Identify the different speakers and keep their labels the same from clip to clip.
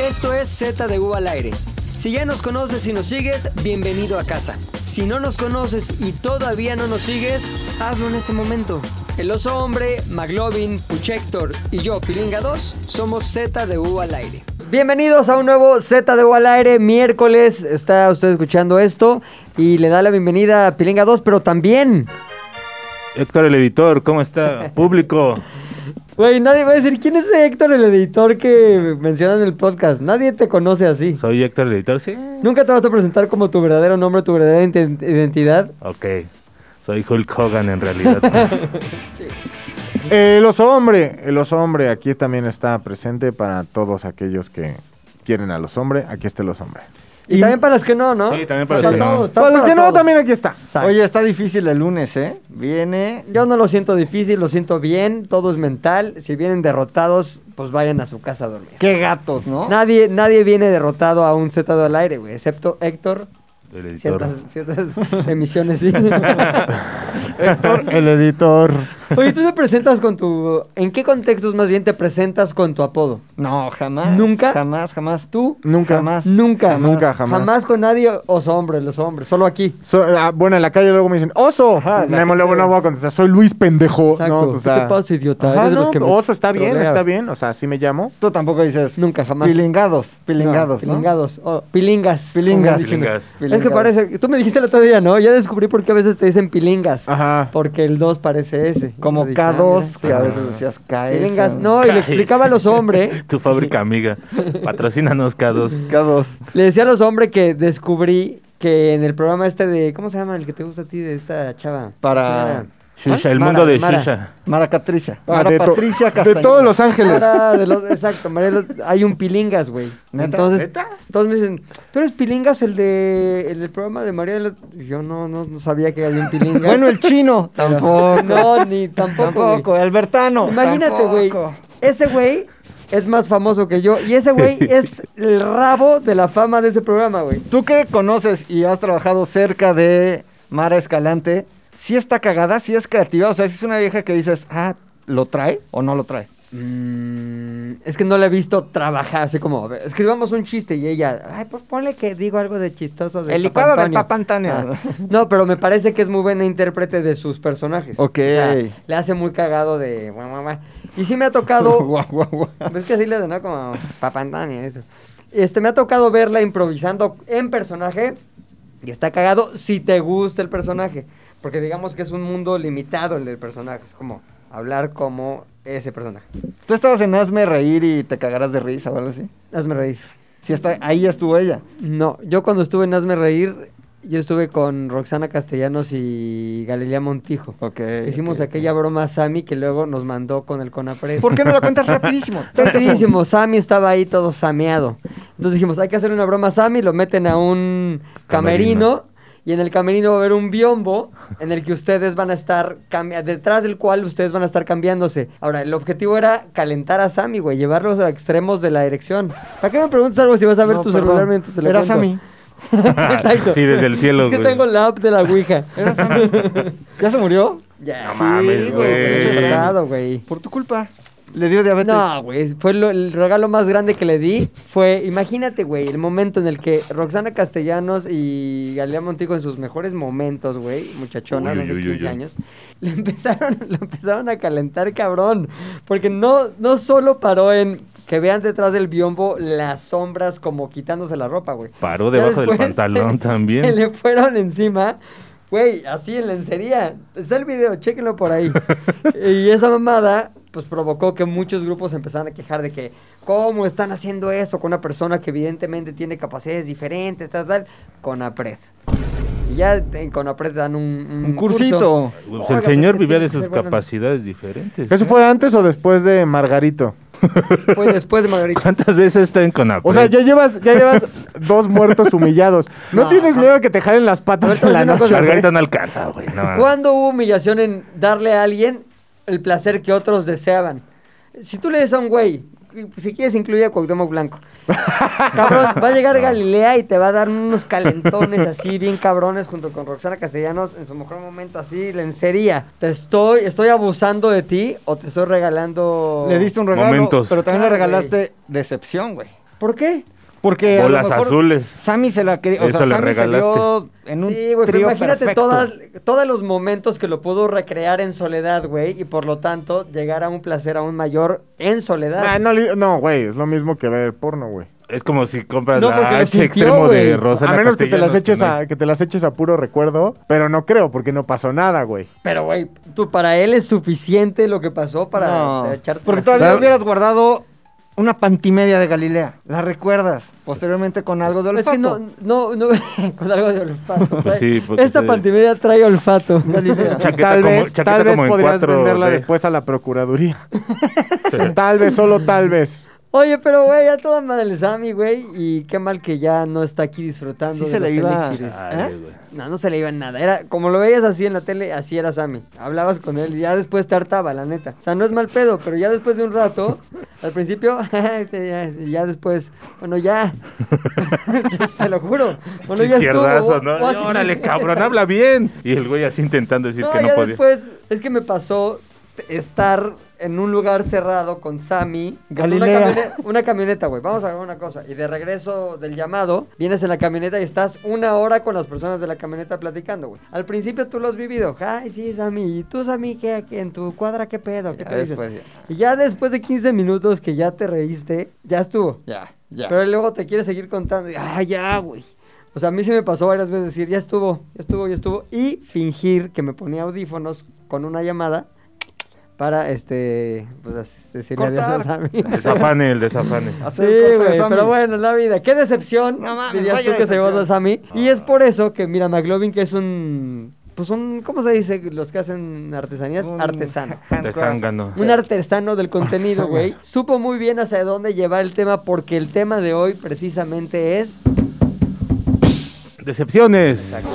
Speaker 1: Esto es Z de U al aire. Si ya nos conoces y nos sigues, bienvenido a casa. Si no nos conoces y todavía no nos sigues, hazlo en este momento. El oso hombre, Maglovin, Puchector y yo, Pilinga 2, somos Z de U al aire. Bienvenidos a un nuevo Z de U al aire, miércoles. Está usted escuchando esto y le da la bienvenida a Pilinga 2, pero también.
Speaker 2: Héctor el editor, ¿cómo está? Público.
Speaker 1: Güey, nadie va a decir quién es ese Héctor, el editor que mencionan en el podcast. Nadie te conoce así.
Speaker 2: Soy Héctor el editor, sí.
Speaker 1: Nunca te vas a presentar como tu verdadero nombre, tu verdadera inte- identidad.
Speaker 2: Ok. Soy Hulk Hogan en realidad.
Speaker 3: El oso hombre, el oso hombre aquí también está presente para todos aquellos que quieren a los hombres. Aquí está el oso hombre.
Speaker 1: Y,
Speaker 4: Y-
Speaker 1: también para los que no, ¿no?
Speaker 2: Sí, también para
Speaker 1: O sea,
Speaker 2: los que no.
Speaker 1: todos, está
Speaker 3: Para los
Speaker 1: para
Speaker 3: que no,
Speaker 1: todos.
Speaker 3: también aquí está.
Speaker 4: Oye, está difícil el lunes, ¿eh? Viene.
Speaker 1: Yo no lo siento difícil, lo siento bien, todo es mental. Si vienen derrotados, pues vayan a su casa a dormir.
Speaker 4: Qué gatos, ¿no?
Speaker 1: Nadie, nadie viene derrotado a un Z al aire, güey, excepto Héctor.
Speaker 2: El
Speaker 1: Ciertas,
Speaker 2: editor.
Speaker 1: ciertas emisiones, sí.
Speaker 4: Héctor, el editor.
Speaker 1: Oye, tú te presentas con tu... ¿En qué contextos más bien te presentas con tu apodo?
Speaker 4: No, jamás.
Speaker 1: ¿Nunca?
Speaker 4: Jamás, jamás.
Speaker 1: ¿Tú?
Speaker 3: Nunca.
Speaker 4: Jamás.
Speaker 1: Nunca.
Speaker 3: Nunca, jamás.
Speaker 1: Jamás con nadie, os hombres, los hombres, solo aquí.
Speaker 3: So- ah, bueno, en la calle luego me dicen, oso.
Speaker 4: Ajá, la
Speaker 3: Me-
Speaker 4: gente-
Speaker 3: luego no voy a contestar, soy Luis Pendejo.
Speaker 1: Exacto.
Speaker 3: No,
Speaker 1: ¿Qué
Speaker 3: o sea,
Speaker 1: te pasa, idiota?
Speaker 3: ajá,
Speaker 1: Eres de los
Speaker 3: no,
Speaker 1: que me
Speaker 3: oso está bien,
Speaker 1: trolea.
Speaker 3: está bien. O sea, así me llamo.
Speaker 4: Tú tampoco dices.
Speaker 1: Nunca, jamás.
Speaker 4: Pilingados, pilingados,
Speaker 1: No,
Speaker 4: ¿no?
Speaker 1: Pilingados. o pilingas.
Speaker 4: Pilingas.
Speaker 1: como dicen.
Speaker 2: Pilingas.
Speaker 1: Es que
Speaker 4: Pilingados.
Speaker 1: parece... Tú me dijiste el otro día, ¿no? Ya descubrí por qué a veces te dicen pilingas.
Speaker 3: Ajá.
Speaker 1: Porque el 2 parece ese.
Speaker 4: Como
Speaker 1: Entonces dije, ah,
Speaker 4: K2,
Speaker 1: mira, sí.
Speaker 4: que a veces decías K.
Speaker 1: Pilingas. No, y le explicaba a los hombres...
Speaker 2: Tu fábrica amiga. Patrocínanos, K2.
Speaker 4: K2.
Speaker 1: Le decía a los hombres que descubrí que en el programa este de... ¿Cómo se llama el que te gusta a ti de esta chava?
Speaker 4: Para-
Speaker 2: Shusha, el
Speaker 1: Mara,
Speaker 2: mundo de
Speaker 1: Mara.
Speaker 2: Shusha.
Speaker 4: Mara Patricia.
Speaker 3: Ah,
Speaker 4: Mara
Speaker 3: de, to-
Speaker 4: Patricia
Speaker 3: de
Speaker 4: Castañeda.
Speaker 3: todos Los Ángeles.
Speaker 1: Ahora, de los- exacto, María de los- hay un pilingas, güey.
Speaker 4: ¿Neta?
Speaker 1: Entonces,
Speaker 4: ¿Neta?
Speaker 1: todos me dicen, ¿tú eres pilingas el de el del programa de María de los... Yo no, no, no sabía que había un pilingas.
Speaker 4: Bueno, el chino.
Speaker 1: Pero-
Speaker 4: tampoco.
Speaker 1: No, ni tampoco.
Speaker 4: Tampoco.
Speaker 1: güey.
Speaker 4: Albertano.
Speaker 1: Imagínate, güey.
Speaker 4: tampoco.
Speaker 1: Ese güey es más famoso que yo y ese güey es el rabo de la fama de ese programa, güey.
Speaker 4: Tú que conoces y has trabajado cerca de Mara Escalante, si está cagada, si es creativa, o sea, si es una vieja que dices, ah, ¿lo trae o no lo trae?
Speaker 1: Mm, es que no la he visto trabajar así como, "A ver, escribamos un chiste y ella, ay, pues ponle que digo algo de chistoso. del
Speaker 4: El licuado del
Speaker 1: Papa
Speaker 4: Papa Antonio".
Speaker 1: no, pero me parece que es muy buena intérprete de sus personajes.
Speaker 4: Ok.
Speaker 1: O sea, le hace muy cagado de... "Guau, guau, guau". Y sí me ha tocado...
Speaker 4: Guau, guau, guau.
Speaker 1: es que así le da, ¿no? Como Papa Antonio, eso. Este, me ha tocado verla improvisando en personaje y está cagado si te gusta el personaje. Porque digamos que es un mundo limitado el del personaje. Es como hablar como ese personaje.
Speaker 4: Tú estabas en Hazme Reír y te cagarás de risa, ¿vale? Sí.
Speaker 1: Hazme reír.
Speaker 4: Si está, ahí estuvo ella.
Speaker 1: No, yo cuando estuve en Hazme Reír, yo estuve con Roxana Castellanos y Galilea Montijo.
Speaker 4: Ok.
Speaker 1: Hicimos
Speaker 4: ok.
Speaker 1: aquella broma Sammy que luego nos mandó con el Conapred.
Speaker 4: ¿Por qué no la cuentas rapidísimo?
Speaker 1: Rapidísimo, Sammy estaba ahí todo sameado. Entonces dijimos, hay que hacer una broma Sammy, lo meten a un camerino,
Speaker 2: Camerino.
Speaker 1: y en el camerino va a haber un biombo en el que ustedes van a estar, cambi- detrás del cual ustedes van a estar cambiándose. Ahora, el objetivo era calentar a Sammy, güey, llevarlos a extremos de la erección. ¿Para qué me preguntas algo si vas a ver
Speaker 4: No,
Speaker 1: tu
Speaker 4: perdón.
Speaker 1: celular mientras te lo
Speaker 4: Era
Speaker 1: cuento?
Speaker 4: Sammy.
Speaker 1: Exacto.
Speaker 2: Sí, desde el cielo,
Speaker 1: Es que
Speaker 2: güey.
Speaker 1: tengo la app de la Ouija.
Speaker 4: Era Sammy. ¿Ya se murió?
Speaker 1: Ya,
Speaker 2: No
Speaker 1: sí,
Speaker 2: mames,
Speaker 1: güey.
Speaker 2: güey.
Speaker 1: pinche pesado, güey.
Speaker 4: Por tu culpa. Le dio diabetes.
Speaker 1: No, güey, fue lo- el regalo más grande que le di. Fue, imagínate, güey, el momento en el que Roxana Castellanos y Galea Montijo en sus mejores momentos, güey, muchachonas
Speaker 2: Uy, uy,
Speaker 1: hace
Speaker 2: uy, uy,
Speaker 1: 15
Speaker 2: uy.
Speaker 1: años, le empezaron, lo empezaron a calentar, cabrón. Porque no, no solo paró en que vean detrás del biombo las sombras como quitándose la ropa, güey.
Speaker 2: Paró
Speaker 1: Ya
Speaker 2: debajo del
Speaker 1: después
Speaker 2: pantalón
Speaker 1: se- Se
Speaker 2: también.
Speaker 1: le fueron encima, güey, así en lencería. Está el video, chéquenlo por ahí. y esa mamada, pues provocó que muchos grupos empezaran a quejar de que, ¿cómo están haciendo eso con una persona que evidentemente tiene capacidades diferentes, tal, tal? Con APRED. Y ya en- con APRED dan un, un
Speaker 4: Un
Speaker 1: curso.
Speaker 4: cursito.
Speaker 2: Pues
Speaker 1: Oiga,
Speaker 2: el señor
Speaker 1: pues,
Speaker 2: vivía de
Speaker 1: tiene que
Speaker 2: sus
Speaker 1: ser bueno.
Speaker 2: capacidades diferentes. ¿eh?
Speaker 3: ¿Eso fue antes o después de Margarito?
Speaker 1: Fue Pues, después de Margarita.
Speaker 2: ¿Cuántas veces está en Conapred?
Speaker 3: O sea, ya llevas, ya llevas dos muertos humillados. ¿No,
Speaker 1: No,
Speaker 3: tienes
Speaker 1: no.
Speaker 3: miedo de que te jalen las
Speaker 1: A ver,
Speaker 3: patas
Speaker 1: te voy
Speaker 3: en
Speaker 1: a decir una
Speaker 3: la noche?
Speaker 1: cosa,
Speaker 2: Margarita no alcanza, güey.
Speaker 4: Ah.
Speaker 2: no mames.
Speaker 1: ¿Cuándo hubo humillación en darle a alguien el placer que otros deseaban? Si tú le des a un güey, si quieres incluye a Cuauhtémoc Blanco, cabrón, va a llegar Galilea y te va a dar unos calentones así, bien cabrones, junto con Roxana Castellanos, en su mejor momento así, lencería. Te estoy, estoy abusando de ti o te estoy regalando...
Speaker 4: Le diste un regalo,
Speaker 2: Momentos.
Speaker 4: pero también
Speaker 1: Claro,
Speaker 4: le regalaste decepción, güey.
Speaker 1: ¿Por qué?
Speaker 4: Porque a lo
Speaker 2: Bolas
Speaker 4: mejor
Speaker 2: azules.
Speaker 4: Sammy se la quería. O
Speaker 2: Eso
Speaker 4: sea,
Speaker 2: le
Speaker 4: Sammy se
Speaker 2: regalaste.
Speaker 4: vio en un
Speaker 1: Sí, güey, pero
Speaker 4: trío
Speaker 1: imagínate
Speaker 4: perfecto.
Speaker 1: todas, todos los momentos que lo pudo recrear en soledad, güey, y por lo tanto llegar a un placer aún mayor en soledad.
Speaker 3: Ah, no, li- no, güey, es lo mismo que ver porno, güey.
Speaker 2: Es como si compras
Speaker 4: No, porque
Speaker 2: la
Speaker 4: lo
Speaker 2: H
Speaker 4: sintió,
Speaker 2: extremo
Speaker 4: güey.
Speaker 2: de Rosana
Speaker 3: a menos que te las
Speaker 2: Castellanos,
Speaker 3: eches
Speaker 2: ¿no?
Speaker 3: a, que te las eches a puro recuerdo, pero no creo, porque no pasó nada, güey.
Speaker 1: Pero, güey, tú, para él es suficiente lo que pasó para este,
Speaker 4: No,
Speaker 1: echarte.
Speaker 4: Porque
Speaker 1: una-
Speaker 4: todavía
Speaker 2: Claro.
Speaker 4: hubieras guardado una pantimedia de Galilea. La recuerdas posteriormente con algo de
Speaker 1: No, Es
Speaker 4: olfato.
Speaker 1: que no, no, no, con algo de olfato.
Speaker 2: Pues sí, porque
Speaker 1: Esta
Speaker 2: se-
Speaker 1: pantimedia trae olfato.
Speaker 4: Galilea.
Speaker 2: Chaqueta
Speaker 3: tal
Speaker 2: como-
Speaker 3: vez,
Speaker 2: chaqueta
Speaker 3: tal vez
Speaker 2: como en
Speaker 3: podrías
Speaker 2: 4D.
Speaker 3: venderla después a la Procuraduría. tal vez, solo tal vez.
Speaker 1: Oye, pero, güey, ya toda madre el Sammy, güey, y qué mal que ya no está aquí disfrutando
Speaker 4: Sí
Speaker 1: de
Speaker 4: se
Speaker 1: los
Speaker 4: le iba-
Speaker 1: elixires.
Speaker 2: Ay,
Speaker 4: ¿Eh?
Speaker 2: güey.
Speaker 1: No, no se le iba en nada. Era, como lo veías así en la tele, así era Sammy. Hablabas con él y ya después te hartaba, la neta. O sea, no es mal pedo, pero ya después de un rato, al principio, este, ya, ya después, bueno, ya. te lo juro. Bueno, ya
Speaker 2: Izquierdazo,
Speaker 1: estuvo.
Speaker 2: ¿no?
Speaker 1: Voy a-
Speaker 2: Órale, cabrón, habla bien. Y el güey así intentando decir
Speaker 1: No,
Speaker 2: que no
Speaker 1: ya
Speaker 2: podía.
Speaker 1: después, es que me pasó t- estar en un lugar cerrado con Sammy. con Una,
Speaker 4: Galilea.
Speaker 1: camioneta- una camioneta, güey. Vamos a ver una cosa. Y de regreso del llamado, vienes en la camioneta y estás una hora con las personas de la camioneta platicando, güey. Al principio tú lo has vivido. Ay, sí, Sammy. ¿Y tú, Sammy, qué? aquí ¿En tu cuadra qué pedo? ¿Qué
Speaker 4: Ya
Speaker 1: te dicen?
Speaker 4: después ya.
Speaker 1: Y ya después de 15 minutos que ya te reíste, ya estuvo.
Speaker 4: Ya, ya.
Speaker 1: Pero luego te quiere seguir contando. y, Ah, ya, güey. O sea, a mí sí me pasó varias veces decir, ya estuvo, ya estuvo, ya estuvo. Y fingir que me ponía audífonos con una llamada para, este, pues así, decirle adiós a
Speaker 4: Cortar.
Speaker 1: Sammy.
Speaker 2: Desafane, el desafane.
Speaker 1: Sí,
Speaker 4: Hacer el corte de
Speaker 1: güey,
Speaker 4: Sammy.
Speaker 1: pero bueno, la vida. Qué decepción,
Speaker 4: No mames,
Speaker 1: dirías
Speaker 4: vaya
Speaker 1: tú que se llevó
Speaker 4: decepción.
Speaker 1: a Sammy. Y es por eso que, mira, McLovin, que es un, pues un, ¿cómo se dice? Los que hacen artesanías,
Speaker 4: Un
Speaker 1: artesano.
Speaker 2: Te
Speaker 4: handcraft.
Speaker 2: zángano.
Speaker 1: Un artesano del contenido, güey. Supo muy bien hacia dónde llevar el tema porque el tema de hoy precisamente es...
Speaker 2: Decepciones.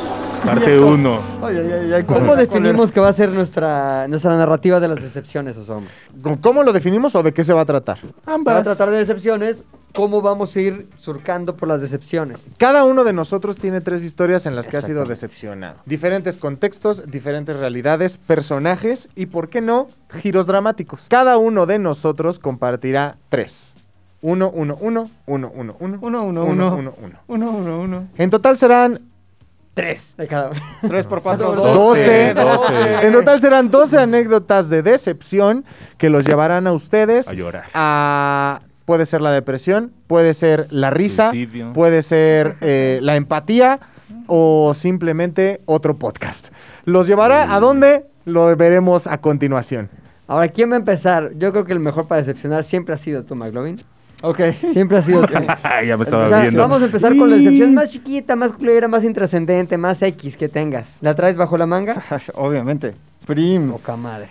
Speaker 2: Parte 1.
Speaker 4: Ay, ay, ay, ay,
Speaker 1: ¿Cómo
Speaker 4: cólera,
Speaker 1: definimos que va a ser nuestra, nuestra narrativa de las decepciones, Osom?
Speaker 3: ¿Con- ¿Cómo lo definimos o de qué se va a tratar?
Speaker 1: Se va a tratar de decepciones, cómo vamos a ir surcando por las decepciones.
Speaker 3: Cada uno de nosotros tiene tres historias en las que ha sido
Speaker 1: Exactamente.
Speaker 3: decepcionado. Diferentes contextos, diferentes realidades, personajes y, ¿por qué no?, giros dramáticos. Cada uno de nosotros compartirá tres. Uno, uno, uno, uno, uno, uno,
Speaker 4: Uno, uno,
Speaker 3: uno,
Speaker 4: uno.
Speaker 3: uno, uno.
Speaker 4: Uno, uno, uno.
Speaker 3: En total serán
Speaker 1: Tres de cada uno.
Speaker 4: Tres por cuatro,
Speaker 1: Doce,
Speaker 4: doce.
Speaker 2: doce.
Speaker 3: En total serán 12 anécdotas de decepción que los llevarán a ustedes
Speaker 2: A llorar.
Speaker 3: a- Ah, Puede ser la depresión, puede ser la risa,
Speaker 2: Suicidio.
Speaker 3: puede ser eh, la empatía o simplemente otro podcast. ¿Los llevará a dónde? Lo veremos a continuación.
Speaker 1: Ahora, ¿quién va a empezar? Yo creo que el mejor para decepcionar siempre ha sido tú, McLovin.
Speaker 4: Ok.
Speaker 1: Siempre ha sido tú.
Speaker 2: Ay, ya me
Speaker 1: O
Speaker 2: estaba
Speaker 1: sea,
Speaker 2: viendo.
Speaker 1: vamos a empezar con la decepción más chiquita, más culera, más intrascendente, más X que tengas. ¿La traes bajo la manga?
Speaker 4: Obviamente. Prim.
Speaker 1: Poca madre.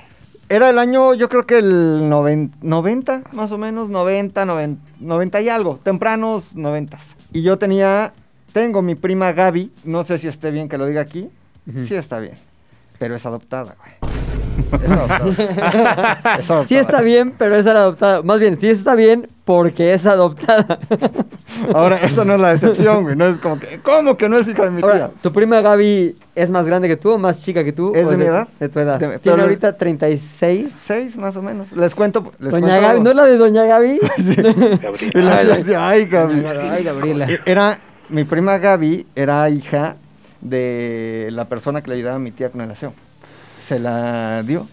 Speaker 4: Era el año, yo creo que el noven- 90, más o menos, 90, 90, 90 y algo, tempranos 90. Y yo tenía, tengo mi prima Gaby, no sé si esté bien que lo diga aquí,
Speaker 1: Ujú.
Speaker 4: sí está bien, pero es adoptada, güey. Es adoptada. Es adoptada.
Speaker 1: Sí está bien, pero es adoptada. Más bien, sí está bien porque es adoptada.
Speaker 4: Ahora, eso no es la decepción, güey, no es como que, ¿cómo que no es hija de mi tía?
Speaker 1: Ahora, ¿tu prima Gaby es más grande que tú o más chica que tú?
Speaker 4: ¿Es
Speaker 1: ¿O
Speaker 4: de mi edad?
Speaker 1: De tu edad.
Speaker 4: De-
Speaker 1: Tiene
Speaker 4: pero-
Speaker 1: ahorita 36.
Speaker 4: Seis, más o menos. Les cuento, les
Speaker 1: Doña
Speaker 4: cuento.
Speaker 1: Gaby, ¿no es la de Doña Gaby?
Speaker 4: Y la-
Speaker 1: Ay,
Speaker 4: ay, ay, Gaby.
Speaker 1: Ay, Gabriela.
Speaker 4: E-, Era, mi prima Gaby era hija de la persona que le ayudaba a mi tía con el aseo. Se la dio,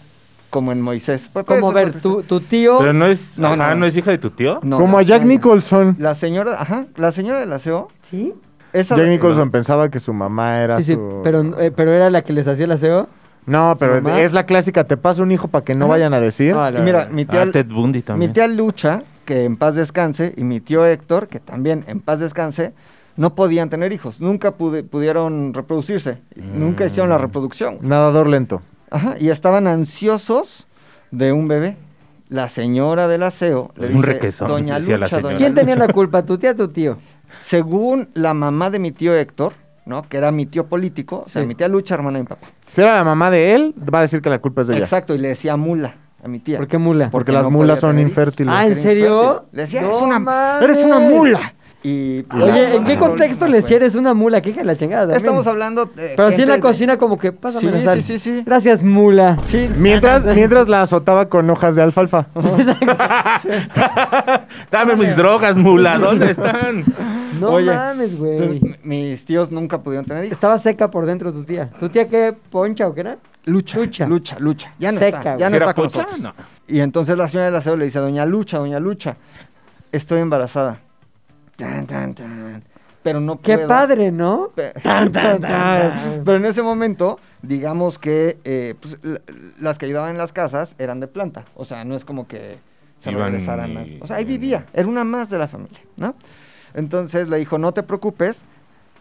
Speaker 4: como en Moisés. Pues, pero
Speaker 1: Como
Speaker 4: esa es
Speaker 1: ver,
Speaker 4: otra
Speaker 1: tu,
Speaker 4: historia.
Speaker 1: tu tío.
Speaker 2: Pero no es.
Speaker 4: No,
Speaker 2: No,
Speaker 4: no,
Speaker 2: no,
Speaker 4: no.
Speaker 2: es hija de tu tío.
Speaker 4: No,
Speaker 3: Como
Speaker 4: la-
Speaker 3: a Jack Nicholson.
Speaker 4: La señora, ajá, la señora del aseo.
Speaker 1: ¿Sí?
Speaker 4: Esa
Speaker 3: Jack Nicholson pensaba que su mamá era
Speaker 1: Sí, sí,
Speaker 3: su...
Speaker 1: pero, eh, pero era la que les hacía el aseo.
Speaker 3: no, pero
Speaker 1: ¿Su mamá?
Speaker 3: es la clásica, te pasa un hijo para que no
Speaker 4: Ajá.
Speaker 3: vayan a decir.
Speaker 1: No,
Speaker 4: Y mira, mi tía,
Speaker 2: Ah, Ted Bundy
Speaker 4: mi
Speaker 2: también.
Speaker 4: tía Lucha, que en paz descanse, y mi tío Héctor, que también en paz descanse, no podían tener hijos. Nunca pude- pudieron reproducirse. Nunca hicieron la
Speaker 2: Mm.
Speaker 4: reproducción.
Speaker 3: Nadador lento.
Speaker 4: Ajá, y estaban ansiosos de un bebé. La señora del aseo le
Speaker 2: Un
Speaker 4: dice,
Speaker 2: requesón,
Speaker 4: Doña
Speaker 2: decía la
Speaker 4: Lucha,
Speaker 2: señora.
Speaker 4: doña
Speaker 1: ¿Quién tenía
Speaker 4: Lucha".
Speaker 1: la culpa, tu tía o tu tío?
Speaker 4: Según la mamá de mi tío Héctor, ¿no? Que era mi tío político, o sea,
Speaker 1: Sí.
Speaker 4: mi tía Lucha, hermana de mi papá.
Speaker 3: Si era la mamá de él, va a decir que la culpa es de ella.
Speaker 4: Exacto, y le decía mula a mi tía.
Speaker 1: ¿Por qué mula?
Speaker 3: Porque
Speaker 4: Porque
Speaker 3: las
Speaker 4: no
Speaker 3: mulas son
Speaker 4: podía tener hijos.
Speaker 3: infértiles.
Speaker 1: Ah, ¿en
Speaker 4: Era
Speaker 1: serio?
Speaker 4: infértil. Le decía,
Speaker 1: ¡No
Speaker 4: eres, una,
Speaker 1: mames!
Speaker 4: eres una mula. Y,
Speaker 1: Oye, ¿en qué contexto le cierres una mula? Que hija de la chingada. también.
Speaker 4: Estamos hablando. de
Speaker 1: Pero así en la
Speaker 4: gente de-
Speaker 1: cocina, como que pásame
Speaker 4: Sí,
Speaker 1: la sal.
Speaker 4: sí, sí, sí.
Speaker 1: Gracias, mula. Sí.
Speaker 3: Mientras, mientras la azotaba con hojas de alfalfa.
Speaker 2: Dame mis drogas, mula. ¿Dónde están?
Speaker 1: No
Speaker 4: Oye,
Speaker 1: mames, güey.
Speaker 4: Entonces, m- mis tíos nunca pudieron tener hijos.
Speaker 1: Estaba seca por dentro tu tía. ¿Tu tía qué? ¿Poncha o qué era?
Speaker 4: Lucha,
Speaker 1: Lucha.
Speaker 4: lucha, lucha, Ya no
Speaker 1: Seca,
Speaker 4: está,
Speaker 1: güey.
Speaker 4: ya
Speaker 2: ¿Si
Speaker 4: no
Speaker 2: era
Speaker 4: está con
Speaker 2: pocha?
Speaker 4: nosotros.
Speaker 2: No.
Speaker 4: Y entonces la señora del aseo le dice a Doña Lucha, Doña Lucha, estoy embarazada. Tan, tan, tan. Pero no
Speaker 1: Qué
Speaker 4: puedo.
Speaker 1: padre, ¿no?
Speaker 4: Tan, tan, tan. Pero en ese momento, digamos que eh, pues, l- las que ayudaban en las casas eran de planta. O sea, no es como que se
Speaker 2: Iban
Speaker 4: regresaran más.
Speaker 2: y-
Speaker 4: O sea, ahí vivía. Era una más de la familia, ¿no? Entonces le dijo, no te preocupes,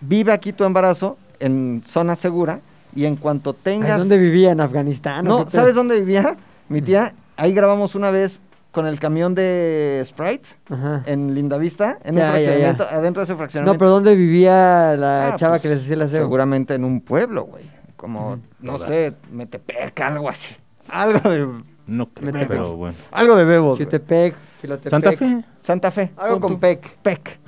Speaker 4: vive aquí tu embarazo en zona segura y en cuanto
Speaker 1: Ay,
Speaker 4: tengas...
Speaker 1: ¿Dónde vivía? ¿En Afganistán? o
Speaker 4: No,
Speaker 1: qué pedo?
Speaker 4: ¿sabes dónde vivía? Mi tía, ahí grabamos una vez con el camión de Sprite
Speaker 1: Ajá.
Speaker 4: en Lindavista, en un
Speaker 1: Ya, ya, ya.
Speaker 4: fraccionamiento, adentro de ese fraccionamiento.
Speaker 1: No, pero ¿dónde vivía la
Speaker 4: Ah,
Speaker 1: chava
Speaker 4: pues,
Speaker 1: que les hacía el aseo?
Speaker 4: Seguramente en un pueblo, güey. Como, no sé, Metepec, algo así. Algo de
Speaker 2: No creo,
Speaker 1: Metemos.
Speaker 2: pero bueno.
Speaker 3: Algo de bebos. güey.
Speaker 1: Chutepec, Chilotepec.
Speaker 2: ¿Santa Fe?
Speaker 4: Santa Fe.
Speaker 1: Algo
Speaker 4: pon
Speaker 1: con
Speaker 4: tú,
Speaker 1: pec.
Speaker 4: Pec.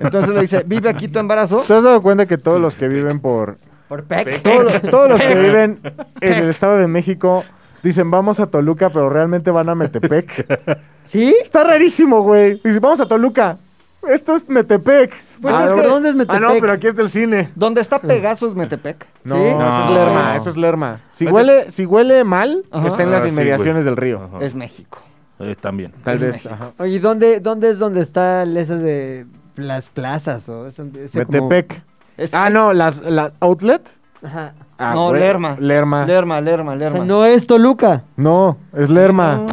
Speaker 4: Entonces le dice, vive aquí tu embarazo.
Speaker 3: ¿Te has dado cuenta que todos los que viven por...
Speaker 1: ¿Por pec?
Speaker 3: Todos, lo- todos los que viven en el Estado de México dicen vamos a Toluca, pero realmente van a Metepec?
Speaker 1: ¿Sí?
Speaker 3: Está rarísimo, güey. Dicen vamos a Toluca. Esto es Metepec.
Speaker 1: Pues
Speaker 3: ah,
Speaker 1: es
Speaker 3: no,
Speaker 1: que- ¿dónde es
Speaker 3: Ah, no,
Speaker 1: Metepec?
Speaker 3: pero aquí es del cine.
Speaker 4: Donde está Pegaso es Metepec.
Speaker 3: No,
Speaker 1: ¿Sí?
Speaker 3: eso es
Speaker 2: No.
Speaker 3: Lerma, eso es Lerma. Si huele, si huele mal,
Speaker 4: Ajá.
Speaker 3: está en las
Speaker 2: Ah, sí,
Speaker 3: inmediaciones
Speaker 2: güey.
Speaker 3: del río.
Speaker 2: Ajá.
Speaker 4: Es México.
Speaker 2: Eh, también.
Speaker 3: Tal
Speaker 4: Es
Speaker 3: vez.
Speaker 4: México.
Speaker 3: ajá.
Speaker 1: Oye, ¿y ¿dónde, dónde es donde están esas de las plazas? o ese- ese como-
Speaker 3: Metepec.
Speaker 4: Es-
Speaker 3: Ah, no, las, las outlet.
Speaker 1: Ajá.
Speaker 3: Ah,
Speaker 4: No,
Speaker 3: güey.
Speaker 4: Lerma.
Speaker 3: Lerma.
Speaker 4: Lerma, Lerma,
Speaker 1: O
Speaker 4: Lerma.
Speaker 1: sea, no es Toluca.
Speaker 3: No, es Lerma.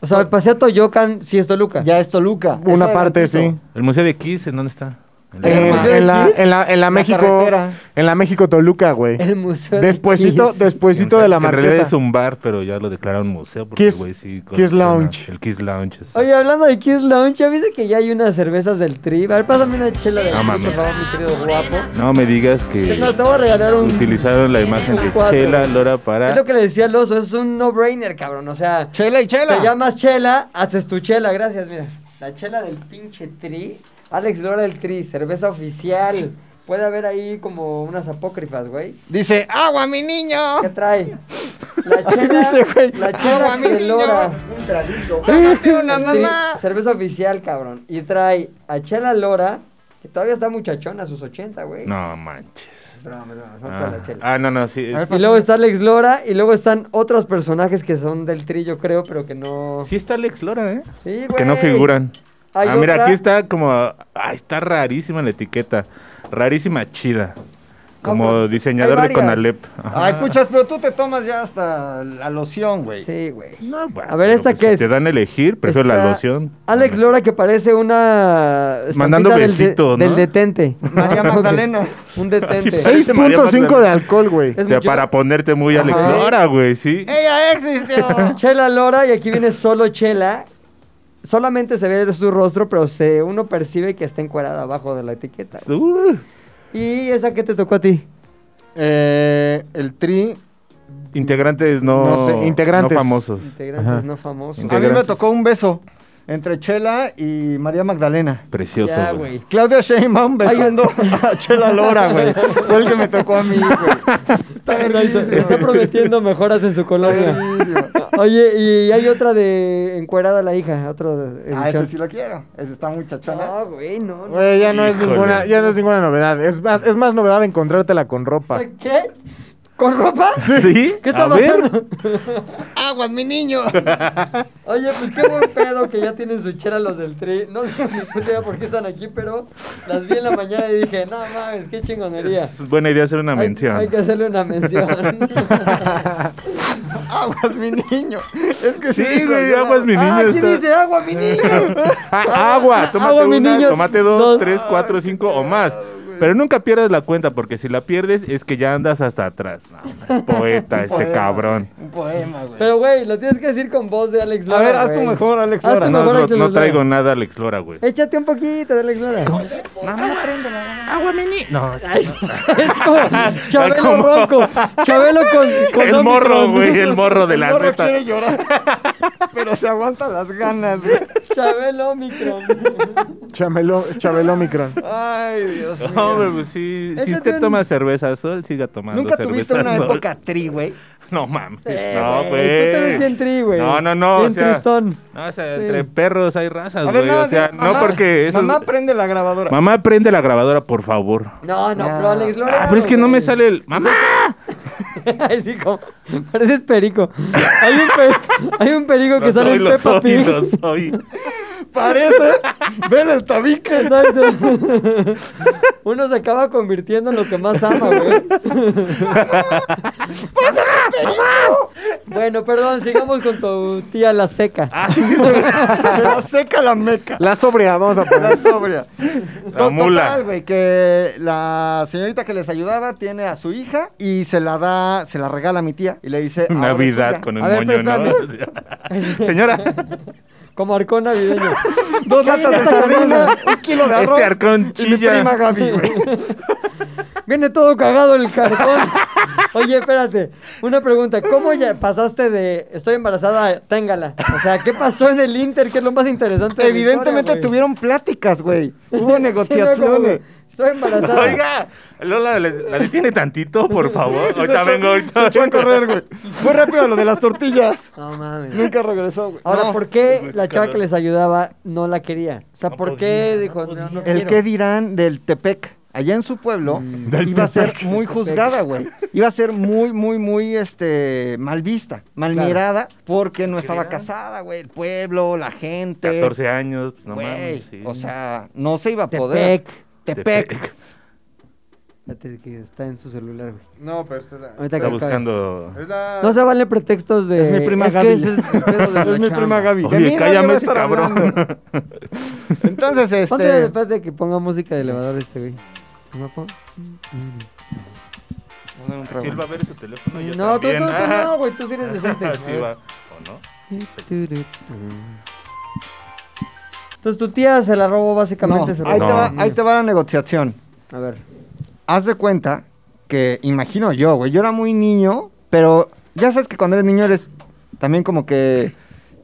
Speaker 1: O sea, el paseo Toyocan sí es Toluca.
Speaker 4: Pues, Ya es Toluca.
Speaker 3: Una
Speaker 4: Es
Speaker 3: parte,
Speaker 4: adelantito.
Speaker 3: sí.
Speaker 2: ¿El Museo de Kiss en dónde está? El de
Speaker 3: En,
Speaker 2: Roma.
Speaker 3: en la, en la, en la
Speaker 4: La
Speaker 3: México.
Speaker 4: carretera.
Speaker 3: En la México Toluca, güey.
Speaker 1: El museo. de
Speaker 3: Despuésito,
Speaker 1: Kiss.
Speaker 3: despuésito de la
Speaker 2: Que En realidad es
Speaker 3: marquesa.
Speaker 2: un bar, pero ya lo declararon museo. Porque,
Speaker 3: Kiss-
Speaker 2: güey, sí,
Speaker 3: Kiss
Speaker 2: colecciona-
Speaker 3: Lounge.
Speaker 2: El Kiss Lounge. exacto.
Speaker 1: Oye, hablando de Kiss Lounge, ¿ya viste que ya hay unas cervezas del trip? A ver, pásame una chela de
Speaker 2: No
Speaker 1: aquí,
Speaker 2: mames.
Speaker 1: por favor, mi querido guapo.
Speaker 2: No me digas
Speaker 1: Es más,
Speaker 2: que
Speaker 1: te voy a regalar un...
Speaker 2: utilizaron la imagen de
Speaker 1: cuatro.
Speaker 2: Chela Lora
Speaker 1: Es lo
Speaker 2: para...
Speaker 1: que le decía al oso, es un no-brainer, cabrón. O sea,
Speaker 4: Chela y
Speaker 1: te
Speaker 4: Chela.
Speaker 1: llamas chela, haces tu chela, gracias, mira. La chela del pinche tri, Alex Lora del tri, cerveza oficial. Puede haber ahí como unas apócrifas, güey.
Speaker 4: Dice, agua, mi niño.
Speaker 1: ¿Qué trae? La chela,
Speaker 4: Dice, güey,
Speaker 1: la chela
Speaker 4: "Agua, mi
Speaker 1: de
Speaker 4: niño".
Speaker 1: Lora.
Speaker 4: Tómate una,
Speaker 1: Sí,
Speaker 4: mamá.
Speaker 1: cerveza oficial, cabrón. Y trae a Chela Lora, que todavía está muchachona a sus 80, güey.
Speaker 2: No manches.
Speaker 1: Es broma, es broma, son para
Speaker 2: Ah,
Speaker 1: la chela.
Speaker 2: ah, no, no, sí. es-
Speaker 1: Y luego está Alex Lora y luego están otros personajes que son del tri, yo creo, pero que no...
Speaker 2: Sí está Alex Lora, ¿eh?
Speaker 1: Sí, güey.
Speaker 2: Que no figuran.
Speaker 1: Hay
Speaker 2: ah, mira,
Speaker 1: otra-
Speaker 2: aquí está como... Ah, está rarísima la etiqueta. Rarísima chida. Como
Speaker 1: pero
Speaker 2: diseñador
Speaker 1: hay
Speaker 2: de
Speaker 1: varias.
Speaker 2: Conalep. Ajá.
Speaker 4: Ay, puchas, pero tú te tomas ya hasta la loción, güey.
Speaker 1: Sí, güey.
Speaker 2: No, bueno,
Speaker 1: A ver,
Speaker 2: pero
Speaker 1: ¿esta
Speaker 2: pues
Speaker 1: qué
Speaker 2: si
Speaker 1: es?
Speaker 2: Te dan a elegir, prefiero la
Speaker 1: Está
Speaker 2: loción. Ah,
Speaker 1: Alex
Speaker 2: No, no
Speaker 1: Lora que parece una... estampita
Speaker 2: Mandando
Speaker 1: del de-
Speaker 2: besito, ¿no?
Speaker 1: Del detente.
Speaker 4: María Magdalena.
Speaker 1: Un detente.
Speaker 2: Así parece.
Speaker 3: 6.5 de alcohol, güey.
Speaker 1: Es
Speaker 2: Te-
Speaker 1: mucho-
Speaker 2: para ponerte muy Alex
Speaker 1: Ajá.
Speaker 2: Lora, güey, sí.
Speaker 4: ¡Ella existió!
Speaker 1: Chela Lora y aquí viene solo Chela. Solamente se ve su rostro, pero se, uno percibe que está encuadrada abajo de la etiqueta. güey.
Speaker 2: Uh,
Speaker 1: ¿Y esa que te tocó a ti?
Speaker 3: Eh, el tri.
Speaker 2: integrantes no,
Speaker 3: No sé, integrantes.
Speaker 2: no famosos.
Speaker 1: Integrantes no famosos.
Speaker 4: A mí me
Speaker 2: Pues, Integrantes.
Speaker 4: tocó un beso entre Chela y María Magdalena.
Speaker 2: Precioso,
Speaker 1: Ya,
Speaker 2: güey.
Speaker 1: güey.
Speaker 4: Claudia Sheinbaum besando a Chela Lora, güey. Fue el que me tocó a mí, güey.
Speaker 1: Está, está prometiendo mejoras en su colonia. Oye, y hay otra de encuerada la hija, otro de
Speaker 4: Ah,
Speaker 1: edición.
Speaker 4: ese sí lo quiero. Ese está muchachona.
Speaker 1: No, güey, no. no.
Speaker 3: Güey, ya no es
Speaker 2: Híjole.
Speaker 3: ninguna, ya no es ninguna novedad. Es más, es más novedad encontrártela con ropa.
Speaker 1: ¿Qué? ¿Con ropa?
Speaker 2: ¿Sí?
Speaker 1: ¿Qué está
Speaker 2: a ver,
Speaker 1: pasando?
Speaker 4: ¡Aguas, mi niño!
Speaker 1: Oye, pues qué buen pedo que ya tienen su chera los del tri. No sé ni puta idea por qué están aquí, pero las vi en la mañana y dije, no mames, qué chingonería.
Speaker 2: es buena idea hacer una
Speaker 1: Hay-
Speaker 2: mención.
Speaker 1: Hay, que hacerle una mención.
Speaker 4: ¡Aguas, mi niño! Es que sí,
Speaker 2: Sí, güey,
Speaker 4: yo-
Speaker 2: aguas mi niño.
Speaker 1: ah, aquí
Speaker 2: está-
Speaker 1: dice agua, mi niñño.
Speaker 2: Ah, agua, tómate
Speaker 1: Agua, mi
Speaker 2: una,
Speaker 1: niño.
Speaker 2: tómate dos,
Speaker 1: Dos. Ah,
Speaker 2: tres, cuatro, cinco o más. Pero nunca pierdas la cuenta, porque si la pierdes es que ya andas hasta atrás. No, no, poeta, este
Speaker 4: Poema,
Speaker 2: cabrón.
Speaker 4: Un poema, güey.
Speaker 1: Pero, güey, lo tienes que decir con voz de Alex
Speaker 4: a
Speaker 1: Lora.
Speaker 4: ver, haz tu
Speaker 1: güey.
Speaker 4: mejor, Alex
Speaker 1: Haz tu
Speaker 4: Lora.
Speaker 2: No,
Speaker 1: mejor
Speaker 2: no,
Speaker 1: échale,
Speaker 2: no
Speaker 1: Lora.
Speaker 2: traigo nada Alex Lora, güey.
Speaker 1: Échate un poquito de Alex Lora.
Speaker 4: Nada más préndela.
Speaker 2: Agua, mini. No, es
Speaker 1: Ay, es como Chabelo
Speaker 2: como-
Speaker 1: Ronco. Chabelo con, con
Speaker 2: el morro,
Speaker 1: Omicron.
Speaker 2: güey, el morro de
Speaker 4: El
Speaker 2: la
Speaker 4: morro
Speaker 2: Z.
Speaker 4: quiere llorar. Pero se aguanta las ganas, güey.
Speaker 1: Chabelo Omicron.
Speaker 3: Chamelo, Chabelomicron.
Speaker 4: Ay, Dios mío.
Speaker 2: No, hombre, pues sí,
Speaker 1: Échate
Speaker 2: si usted
Speaker 1: un-
Speaker 2: toma cerveza sol, siga tomando
Speaker 4: Nunca
Speaker 2: cerveza
Speaker 4: tuviste una
Speaker 2: sol.
Speaker 4: época tri, güey.
Speaker 2: No mames,
Speaker 1: Eh,
Speaker 2: no,
Speaker 1: Tú
Speaker 2: güey.
Speaker 1: eres bien tri, güey.
Speaker 2: No, no, no,
Speaker 1: Bien
Speaker 2: o sea,
Speaker 1: tristón.
Speaker 2: No, o sea,
Speaker 1: Sí.
Speaker 2: entre perros hay razas,
Speaker 4: A
Speaker 2: güey.
Speaker 4: nada
Speaker 2: o
Speaker 4: más
Speaker 2: sea,
Speaker 4: di-
Speaker 2: no
Speaker 4: mamá,
Speaker 2: porque eso.
Speaker 4: Mamá, prende la grabadora.
Speaker 2: Mamá, prende la grabadora, por favor.
Speaker 1: No, no,
Speaker 4: Ya.
Speaker 1: pero Alex Lora.
Speaker 2: Ah, pero es que no me
Speaker 1: güey.
Speaker 2: sale el. ¡Mamá!
Speaker 1: Así como, pareces perico. Hay un, pe- hay un perico que
Speaker 2: Lo
Speaker 1: sale
Speaker 2: soy,
Speaker 1: en
Speaker 2: lo
Speaker 1: Peppa
Speaker 2: soy,
Speaker 1: Pig.
Speaker 2: lo soy.
Speaker 4: Parece. Ven el tabique.
Speaker 1: Exacto. Uno se acaba convirtiendo en lo que más ama, güey. Pues, ah, Bueno, perdón, sigamos con tu tía la seca.
Speaker 2: Ah.
Speaker 4: la seca la meca.
Speaker 3: La sobria, vamos a
Speaker 4: La
Speaker 3: poner.
Speaker 4: sobria. To-
Speaker 2: mula.
Speaker 4: Total, güey, que la señorita que les ayudaba tiene a su hija y se la da, se la regala a mi tía y le dice. "Ahora es
Speaker 2: Navidad
Speaker 4: suya".
Speaker 2: con el
Speaker 1: A ver,
Speaker 2: moño, ¿no?
Speaker 1: pero
Speaker 2: Señora,
Speaker 1: Como arcón navideño.
Speaker 4: Dos latas de sardina, un kilo de arroz.
Speaker 2: este arcón
Speaker 4: y mi prima
Speaker 2: chilla.
Speaker 4: Gaby, güey.
Speaker 1: Viene todo cagado el cartón. Oye, espérate. Una pregunta. ¿Cómo ya pasaste de estoy embarazada a téngala? O sea, ¿qué pasó en el Inter? Que es lo más interesante. de la
Speaker 4: Evidentemente
Speaker 1: historia, güey.
Speaker 4: tuvieron pláticas, güey. Hubo
Speaker 1: Sí, no, como
Speaker 4: negociaciones.
Speaker 1: que, Estoy embarazada.
Speaker 2: Oiga, Lola, ¿le- ¿la detiene tantito, por favor? Ahorita
Speaker 4: Se echó-
Speaker 2: vengo,
Speaker 4: Se
Speaker 2: ahorita
Speaker 4: echó a
Speaker 2: vengo.
Speaker 4: correr, güey. Fue rápido lo de las tortillas.
Speaker 1: No mames.
Speaker 4: Nunca regresó, güey.
Speaker 1: Ahora,
Speaker 4: No.
Speaker 1: ¿por qué
Speaker 2: Pues,
Speaker 1: la chava
Speaker 2: claro.
Speaker 1: que les ayudaba no la quería? O sea,
Speaker 2: No
Speaker 1: ¿por
Speaker 2: podía,
Speaker 1: qué
Speaker 2: no
Speaker 1: dijo,
Speaker 2: podía.
Speaker 1: no, no
Speaker 4: El
Speaker 1: quiero"?
Speaker 4: qué dirán del Tepec, allá en su pueblo,
Speaker 2: Del
Speaker 4: iba a
Speaker 2: Tepec.
Speaker 4: ser muy juzgada, güey. Iba a ser muy, muy, muy, este, mal vista, mal
Speaker 1: Claro.
Speaker 4: mirada, porque no estaba
Speaker 2: dirán?
Speaker 4: casada, güey. El pueblo, la gente.
Speaker 2: 14 años, pues no
Speaker 4: güey.
Speaker 2: mames. sí.
Speaker 4: O sea, no se iba a poder.
Speaker 1: Tepec.
Speaker 4: Tepec.
Speaker 1: Espérate que está en su celular, güey.
Speaker 3: No, pero esta es la.
Speaker 1: Ahorita
Speaker 2: Está
Speaker 1: que acabe.
Speaker 2: buscando.
Speaker 3: Es la-
Speaker 1: No se vale pretextos de...
Speaker 4: Es mi prima
Speaker 1: es
Speaker 4: Gaby.
Speaker 1: Que es el pedo de la
Speaker 4: Es mi prima
Speaker 1: chamba.
Speaker 4: Gaby. De mí
Speaker 2: Oye,
Speaker 4: nadie va
Speaker 2: cállame
Speaker 4: a
Speaker 2: ese
Speaker 4: estar
Speaker 2: cabrón.
Speaker 4: hablando. Entonces,
Speaker 1: Ponte,
Speaker 4: este.
Speaker 1: espérate que ponga música de elevador este, güey. ¿No me pongo?
Speaker 2: Si él va a ver su teléfono, yo
Speaker 1: No, tú, tú,
Speaker 2: también.
Speaker 1: tú
Speaker 2: Ah.
Speaker 1: no, güey, tú sí eres decente. A
Speaker 2: Así
Speaker 1: ver.
Speaker 2: va. ¿O no? Sí, sí, sí.
Speaker 1: Entonces tu tía se la robó
Speaker 4: No,
Speaker 1: básicamente. se
Speaker 4: ahí,
Speaker 1: robó.
Speaker 4: Te va,
Speaker 2: No.
Speaker 4: ahí te va la negociación.
Speaker 1: A ver.
Speaker 4: Haz de cuenta que, imagino yo, güey, yo era muy niño, pero ya sabes que cuando eres niño eres también como que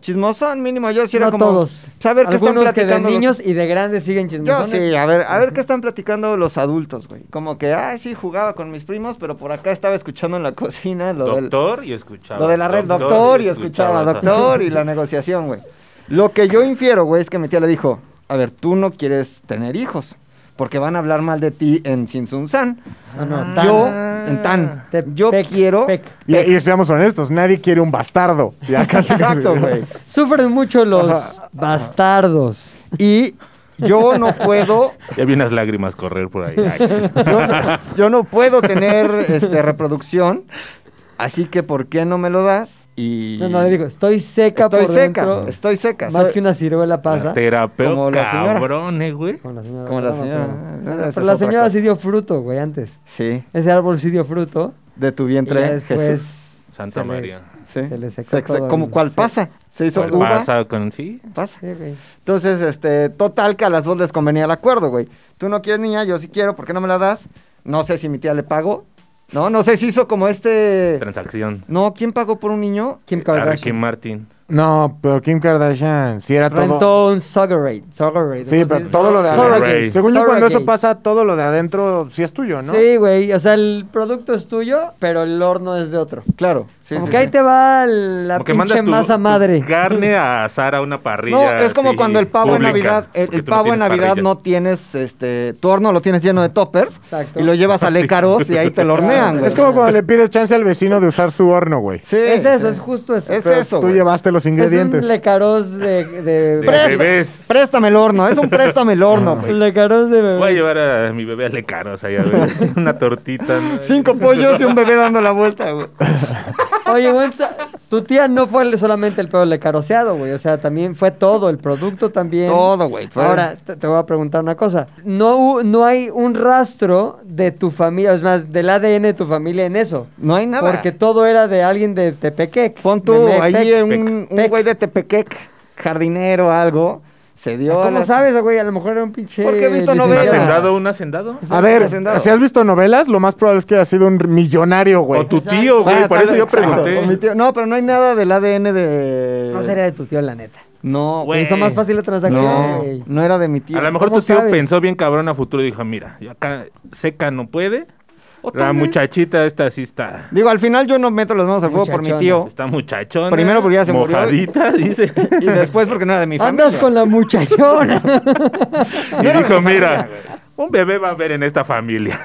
Speaker 4: chismosón, mínimo yo sí era
Speaker 1: no
Speaker 4: como...
Speaker 1: todos.
Speaker 4: Saber qué están
Speaker 1: Algunos que de
Speaker 4: platicando los-
Speaker 1: niños y de grandes siguen
Speaker 4: Yo
Speaker 1: chismosones.
Speaker 4: sí, a ver, a ver qué están platicando los adultos, güey. Como que, ay, sí, jugaba con mis primos, pero por acá estaba escuchando en la cocina lo, del,
Speaker 2: Doctor y escuchaba.
Speaker 4: lo de la red, doctor, y escuchaba,
Speaker 2: o sea.
Speaker 4: doctor y la negociación, güey. Lo que yo infiero, güey, es que mi tía le dijo, a ver, tú no quieres tener hijos, porque van a hablar mal de ti en Sinsunsan.
Speaker 1: No, Ah, no, tan.
Speaker 4: Yo, en tan,
Speaker 1: Te-
Speaker 4: yo
Speaker 1: pec,
Speaker 4: quiero...
Speaker 1: pec.
Speaker 3: Y, y seamos honestos, nadie quiere un bastardo. Ya casi.
Speaker 4: Exacto, güey.
Speaker 1: Sufren mucho los bastardos.
Speaker 4: Y yo no puedo,
Speaker 2: Ya vi unas lágrimas correr por ahí. Ay, sí.
Speaker 4: yo no, yo no puedo tener este, reproducción, así que ¿por qué no me lo das? Y
Speaker 1: No, no, le digo, estoy seca
Speaker 4: estoy
Speaker 1: por
Speaker 4: seca,
Speaker 1: dentro.
Speaker 4: estoy seca.
Speaker 1: Más
Speaker 4: soy-
Speaker 1: que una ciruela
Speaker 2: La
Speaker 1: pasa.
Speaker 2: terapeuta,
Speaker 4: Como la señora.
Speaker 2: cabrones, güey.
Speaker 1: Como la señora.
Speaker 4: Como la
Speaker 1: no, no,
Speaker 4: señora. Ah,
Speaker 1: pero-
Speaker 4: Esa es
Speaker 1: Pero la
Speaker 4: otra
Speaker 1: señora
Speaker 4: cosa.
Speaker 1: sí dio fruto, güey, antes.
Speaker 4: Sí,
Speaker 1: Ese árbol sí dio fruto.
Speaker 4: de tu
Speaker 1: Y ya
Speaker 4: vientre,
Speaker 1: después...
Speaker 4: Jesús.
Speaker 2: Santa
Speaker 1: se le-
Speaker 2: María.
Speaker 4: Sí.
Speaker 1: se le secó
Speaker 4: Se- se-
Speaker 1: todo
Speaker 4: como
Speaker 1: el-
Speaker 4: cual
Speaker 1: sí.
Speaker 4: pasa. Se hizo
Speaker 2: ¿Cuál
Speaker 4: uva,
Speaker 2: pasa con sí?
Speaker 4: pasa.
Speaker 1: Sí, güey.
Speaker 4: Entonces, este, total que a las dos les convenía el acuerdo, güey. Tú no quieres niña, yo sí quiero, ¿por qué no me la das? No sé si mi tía le pagó. No, no sé si hizo como este...
Speaker 2: Transacción.
Speaker 4: No, ¿quién pagó por un niño?
Speaker 1: Kim
Speaker 2: A Ricky
Speaker 1: Kardashian.
Speaker 2: Martin.
Speaker 3: No, pero Kim Kardashian, si era todo.
Speaker 1: Rentó un Suggerate. Suggerate.
Speaker 3: Sí, pero todo lo de
Speaker 2: Surrogate.
Speaker 3: adentro. Según yo, cuando eso
Speaker 1: Surrogate.
Speaker 3: pasa, todo lo de adentro sí es tuyo, ¿no?
Speaker 1: Sí, güey. O sea, el producto es tuyo, pero el horno es de otro.
Speaker 4: Claro. Sí,
Speaker 1: como
Speaker 4: sí,
Speaker 1: que ahí
Speaker 4: sí.
Speaker 1: te va la
Speaker 2: Como que
Speaker 1: pinche
Speaker 2: mandas tu,
Speaker 1: masa
Speaker 2: tu
Speaker 1: madre.
Speaker 2: carne a asar a una parrilla.
Speaker 4: No, es como
Speaker 2: así,
Speaker 4: cuando el pavo
Speaker 2: pública,
Speaker 4: en Navidad, el,
Speaker 2: porque
Speaker 4: el
Speaker 2: tú no
Speaker 4: pavo en
Speaker 2: tienes
Speaker 4: Navidad
Speaker 2: parrilla.
Speaker 4: no tienes, este, tu horno lo tienes lleno de toppers
Speaker 1: Exacto.
Speaker 4: y lo llevas a Lecaros y ahí te lo hornean, güey.
Speaker 3: Es como cuando le pides chance al vecino de usar su horno, güey.
Speaker 4: Sí,
Speaker 1: Es eso,
Speaker 4: sí.
Speaker 1: es justo eso.
Speaker 4: Es
Speaker 1: Pero
Speaker 4: eso,
Speaker 3: Tú
Speaker 4: güey.
Speaker 3: llevaste los
Speaker 1: Es
Speaker 3: ingredientes.
Speaker 1: un lecaroz de... de,
Speaker 2: De
Speaker 4: Presta-
Speaker 2: bebés.
Speaker 4: Préstame el horno, es un préstame el horno, güey.
Speaker 1: lecaroz de bebé.
Speaker 2: Voy a llevar a mi bebé a Lecaros allá, güey. Una tortita. ¿no?
Speaker 4: Cinco pollos y un bebé dando la vuelta, güey.
Speaker 1: O Oye, güey, sa- tu tía no fue solamente el pedo lecaroseado, güey. O sea, también fue todo, el producto también.
Speaker 4: Todo, güey. fue-
Speaker 1: Ahora, te, te voy a preguntar una cosa. No, hu- no hay un rastro de tu familia, es más, del ADN de tu familia en eso.
Speaker 4: No hay nada.
Speaker 1: Porque todo era de alguien de Tepequec.
Speaker 4: Pon
Speaker 1: de
Speaker 4: tú
Speaker 1: Metepec.
Speaker 4: ahí un, un
Speaker 1: Pec.
Speaker 4: güey de Tepequec, jardinero, algo, se dio. a
Speaker 1: ¿Cómo
Speaker 4: las-
Speaker 1: sabes, güey? A lo mejor era un pinche.
Speaker 4: Porque he visto
Speaker 1: licenciado.
Speaker 2: ¿Un
Speaker 4: novelas.
Speaker 2: hacendado? ¿Un hacendado?
Speaker 3: A ver,
Speaker 4: Hacendado.
Speaker 3: si has visto novelas, lo más probable es que haya sido un millonario, güey.
Speaker 2: O tu tío,
Speaker 4: Ah,
Speaker 2: güey. Por
Speaker 4: tal
Speaker 2: eso
Speaker 4: vez,
Speaker 2: yo
Speaker 4: exacto, o mi
Speaker 2: pregunté.
Speaker 4: tío. No, pero no hay nada del ADN de.
Speaker 1: No sería de tu tío, la neta.
Speaker 4: No,
Speaker 2: Güey.
Speaker 1: Hizo más fácil la transacción,
Speaker 4: No,
Speaker 1: güey.
Speaker 4: no era de mi tío.
Speaker 2: A lo mejor
Speaker 1: ¿Cómo
Speaker 2: tu tío
Speaker 1: sabes?
Speaker 2: pensó bien cabrón a futuro y dijo, mira, yo acá seca no puede.
Speaker 4: O
Speaker 2: La
Speaker 4: tal vez.
Speaker 2: muchachita esta sí está.
Speaker 4: Digo, al final yo no meto las manos al fuego por mi
Speaker 1: Muchachona.
Speaker 4: tío.
Speaker 2: Está muchachona.
Speaker 4: Primero porque ya se murió.
Speaker 2: Mojadita, dice.
Speaker 4: Y después porque no era de mi familia.
Speaker 1: Andas con la muchachona.
Speaker 2: Y dijo, mira, un bebé va a haber en esta familia.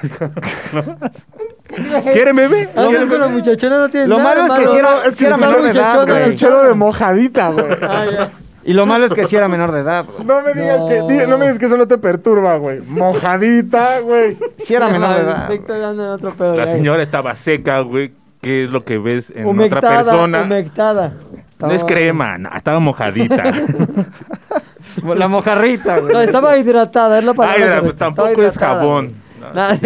Speaker 4: Eh,
Speaker 2: Dijo, ¿no? ¿Quieren bebé?
Speaker 4: ah,
Speaker 1: Andas con la Ah, muchachona, no tienes
Speaker 4: Lo
Speaker 1: nada.
Speaker 4: malo es que
Speaker 1: malo.
Speaker 4: sí era- es que era
Speaker 1: Está
Speaker 4: menor de edad,
Speaker 1: muchachona,
Speaker 4: güey.
Speaker 1: la
Speaker 3: Chelo de mojadita, güey.
Speaker 1: Ah, ya.
Speaker 4: Y lo malo es que sí era menor de edad. güey.
Speaker 3: No me digas
Speaker 1: No.
Speaker 3: que di- no me digas que eso no te perturba, güey. Mojadita, güey.
Speaker 4: Sí era menor de
Speaker 1: Ay,
Speaker 4: edad. güey.
Speaker 1: Víctor anda en otro pedo,
Speaker 2: La
Speaker 1: ya.
Speaker 2: señora estaba seca, güey. ¿Qué es lo que ves en
Speaker 1: Humectada,
Speaker 2: otra persona?
Speaker 1: humectada.
Speaker 2: No es crema, no, estaba mojadita.
Speaker 4: La mojarrita, güey.
Speaker 1: No, estaba hidratada, es la palabra.
Speaker 2: Ay, era, pues
Speaker 1: correcta, estaba
Speaker 2: tampoco es
Speaker 1: hidratada,
Speaker 2: jabón.
Speaker 1: güey. Nada,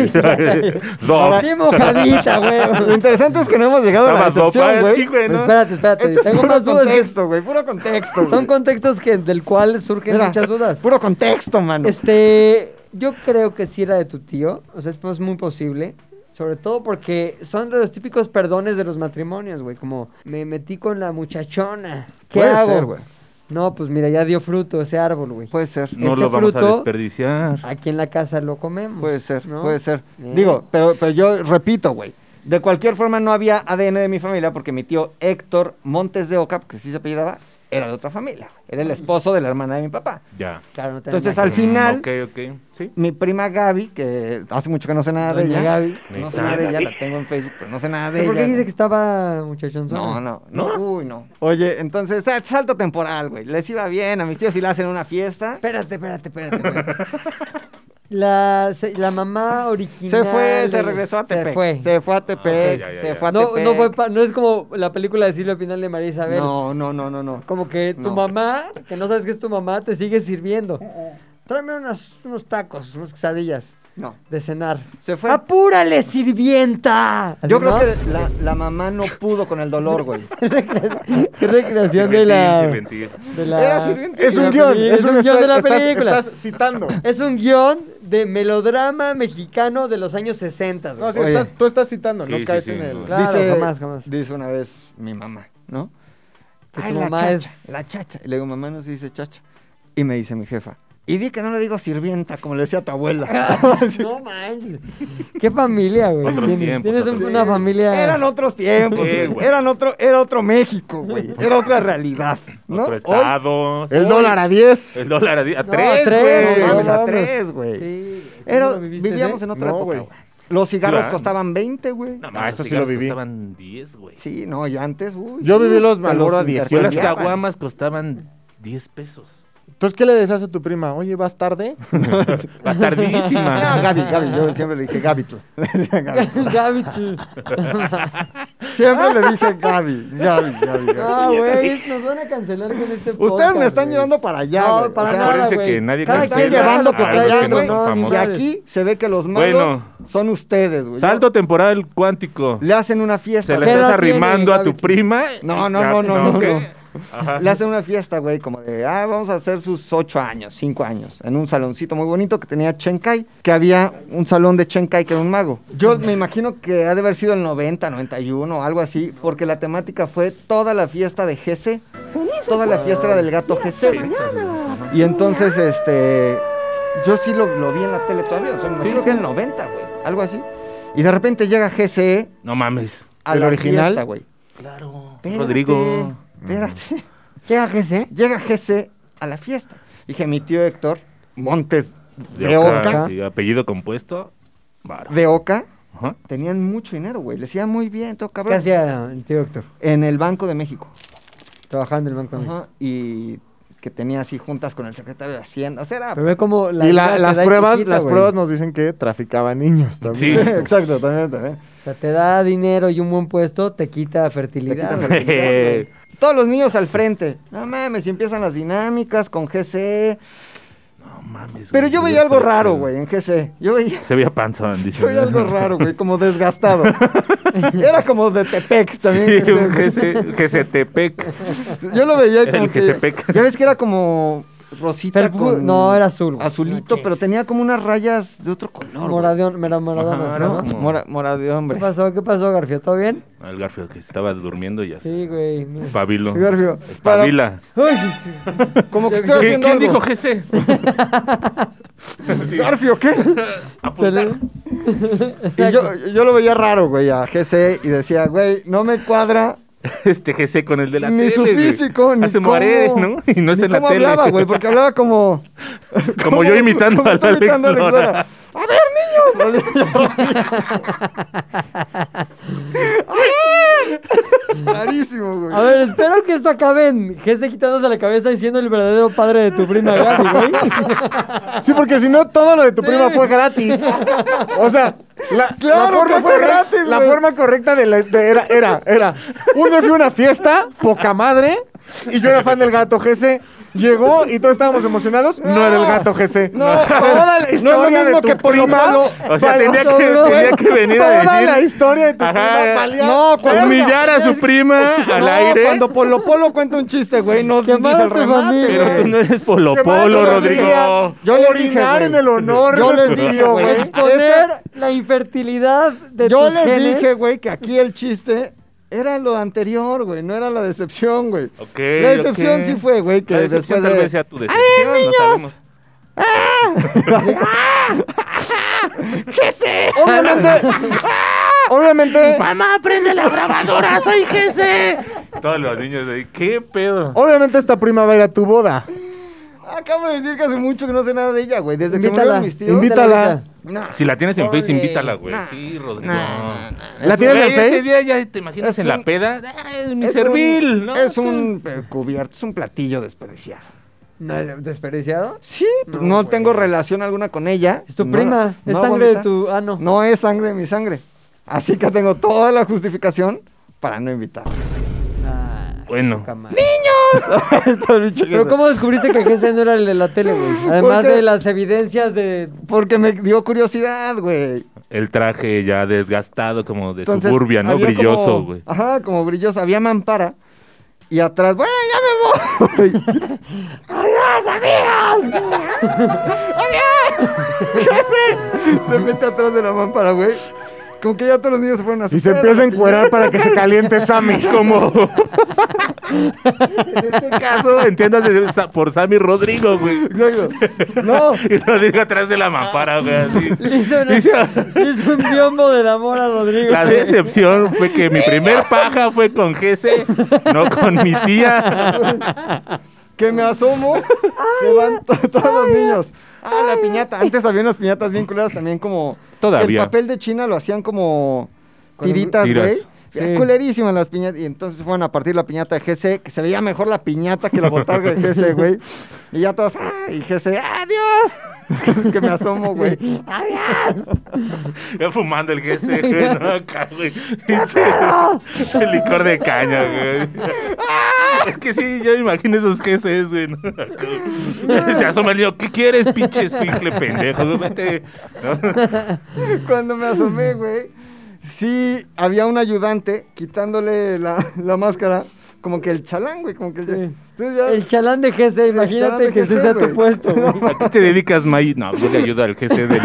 Speaker 2: Dove.
Speaker 1: Bien mojadita, güey.
Speaker 4: Lo interesante es que no hemos llegado a la
Speaker 2: Estaba
Speaker 4: decepción,
Speaker 2: dopa,
Speaker 4: güey.
Speaker 2: sí, Pues, güey,
Speaker 1: Pues
Speaker 2: ¿no?
Speaker 1: espérate, espérate.
Speaker 4: Esto es
Speaker 1: Tengo
Speaker 4: puro
Speaker 1: más dudas. que-
Speaker 4: contexto, güey, puro contexto, güey.
Speaker 1: son contextos que, del cual surgen
Speaker 4: Mira,
Speaker 1: muchas dudas.
Speaker 4: Puro contexto, mano.
Speaker 1: Este, yo creo que sí era de tu tío. O sea, esto es muy posible. Sobre todo porque son de los típicos perdones de los matrimonios, güey. Como, me metí con la muchachona. ¿Qué
Speaker 4: Puede
Speaker 1: hago?
Speaker 4: ser, güey.
Speaker 1: No, pues mira, ya dio fruto ese árbol, güey.
Speaker 4: Puede ser.
Speaker 2: No
Speaker 1: Ese
Speaker 2: lo vamos a
Speaker 1: fruto-
Speaker 2: desperdiciar.
Speaker 1: Aquí en la casa lo comemos.
Speaker 4: Puede ser,
Speaker 1: ¿no?
Speaker 4: puede ser.
Speaker 1: Eh.
Speaker 4: Digo, pero, pero yo repito, güey. De cualquier forma no había ADN de mi familia porque mi tío Héctor Montes de Oca, que sí se apellidaba, era de otra familia. güey. Era el esposo de la hermana de mi papá.
Speaker 2: Ya.
Speaker 1: Claro, no te
Speaker 4: Entonces,
Speaker 1: imaginas.
Speaker 4: Al final-
Speaker 2: Mm, Ok, ok. Sí.
Speaker 4: Mi prima Gaby, que hace mucho que no sé nada de
Speaker 1: Doña
Speaker 4: ella.
Speaker 1: Gaby.
Speaker 4: No sé nada de ella, la tengo en Facebook, pero no sé nada de
Speaker 1: ¿Por qué
Speaker 4: ella.
Speaker 1: dice que estaba muchachón
Speaker 4: No, no, no, uy, no. Oye, entonces, ah, salto temporal, güey. Les iba bien, a mis tíos si le hacen una fiesta.
Speaker 1: Espérate, espérate, espérate. güey. la, se- la mamá original.
Speaker 4: Se fue, se
Speaker 1: de-
Speaker 4: regresó a Tepec.
Speaker 1: Se fue.
Speaker 4: a Tepec,
Speaker 2: ya, ya,
Speaker 4: se
Speaker 2: ya.
Speaker 4: fue a
Speaker 1: No,
Speaker 4: Tepec.
Speaker 1: no, fue pa- no es como la película de Silvia Pinal de María Isabel.
Speaker 4: No, no, no, no, no.
Speaker 1: Como que tu
Speaker 4: No.
Speaker 1: mamá, que no sabes que es tu mamá, te sigue sirviendo. Tráeme unas- unos tacos, unas quesadillas
Speaker 4: No.
Speaker 1: de cenar.
Speaker 4: Se fue.
Speaker 1: ¡Apúrale, sirvienta! Así,
Speaker 4: Yo creo
Speaker 1: Ah, ¿no?
Speaker 4: que la, la mamá no pudo con el dolor, güey.
Speaker 1: Qué recreación de la.
Speaker 2: Sin mentir, sin mentir.
Speaker 1: de la-
Speaker 4: Era sirvienta.
Speaker 1: de
Speaker 3: Es
Speaker 1: la
Speaker 3: un guión.
Speaker 1: peli- Es un guión
Speaker 3: esto-
Speaker 1: de la
Speaker 3: estás-
Speaker 1: película.
Speaker 3: Estás citando.
Speaker 1: Es un guión de melodrama mexicano de los años 60.
Speaker 3: No,
Speaker 1: güey.
Speaker 3: sí,
Speaker 4: Oye.
Speaker 3: estás, tú estás citando, no
Speaker 2: Sí, sí,
Speaker 3: caes
Speaker 2: sí,
Speaker 3: en el.
Speaker 2: no.
Speaker 1: Claro, jamás, jamás.
Speaker 4: Dice una vez mi mamá, ¿no?
Speaker 1: Que
Speaker 4: Ay,
Speaker 1: tu
Speaker 4: la
Speaker 1: mamá
Speaker 4: chacha,
Speaker 1: es-
Speaker 4: la chacha. Y le digo, mamá no se dice chacha. Y me dice mi jefa, y di que no le digo sirvienta, como le decía tu abuela.
Speaker 1: No manches. Qué familia, güey.
Speaker 2: Otros
Speaker 1: tienes
Speaker 2: tiempos,
Speaker 1: tienes
Speaker 2: otros
Speaker 1: un- una familia.
Speaker 4: Eran otros tiempos,
Speaker 2: Sí,
Speaker 4: güey.
Speaker 2: güey.
Speaker 4: eran otro, era otro México, güey. Era otra realidad, ¿no?
Speaker 2: Otro
Speaker 4: Hoy-
Speaker 2: estado.
Speaker 3: El dólar a 10.
Speaker 2: El dólar a, di- a
Speaker 1: No,
Speaker 2: tres,
Speaker 1: a tres,
Speaker 2: güey.
Speaker 4: no mames, a
Speaker 1: mames.
Speaker 4: tres, güey.
Speaker 1: Sí.
Speaker 4: Era-
Speaker 1: ¿Tú lo viviste,
Speaker 4: vivíamos
Speaker 1: eh?
Speaker 4: en otra
Speaker 3: No,
Speaker 4: época,
Speaker 3: güey.
Speaker 4: güey. Los cigarros
Speaker 2: Claro.
Speaker 4: costaban 20, güey.
Speaker 2: No,
Speaker 3: Ah,
Speaker 2: mames,
Speaker 3: eso
Speaker 2: los
Speaker 3: sí lo
Speaker 2: cigarros
Speaker 3: viví.
Speaker 2: Costaban 10, güey.
Speaker 4: Sí, no, yo antes, uy.
Speaker 3: Yo viví los
Speaker 4: te
Speaker 3: Marlboro a 18.
Speaker 2: Yo las
Speaker 4: intercambiaban.
Speaker 2: caguamas costaban 10 pesos.
Speaker 3: Entonces, ¿qué le decías a tu prima? Oye, ¿vas tarde?
Speaker 4: No,
Speaker 2: Bastardísima.
Speaker 4: Gaby, Gaby, yo siempre le dije Gaby tú. Le decía Gaby.
Speaker 1: Gaby, tú.
Speaker 4: Siempre le dije Gaby, Gaby, Gaby. Gaby.
Speaker 1: Ah, güey, nos van a cancelar con este podcast.
Speaker 4: Ustedes me están
Speaker 1: güey.
Speaker 4: llevando para allá.
Speaker 1: No,
Speaker 4: güey.
Speaker 1: para
Speaker 4: O sea,
Speaker 1: nada,
Speaker 2: acuérdense
Speaker 1: güey.
Speaker 2: que nadie
Speaker 1: Cada
Speaker 4: cancela
Speaker 1: quien
Speaker 4: a
Speaker 1: lleva
Speaker 4: los
Speaker 1: lo que
Speaker 4: que
Speaker 1: trae,
Speaker 4: no
Speaker 1: güey.
Speaker 4: son
Speaker 1: ni
Speaker 2: famosos.
Speaker 4: Y
Speaker 1: madres.
Speaker 4: aquí se ve que los malos
Speaker 2: Bueno.
Speaker 4: son ustedes, güey.
Speaker 2: Salto temporal cuántico.
Speaker 4: Le hacen una fiesta.
Speaker 2: Se la
Speaker 1: ¿Qué
Speaker 4: güey.
Speaker 2: estás
Speaker 1: edad tiene,
Speaker 2: arrimando a tu
Speaker 1: Gaby?
Speaker 2: prima.
Speaker 4: No, no,
Speaker 2: Ya-
Speaker 4: no, no, no,
Speaker 2: ¿qué?
Speaker 4: no.
Speaker 2: Ajá.
Speaker 4: Le hacen una fiesta, güey, como de, ah, vamos a hacer sus ocho años, cinco años, en un saloncito muy bonito que tenía Chenkai, que había un salón de Chenkai que era un mago. Yo me imagino que ha de haber sido el 90, 91, o algo así, porque la temática fue toda la fiesta de GC, toda la fiesta era del gato GC. güey. Y entonces, este, yo sí lo, lo vi en la tele todavía, o sea, me
Speaker 2: Sí,
Speaker 4: creo
Speaker 2: sí.
Speaker 4: que en el 90, güey, algo así. Y de repente llega GCE
Speaker 2: No mames.
Speaker 4: al
Speaker 3: ¿El original?
Speaker 4: fiesta, güey.
Speaker 2: Claro.
Speaker 4: Espérate,
Speaker 2: Rodrigo.
Speaker 4: Espérate.
Speaker 1: Llega GC.
Speaker 4: Llega GC a la fiesta. Dije, mi tío Héctor Montes
Speaker 2: De
Speaker 4: de
Speaker 2: Oca,
Speaker 4: Oca,
Speaker 2: sí, apellido compuesto. Varo.
Speaker 4: de Oca,
Speaker 2: Ajá.
Speaker 4: tenían mucho dinero, güey. Les iba muy bien, todo
Speaker 1: ¿Qué
Speaker 4: cabrón.
Speaker 1: hacía el tío Héctor?
Speaker 4: En el Banco de México.
Speaker 1: Trabajando en el banco. de México.
Speaker 4: Ajá. Y que tenía así juntas con el secretario de Hacienda. O sea, era-
Speaker 1: Se ve como la
Speaker 3: y la-
Speaker 1: vida te
Speaker 3: las
Speaker 1: da
Speaker 3: pruebas,
Speaker 1: chiquita,
Speaker 3: las
Speaker 1: güey.
Speaker 3: pruebas nos dicen que traficaba niños también.
Speaker 2: Sí.
Speaker 4: Exacto, también, también.
Speaker 1: O sea, te da dinero y un buen puesto, te quita
Speaker 4: Te
Speaker 1: fertilidad.
Speaker 4: quitan
Speaker 1: güey.
Speaker 4: fertilidad, güey. Todos los niños al frente. No mames, y empiezan las dinámicas con GC.
Speaker 2: No mames.
Speaker 4: Pero
Speaker 2: güey,
Speaker 4: yo veía algo
Speaker 2: estoy
Speaker 4: raro,
Speaker 2: chido.
Speaker 4: güey, en GC. Yo veía,
Speaker 2: Se veía panzón, dice.
Speaker 4: yo veía algo raro, güey, como desgastado. Era como de Tepec también.
Speaker 2: Sí, un
Speaker 4: GC.
Speaker 2: GC GCTPEC.
Speaker 4: Yo lo veía
Speaker 2: Era
Speaker 4: como
Speaker 2: el
Speaker 4: que,
Speaker 2: GCPEC.
Speaker 4: Ya ves que era como rosita
Speaker 1: Pero,
Speaker 2: pues,
Speaker 4: con-
Speaker 1: no, era azul, güey.
Speaker 4: Azulito, pero tenía como unas rayas de otro color. güey.
Speaker 1: Moradeón, mira, moradón.
Speaker 2: Ajá,
Speaker 1: ¿no?
Speaker 4: ¿No?
Speaker 2: como-
Speaker 4: Mora, mora de
Speaker 1: ¿Qué
Speaker 4: hombre.
Speaker 1: pasó? ¿Qué pasó, Garfio? ¿Todo bien?
Speaker 2: Al Garfield Ah, que estaba durmiendo y así.
Speaker 1: Sí, güey.
Speaker 2: Espabilo.
Speaker 4: Garfio,
Speaker 2: Espabila.
Speaker 1: Uy, sí.
Speaker 4: Como que
Speaker 1: ¿Qué-
Speaker 4: estoy
Speaker 2: ¿Qué-
Speaker 4: haciendo
Speaker 2: ¿Quién
Speaker 4: algo.
Speaker 2: dijo GC? Sí.
Speaker 4: Garfio, ¿qué?
Speaker 2: Apuntar.
Speaker 4: Y yo, yo lo veía raro, güey, a GC y decía, güey, no me cuadra
Speaker 2: Este GC con el de la
Speaker 4: ni
Speaker 2: tele.
Speaker 4: su
Speaker 2: güey.
Speaker 4: físico, ni
Speaker 2: Hace
Speaker 4: cómo-
Speaker 2: Moaré, ¿no? Y no está
Speaker 4: ni
Speaker 2: en la
Speaker 4: cómo
Speaker 2: tele.
Speaker 4: hablaba, güey, porque hablaba como...
Speaker 2: Como yo imitando
Speaker 4: como
Speaker 2: a
Speaker 4: tú
Speaker 2: Alex
Speaker 4: imitando a Alex
Speaker 2: Lora.
Speaker 4: Lora. A ver, niños. Clarísimo, ¡Ah! güey.
Speaker 1: A ver, espero que esto acabe en Gese quitándose la cabeza y siendo el verdadero padre de tu prima Gaby, güey.
Speaker 3: Sí, porque si no, todo lo de tu prima fue gratis. O sea, la, la
Speaker 4: Claro
Speaker 3: forma,
Speaker 4: que fue
Speaker 3: correcta-
Speaker 4: gratis,
Speaker 3: la
Speaker 4: güey.
Speaker 3: forma correcta de la, de era, era, era. Un día fui a una fiesta, poca madre, y yo era fan del gato GC. Llegó y todos estábamos emocionados. No, era el gato GC.
Speaker 4: No,
Speaker 3: toda la
Speaker 4: no es lo
Speaker 3: historia
Speaker 4: mismo
Speaker 3: de tu
Speaker 4: que Polo
Speaker 3: prima.
Speaker 4: Polo.
Speaker 2: O sea, tenía que,
Speaker 4: Solo-
Speaker 2: tenía que venir a
Speaker 3: Toda
Speaker 2: decir.
Speaker 3: la historia de tu prima
Speaker 2: Ajá,
Speaker 3: valía
Speaker 4: no, cuando-
Speaker 2: humillar a su prima al
Speaker 4: No,
Speaker 2: aire.
Speaker 4: Cuando Polo Polo cuenta un chiste, güey, no
Speaker 1: Que
Speaker 4: dice
Speaker 1: mala
Speaker 4: el
Speaker 1: tu
Speaker 4: remate,
Speaker 1: familia.
Speaker 4: güey.
Speaker 2: Pero tú no eres Polo
Speaker 3: Que mata
Speaker 2: Polo,
Speaker 3: a la
Speaker 2: Rodrigo.
Speaker 3: familia.
Speaker 4: Yo les dije,
Speaker 3: Orinar
Speaker 4: güey.
Speaker 3: en el honor.
Speaker 4: Yo
Speaker 3: de
Speaker 4: les
Speaker 3: tu
Speaker 4: dije,
Speaker 3: tío,
Speaker 4: güey.
Speaker 1: Exponer la infertilidad de
Speaker 4: Yo
Speaker 1: tus
Speaker 4: les
Speaker 1: genes.
Speaker 4: dije, güey, que aquí el chiste era lo anterior, güey, no era la decepción, güey.
Speaker 2: Ok,
Speaker 4: La decepción
Speaker 2: ok.
Speaker 4: sí fue, güey, que
Speaker 2: La decepción
Speaker 4: después
Speaker 2: tal
Speaker 4: de-
Speaker 2: vez sea tu decepción, no sabemos.
Speaker 3: Obviamente, obviamente,
Speaker 2: ¡Mamá, prende la grabadora! ¡Soy GC! Todos los niños de ahí, ¿qué pedo?
Speaker 3: obviamente esta prima va a ir a tu boda.
Speaker 4: Acabo de decir que hace mucho que no sé nada de ella, güey, desde que
Speaker 1: Invítala.
Speaker 4: murieron mis tíos.
Speaker 3: Invítala.
Speaker 4: No,
Speaker 2: Oh, Si la tienes en
Speaker 1: Ole.
Speaker 2: Face, invítala, güey.
Speaker 4: Nah.
Speaker 2: Sí, Rodrigo.
Speaker 4: Nah, nah,
Speaker 3: ¿La tienes
Speaker 2: Güey,
Speaker 3: en
Speaker 2: ese
Speaker 3: Face?
Speaker 2: día ya te imaginas
Speaker 4: Es
Speaker 2: en la
Speaker 4: un-
Speaker 2: peda. ¡Ay, mi
Speaker 4: es
Speaker 2: servil!
Speaker 4: un-
Speaker 2: ¿no?
Speaker 4: Es un eh, cubierto, es un platillo desperdiciado.
Speaker 1: No, ¿Desperdiciado?
Speaker 4: Sí, no, tengo relación alguna con ella.
Speaker 1: Es tu
Speaker 4: No,
Speaker 1: prima. Es
Speaker 4: no,
Speaker 1: sangre
Speaker 4: bonita.
Speaker 1: de tu... Ah, no.
Speaker 4: No es sangre de mi sangre. Así que tengo toda la justificación para no invitar.
Speaker 1: Ah,
Speaker 2: Bueno,
Speaker 1: poca madre.
Speaker 4: Pero
Speaker 1: Pero ¿cómo descubriste que Gese no era el de la tele, güey? Además
Speaker 4: qué?
Speaker 1: de las evidencias de...
Speaker 4: Porque me dio curiosidad, güey.
Speaker 2: el traje ya desgastado, como de
Speaker 4: Entonces,
Speaker 2: suburbia, ¿no?
Speaker 4: había
Speaker 2: Brilloso,
Speaker 4: como-
Speaker 2: güey.
Speaker 4: Ajá, como brilloso. Había mampara. Y atrás, bueno, ya me voy. ¡Adiós, amigos! ¡Adiós! ¿Qué hace? Se mete atrás de la mampara, güey. Como que ya todos los niños se fueron a su
Speaker 3: Y se
Speaker 4: pedo.
Speaker 3: empieza a encuerar para que se caliente Sammy.
Speaker 2: Como. en este caso, entiéndase sa- por Sammy Rodrigo, güey.
Speaker 4: Exacto. No,
Speaker 2: Y Rodrigo atrás de la mampara, güey. así.
Speaker 1: Le hizo, una-
Speaker 2: Dice,
Speaker 1: le hizo un biombo de la mora a Rodrigo.
Speaker 2: La
Speaker 1: güey.
Speaker 2: decepción fue que mi primer paja fue con Gese, no con mi tía.
Speaker 4: que me asomo, se van to- todos los niños. Ah, la piñata. Antes había unas piñatas bien culeras también como...
Speaker 2: Todavía.
Speaker 4: El papel de China lo hacían como
Speaker 1: Con un-
Speaker 4: tiritas,
Speaker 2: Tiras.
Speaker 4: güey.
Speaker 1: Sí.
Speaker 4: Culerísimas las piñatas. Y entonces fueron a partir la piñata de GC, que se veía mejor la piñata que la botarga de GC, güey. Y ya todos, ¡ah! Y GC, ¡adiós! que me asomo, güey. ¡Adiós!
Speaker 2: Yo fumando el Gese, güey, no acá, güey. Pinche- El licor de caña, güey. Es que sí, yo imagino esos Geses, güey. ¿no? Acá. Se asoma el niño, ¿qué quieres, pinche escuincle pendejo? Güey, Vete. ¿no?
Speaker 4: Cuando me asomé, güey, sí había un ayudante quitándole la, la máscara, como que el chalán, güey, como que el,
Speaker 1: Sí.
Speaker 4: Entonces ya-
Speaker 1: El chalán de Gese, imagínate
Speaker 4: chalán de
Speaker 1: que ese
Speaker 4: Gese,
Speaker 1: sea tu
Speaker 4: güey.
Speaker 1: puesto, güey.
Speaker 2: ¿A qué te dedicas, May? No, yo le ayudo al Gese del,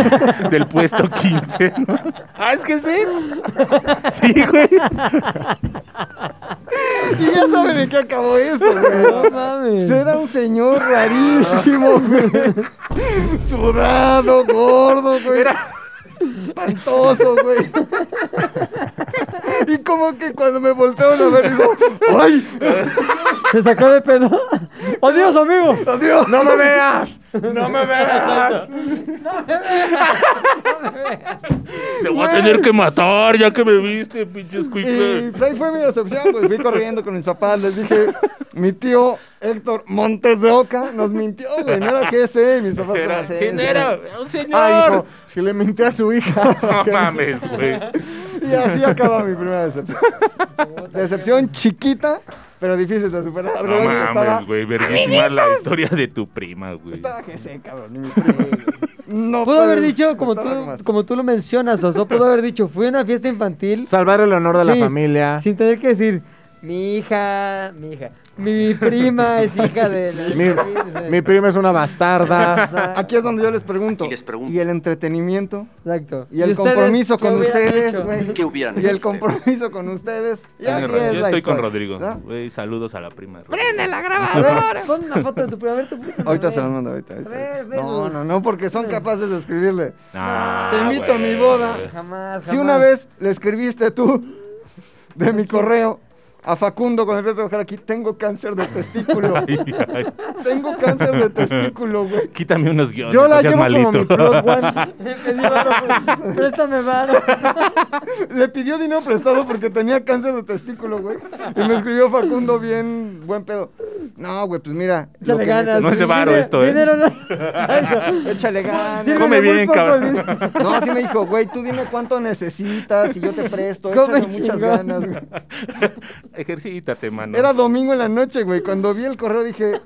Speaker 2: del puesto 15, ¿no? ¿Ah, es Gese? Sí, güey.
Speaker 4: Y ya saben en qué acabó eso,
Speaker 1: No
Speaker 4: güey.
Speaker 1: mames.
Speaker 4: Era un señor rarísimo, güey. Sudado, gordo, güey. Era espantoso, güey. Y como que cuando me voltearon a ver, dijo, ¡ay!
Speaker 1: Se sacó de pedo. ¡Adiós, amigo!
Speaker 4: ¡Adiós!
Speaker 3: ¡No me veas! ¡No me veas!
Speaker 2: Te voy a tener que matar ya que me viste, pinche
Speaker 4: Y
Speaker 2: escuincle.
Speaker 4: pues, ahí fue mi decepción, güey. Fui corriendo con mis papás, les dije, mi tío Héctor Montes de eh. Oca nos mintió, güey. No era GSE, mis papás
Speaker 2: Era,
Speaker 4: eran GSE.
Speaker 2: ¿Quién era? ¡Un señor!
Speaker 4: Ah, hijo.
Speaker 3: Si le mentí a su hija.
Speaker 2: No mames, güey.
Speaker 4: Y así acaba mi primera decepción. decepción chiquita, pero difícil de superar.
Speaker 2: No
Speaker 4: güey, porque estaba,
Speaker 2: mames, güey. Verguísima la historia de tu prima, güey.
Speaker 4: estaba GSE, cabrón. y mi primo, güey. No
Speaker 1: Pudo haber
Speaker 4: puedes
Speaker 1: dicho, como
Speaker 4: contar algo más.
Speaker 1: tú, como tú lo mencionas, Oso, pudo haber dicho, fui a una fiesta infantil
Speaker 3: Salvar el honor de la
Speaker 1: Sí,
Speaker 3: familia.
Speaker 1: sin tener que decir, mi hija, mi hija, mi prima es hija de... la-
Speaker 3: Mi, mi prima es una bastarda.
Speaker 4: Aquí es donde yo les pregunto.
Speaker 5: Y les pregunto.
Speaker 4: ¿y el entretenimiento.
Speaker 1: Exacto.
Speaker 4: Y el
Speaker 1: ustedes
Speaker 4: compromiso
Speaker 1: qué
Speaker 4: con
Speaker 1: hubieran
Speaker 4: ustedes,
Speaker 1: hecho?
Speaker 4: güey.
Speaker 5: ¿Qué hubieran
Speaker 4: Y
Speaker 5: hecho
Speaker 4: el
Speaker 5: ustedes?
Speaker 4: compromiso con ustedes. Y
Speaker 2: Tienes
Speaker 4: así
Speaker 2: razón,
Speaker 4: es
Speaker 2: Yo
Speaker 4: la
Speaker 2: estoy con
Speaker 4: historia,
Speaker 2: Rodrigo.
Speaker 4: ¿no?
Speaker 2: Güey, saludos a la prima. Rodrigo.
Speaker 4: ¡Prende la grabadora!
Speaker 1: Pon una foto de tu prima, a ver tu prima.
Speaker 4: ahorita
Speaker 1: a
Speaker 4: se
Speaker 1: ver.
Speaker 4: las mando, ahorita, ahorita,
Speaker 1: A ver,
Speaker 4: ahorita.
Speaker 1: ven,
Speaker 4: No,
Speaker 1: güey.
Speaker 4: no, no, porque son capaces de escribirle.
Speaker 2: Ah,
Speaker 4: Te invito a mi boda.
Speaker 2: güey.
Speaker 1: Jamás, jamás.
Speaker 4: Si una vez le escribiste tú de mi correo a Facundo con el reto de bajar aquí, tengo cáncer de testículo.
Speaker 2: Ay, ay.
Speaker 4: tengo cáncer de testículo, güey.
Speaker 2: Quítame unos guiones.
Speaker 4: Yo la
Speaker 2: no seas
Speaker 4: llevo
Speaker 2: malito.
Speaker 4: como mi plus one.
Speaker 1: Le pedí varo, güey. Préstame varo.
Speaker 4: Le pidió dinero prestado porque tenía cáncer de testículo, güey. Y me escribió Facundo bien, buen pedo. No, güey, pues mira. lo
Speaker 1: Échale
Speaker 4: que
Speaker 1: ganas.
Speaker 4: me
Speaker 2: No es de varo
Speaker 1: Dinero-
Speaker 2: esto, ¿eh?
Speaker 1: Dinero no.
Speaker 4: dices- Échale ganas.
Speaker 1: Sírveme
Speaker 2: Come
Speaker 1: muy
Speaker 2: bien,
Speaker 1: poco,
Speaker 2: cabrón.
Speaker 1: Lin-
Speaker 4: No, así me dijo, güey, tú dime cuánto necesitas y yo te presto.
Speaker 1: Come
Speaker 4: Échale muchas
Speaker 1: chingón.
Speaker 4: ganas, güey.
Speaker 2: Ejercítate, mano.
Speaker 4: Era domingo en la noche, güey. Cuando vi el correo dije,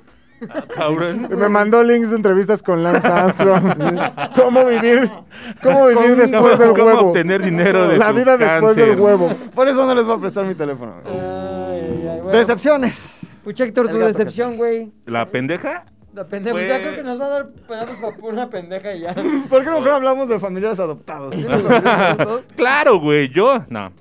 Speaker 2: Ah, cabrón.
Speaker 3: Me mandó links de entrevistas con Lance Armstrong. ¿Cómo vivir? ¿Cómo vivir después del
Speaker 2: ¿Cómo
Speaker 3: huevo?
Speaker 2: obtener dinero de
Speaker 3: La
Speaker 2: tu
Speaker 3: vida después del
Speaker 2: cáncer?
Speaker 3: huevo.
Speaker 4: por eso no les voy a prestar mi teléfono. güey.
Speaker 1: Ay, ay, bueno.
Speaker 4: Decepciones.
Speaker 1: Pucha, Héctor, tu
Speaker 4: El gato que-
Speaker 1: decepción, güey.
Speaker 2: ¿La pendeja?
Speaker 1: La pendeja.
Speaker 2: Fue-
Speaker 1: pues Ya creo que nos va a dar pedazos para una pendeja y ya.
Speaker 4: ¿Por qué no mejor hablamos de familiares adoptados? ¿Tienes familiares adoptados?
Speaker 2: Claro, güey, yo. No.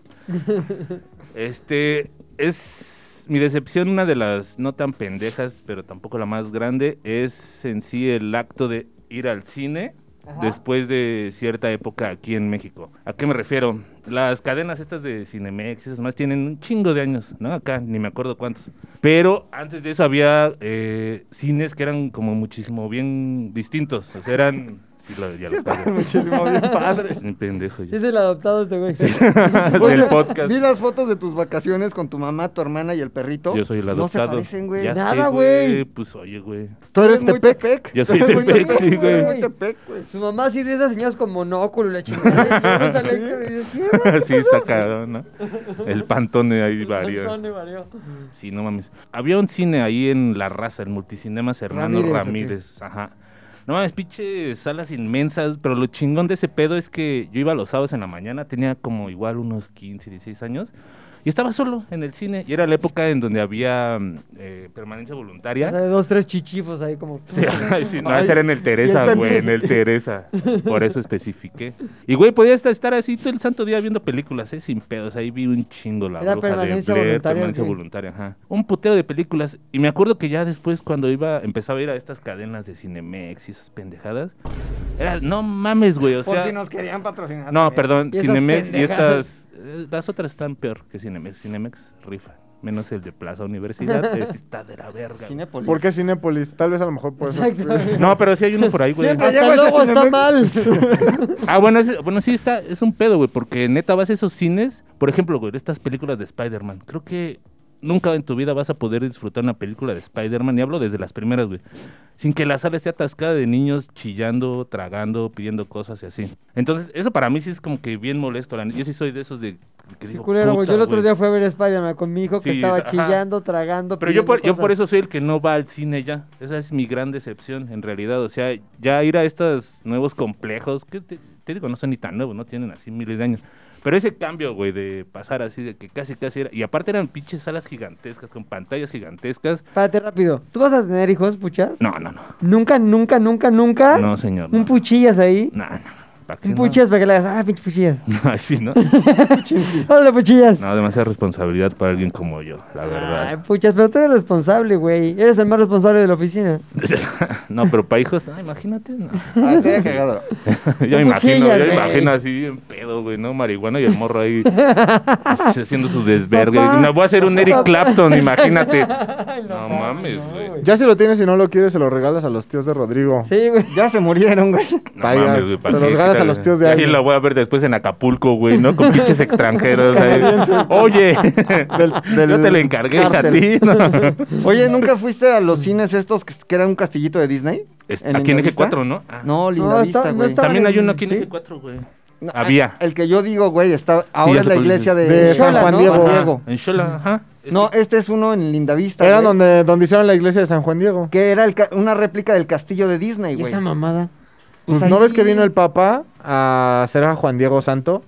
Speaker 2: Este es mi decepción, una de las no tan pendejas, pero tampoco la más grande, es en sí el acto de ir al cine después de cierta época aquí en México. ¿A qué me refiero? Las cadenas estas de Cinemex, esas más, tienen un chingo de años, ¿no? Acá, ni me acuerdo cuántos. Pero antes de eso había eh, cines que eran como muchísimo bien distintos. O sea, eran... sí, lo- ya lo cagué.
Speaker 4: Muchísimo bien padre.
Speaker 2: Es un pendejo. yo.
Speaker 1: Sí, es el adoptado este güey.
Speaker 2: del podcast.
Speaker 4: Vi las fotos de tus vacaciones con tu mamá, tu hermana y el perrito.
Speaker 2: Yo soy el adoptado.
Speaker 4: No se parecen, güey.
Speaker 2: Ya
Speaker 1: Nada,
Speaker 2: sé,
Speaker 1: güey.
Speaker 2: Pues oye, güey.
Speaker 4: Tú eres
Speaker 3: muy
Speaker 4: Tepec.
Speaker 2: Yo soy
Speaker 4: Tú eres muy
Speaker 2: Tepec, sí, güey.
Speaker 4: Muy Tepec, güey.
Speaker 1: Su mamá sí de esas señoras con monóculo, la chingada. Y luego sale Héctor y dice, "Sí, güey,
Speaker 2: Así está cagado, ¿no? El pantone ahí
Speaker 1: no,
Speaker 2: varía.
Speaker 1: ni varió".
Speaker 2: Sí, no mames. Había un cine ahí en La Raza, el Multicinemas Hermano
Speaker 4: Ramírez,
Speaker 2: Ramírez.
Speaker 4: ¿o
Speaker 2: Ajá. No mames, pinche salas inmensas, pero lo chingón de ese pedo es que yo iba los sábados en la mañana, tenía como igual unos 15, 16 años, y estaba solo en el cine. Y era la época en donde había mm, eh, permanencia voluntaria.
Speaker 1: Sale dos, tres chichifos ahí como.
Speaker 2: Sí, ay, sí, no, ese era en el Teresa, güey, en el Teresa. Por eso especifiqué. Y, güey, podía hasta estar así todo el santo día viendo películas, ¿eh? Sin pedos. Ahí vi un chingo la
Speaker 1: Era
Speaker 2: bruja de
Speaker 1: permanencia
Speaker 2: Blair,
Speaker 1: voluntaria,
Speaker 2: permanencia
Speaker 1: ¿o qué?
Speaker 2: voluntaria, ajá. Un putero de películas. Y me acuerdo que ya después, cuando iba, empezaba a ir a estas cadenas de Cinemex y esas pendejadas, era, no mames, güey, o
Speaker 4: Por
Speaker 2: sea...
Speaker 4: si nos querían patrocinar.
Speaker 2: No,
Speaker 4: también.
Speaker 2: perdón,
Speaker 1: Y esas
Speaker 2: Cinemex y
Speaker 1: pendejadas.
Speaker 2: estas... eh, Las otras están peor que Cinemex. Cinemex rifa. Menos el de Plaza Universidad. ese está de la verga. güey.
Speaker 4: Cinépolis.
Speaker 3: ¿Por qué Cinépolis? Tal vez a lo mejor por eso.
Speaker 1: Exacto.
Speaker 4: pues.
Speaker 2: No, pero sí hay uno por ahí, güey.
Speaker 1: Siempre
Speaker 4: Hasta
Speaker 1: llega el
Speaker 4: luego,
Speaker 1: logo,
Speaker 4: sin
Speaker 1: está
Speaker 4: embargo.
Speaker 1: mal.
Speaker 2: Ah, bueno, ese- bueno, sí está, es un pedo, güey, porque neta vas a esos cines, por ejemplo, güey, estas películas de Spider-Man, creo que nunca en tu vida vas a poder disfrutar una película de Spider-Man, y hablo desde las primeras, güey, sin que la sala esté atascada de niños chillando, tragando, pidiendo cosas y así. Entonces, eso para mí sí es como que bien molesto, la neta. yo sí soy de esos de... que
Speaker 1: Sí,
Speaker 2: digo,
Speaker 1: culero, güey.
Speaker 2: "Puta,
Speaker 1: Yo el otro
Speaker 2: güey".
Speaker 1: día fui a ver Spider-Man con mi hijo que
Speaker 2: Sí,
Speaker 1: estaba
Speaker 2: ajá.
Speaker 1: chillando, tragando.
Speaker 2: Pero yo por,
Speaker 1: pidiendo
Speaker 2: yo por
Speaker 1: cosas.
Speaker 2: eso soy el que no va al cine ya. Esa es mi gran decepción, en realidad. O sea, ya ir a estos nuevos complejos, que te, te digo, no son ni tan nuevos, no tienen así miles de años. Pero ese cambio, güey, de pasar así, de que casi, casi era... Y aparte eran pinches salas gigantescas, con pantallas gigantescas.
Speaker 1: Espérate rápido. ¿Tú vas a tener hijos, puchas?
Speaker 2: No, no, no.
Speaker 1: Nunca, nunca, nunca, nunca.
Speaker 2: No, señor.
Speaker 1: Un
Speaker 2: No,
Speaker 1: puchillas ahí.
Speaker 2: no. no. ¿Para qué
Speaker 1: Un
Speaker 2: no?
Speaker 1: puchillas para que le hagas. Ah, pinche puchillas.
Speaker 2: No, así no.
Speaker 1: Hola, puchillas.
Speaker 2: No, demasiada responsabilidad para alguien como yo, la
Speaker 1: Ay,
Speaker 2: verdad.
Speaker 1: puchas, pero tú eres responsable, güey. Eres el más responsable de la oficina.
Speaker 2: no, pero para hijos, no, imagínate. No.
Speaker 4: Ah, estaría cagado.
Speaker 2: yo me imagino,
Speaker 1: cuchillas,
Speaker 2: yo me
Speaker 1: güey.
Speaker 2: imagino así en pedo, güey, ¿no? Marihuana y el morro ahí pues, haciendo su desvergue.
Speaker 1: Papá,
Speaker 2: Me voy a hacer un Eric Clapton, imagínate.
Speaker 1: Ay,
Speaker 2: No mames, güey.
Speaker 3: Ya si lo tienes y no lo quieres, se lo regalas a los tíos de Rodrigo.
Speaker 1: Sí, güey.
Speaker 4: Ya se murieron, güey.
Speaker 2: No
Speaker 3: Vaya,
Speaker 2: mames, güey, ¿para
Speaker 3: se
Speaker 2: qué
Speaker 3: los regalas a
Speaker 2: quitarle
Speaker 3: los tíos de
Speaker 2: Ahí
Speaker 3: alguien.
Speaker 2: la voy a ver después en Acapulco, güey, ¿no? Con pinches extranjeros. ahí. Oye,
Speaker 4: del
Speaker 2: yo te lo encargué a ti.
Speaker 4: cártel.
Speaker 2: ¿no?
Speaker 4: Oye, ¿nunca fuiste a los cines estos que, que era un castillito de Disney?
Speaker 2: Es-
Speaker 4: ¿En
Speaker 2: aquí en
Speaker 4: Lindavista?
Speaker 2: Eje4, ¿no? Ah.
Speaker 4: No,
Speaker 1: No, está-
Speaker 4: Lindavista,
Speaker 1: no
Speaker 4: güey.
Speaker 1: está-
Speaker 2: También hay uno aquí
Speaker 1: Sí.
Speaker 2: en Eje4, güey.
Speaker 4: No,
Speaker 2: Había.
Speaker 4: El que yo digo, güey, está ahora
Speaker 2: ya
Speaker 4: es
Speaker 2: sé
Speaker 4: la
Speaker 2: cuál
Speaker 4: iglesia de,
Speaker 2: dices.
Speaker 3: De
Speaker 1: San Juan Diego.
Speaker 2: Ajá,
Speaker 4: Diego.
Speaker 2: Ah, En Xola, ajá.
Speaker 4: No, este es uno en Lindavista.
Speaker 3: Era
Speaker 4: güey,
Speaker 3: donde, donde hicieron la iglesia de San Juan Diego.
Speaker 4: Que era el ca- una réplica del castillo de Disney,
Speaker 1: ¿Y
Speaker 4: güey.
Speaker 1: esa mamada?
Speaker 3: Pues,
Speaker 4: Pues
Speaker 3: ¿No
Speaker 4: ahí-
Speaker 3: ves que vino el Papa a hacer a Juan Diego Santo?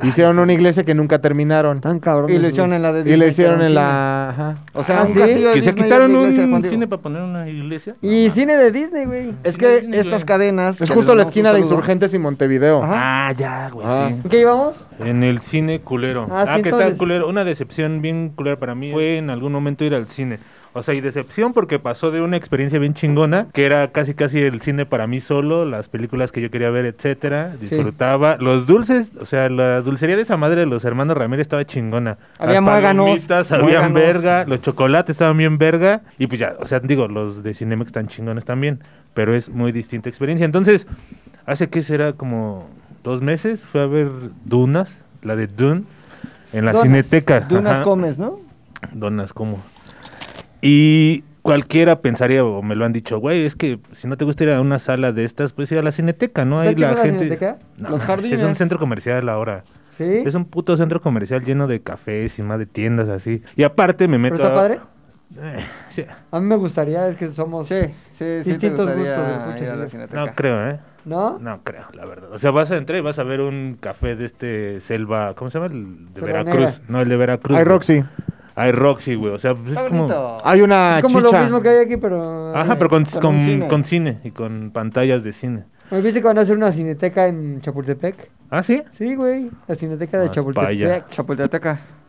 Speaker 3: Hicieron una iglesia que nunca terminaron.
Speaker 1: Tan cabrón.
Speaker 4: Y le hicieron en la de
Speaker 3: Y
Speaker 4: Disney.
Speaker 3: le
Speaker 4: que
Speaker 3: hicieron
Speaker 4: era un
Speaker 3: en
Speaker 4: cine.
Speaker 3: la... ajá.
Speaker 4: O sea,
Speaker 1: Ah,
Speaker 4: un
Speaker 1: ¿sí?
Speaker 4: castillo de
Speaker 2: que se
Speaker 4: Disney
Speaker 2: quitaron
Speaker 4: y la iglesia de
Speaker 2: un
Speaker 4: Juan Diego.
Speaker 2: cine para poner una iglesia.
Speaker 1: Y cine de Disney, güey.
Speaker 4: Es que
Speaker 2: Disney,
Speaker 4: estas
Speaker 2: güey.
Speaker 4: cadenas.
Speaker 3: Es
Speaker 4: que
Speaker 3: justo la
Speaker 4: les damos
Speaker 3: esquina
Speaker 4: un
Speaker 3: de
Speaker 4: saludo.
Speaker 3: Insurgentes y Montevideo.
Speaker 4: Ajá.
Speaker 2: Ah, ya, güey,
Speaker 3: Ah.
Speaker 2: sí.
Speaker 1: ¿En qué íbamos?
Speaker 5: En el cine culero.
Speaker 1: Ah,
Speaker 5: Ah,
Speaker 1: sí,
Speaker 5: que está
Speaker 1: entonces-
Speaker 5: culero. Una decepción bien culera para mí fue en algún momento ir al cine. O sea, y decepción porque pasó de una experiencia bien chingona, que era casi casi el cine para mí solo, las películas que yo quería ver, etcétera, disfrutaba. Los dulces, o sea, la dulcería de esa madre de los hermanos Ramírez estaba chingona.
Speaker 4: Había
Speaker 5: las
Speaker 4: muéganos,
Speaker 5: palomitas habían
Speaker 4: muéganos.
Speaker 5: verga, los chocolates estaban bien verga, y pues ya, o sea, digo, los de Cinemex están chingones también, pero es muy distinta experiencia. Entonces, hace que será como dos meses fui a ver Dunas, la de Dune, en la
Speaker 4: Donas.
Speaker 5: Cineteca.
Speaker 4: De unas
Speaker 5: Ajá.
Speaker 4: comes, ¿no?
Speaker 5: Donas como. Y cualquiera pensaría, o me lo han dicho, güey, es que si no te gusta ir a una sala de estas, pues ir a la Cineteca, ¿no?
Speaker 1: ¿Está
Speaker 5: Ahí la
Speaker 1: chingona la
Speaker 5: gente.
Speaker 1: Cineteca?
Speaker 5: No,
Speaker 4: Los
Speaker 5: mames,
Speaker 4: jardines.
Speaker 5: Es un centro comercial ahora.
Speaker 1: Sí.
Speaker 5: Es un puto centro comercial lleno de cafés y más de tiendas así. Y aparte me meto.
Speaker 1: ¿Pero está
Speaker 5: a-
Speaker 1: padre?
Speaker 5: Eh, sí.
Speaker 1: A mí me gustaría, es que somos...
Speaker 4: Sí, sí, sí.
Speaker 1: Distintos
Speaker 4: te gustaría
Speaker 1: gustos, escucha,
Speaker 4: ir a la
Speaker 1: sí.
Speaker 4: cineteca.
Speaker 5: No creo, ¿eh?
Speaker 1: ¿No?
Speaker 5: No creo, la verdad. O sea, vas a entrar y vas a ver un café de este selva. ¿Cómo se llama? El de
Speaker 1: Selva
Speaker 5: Veracruz.
Speaker 1: Negra.
Speaker 5: No, el de Veracruz.
Speaker 3: Hay
Speaker 5: güey.
Speaker 3: Roxy.
Speaker 5: Hay Roxy, güey. O sea, pues es
Speaker 4: Está
Speaker 5: como.
Speaker 4: bonito.
Speaker 3: Hay una
Speaker 1: Es como lo
Speaker 3: chicha.
Speaker 1: mismo que hay aquí, pero... eh,
Speaker 5: Ajá, pero con,
Speaker 4: Con
Speaker 5: con,
Speaker 4: un
Speaker 5: con
Speaker 4: cine.
Speaker 5: cine. y con pantallas de cine.
Speaker 1: ¿Me viste que van a hacer una cineteca en Chapultepec?
Speaker 5: ¿Ah, sí?
Speaker 1: Sí, güey. La cineteca de
Speaker 5: Más
Speaker 1: Chapultepec.
Speaker 5: paya.
Speaker 4: Chapultepec.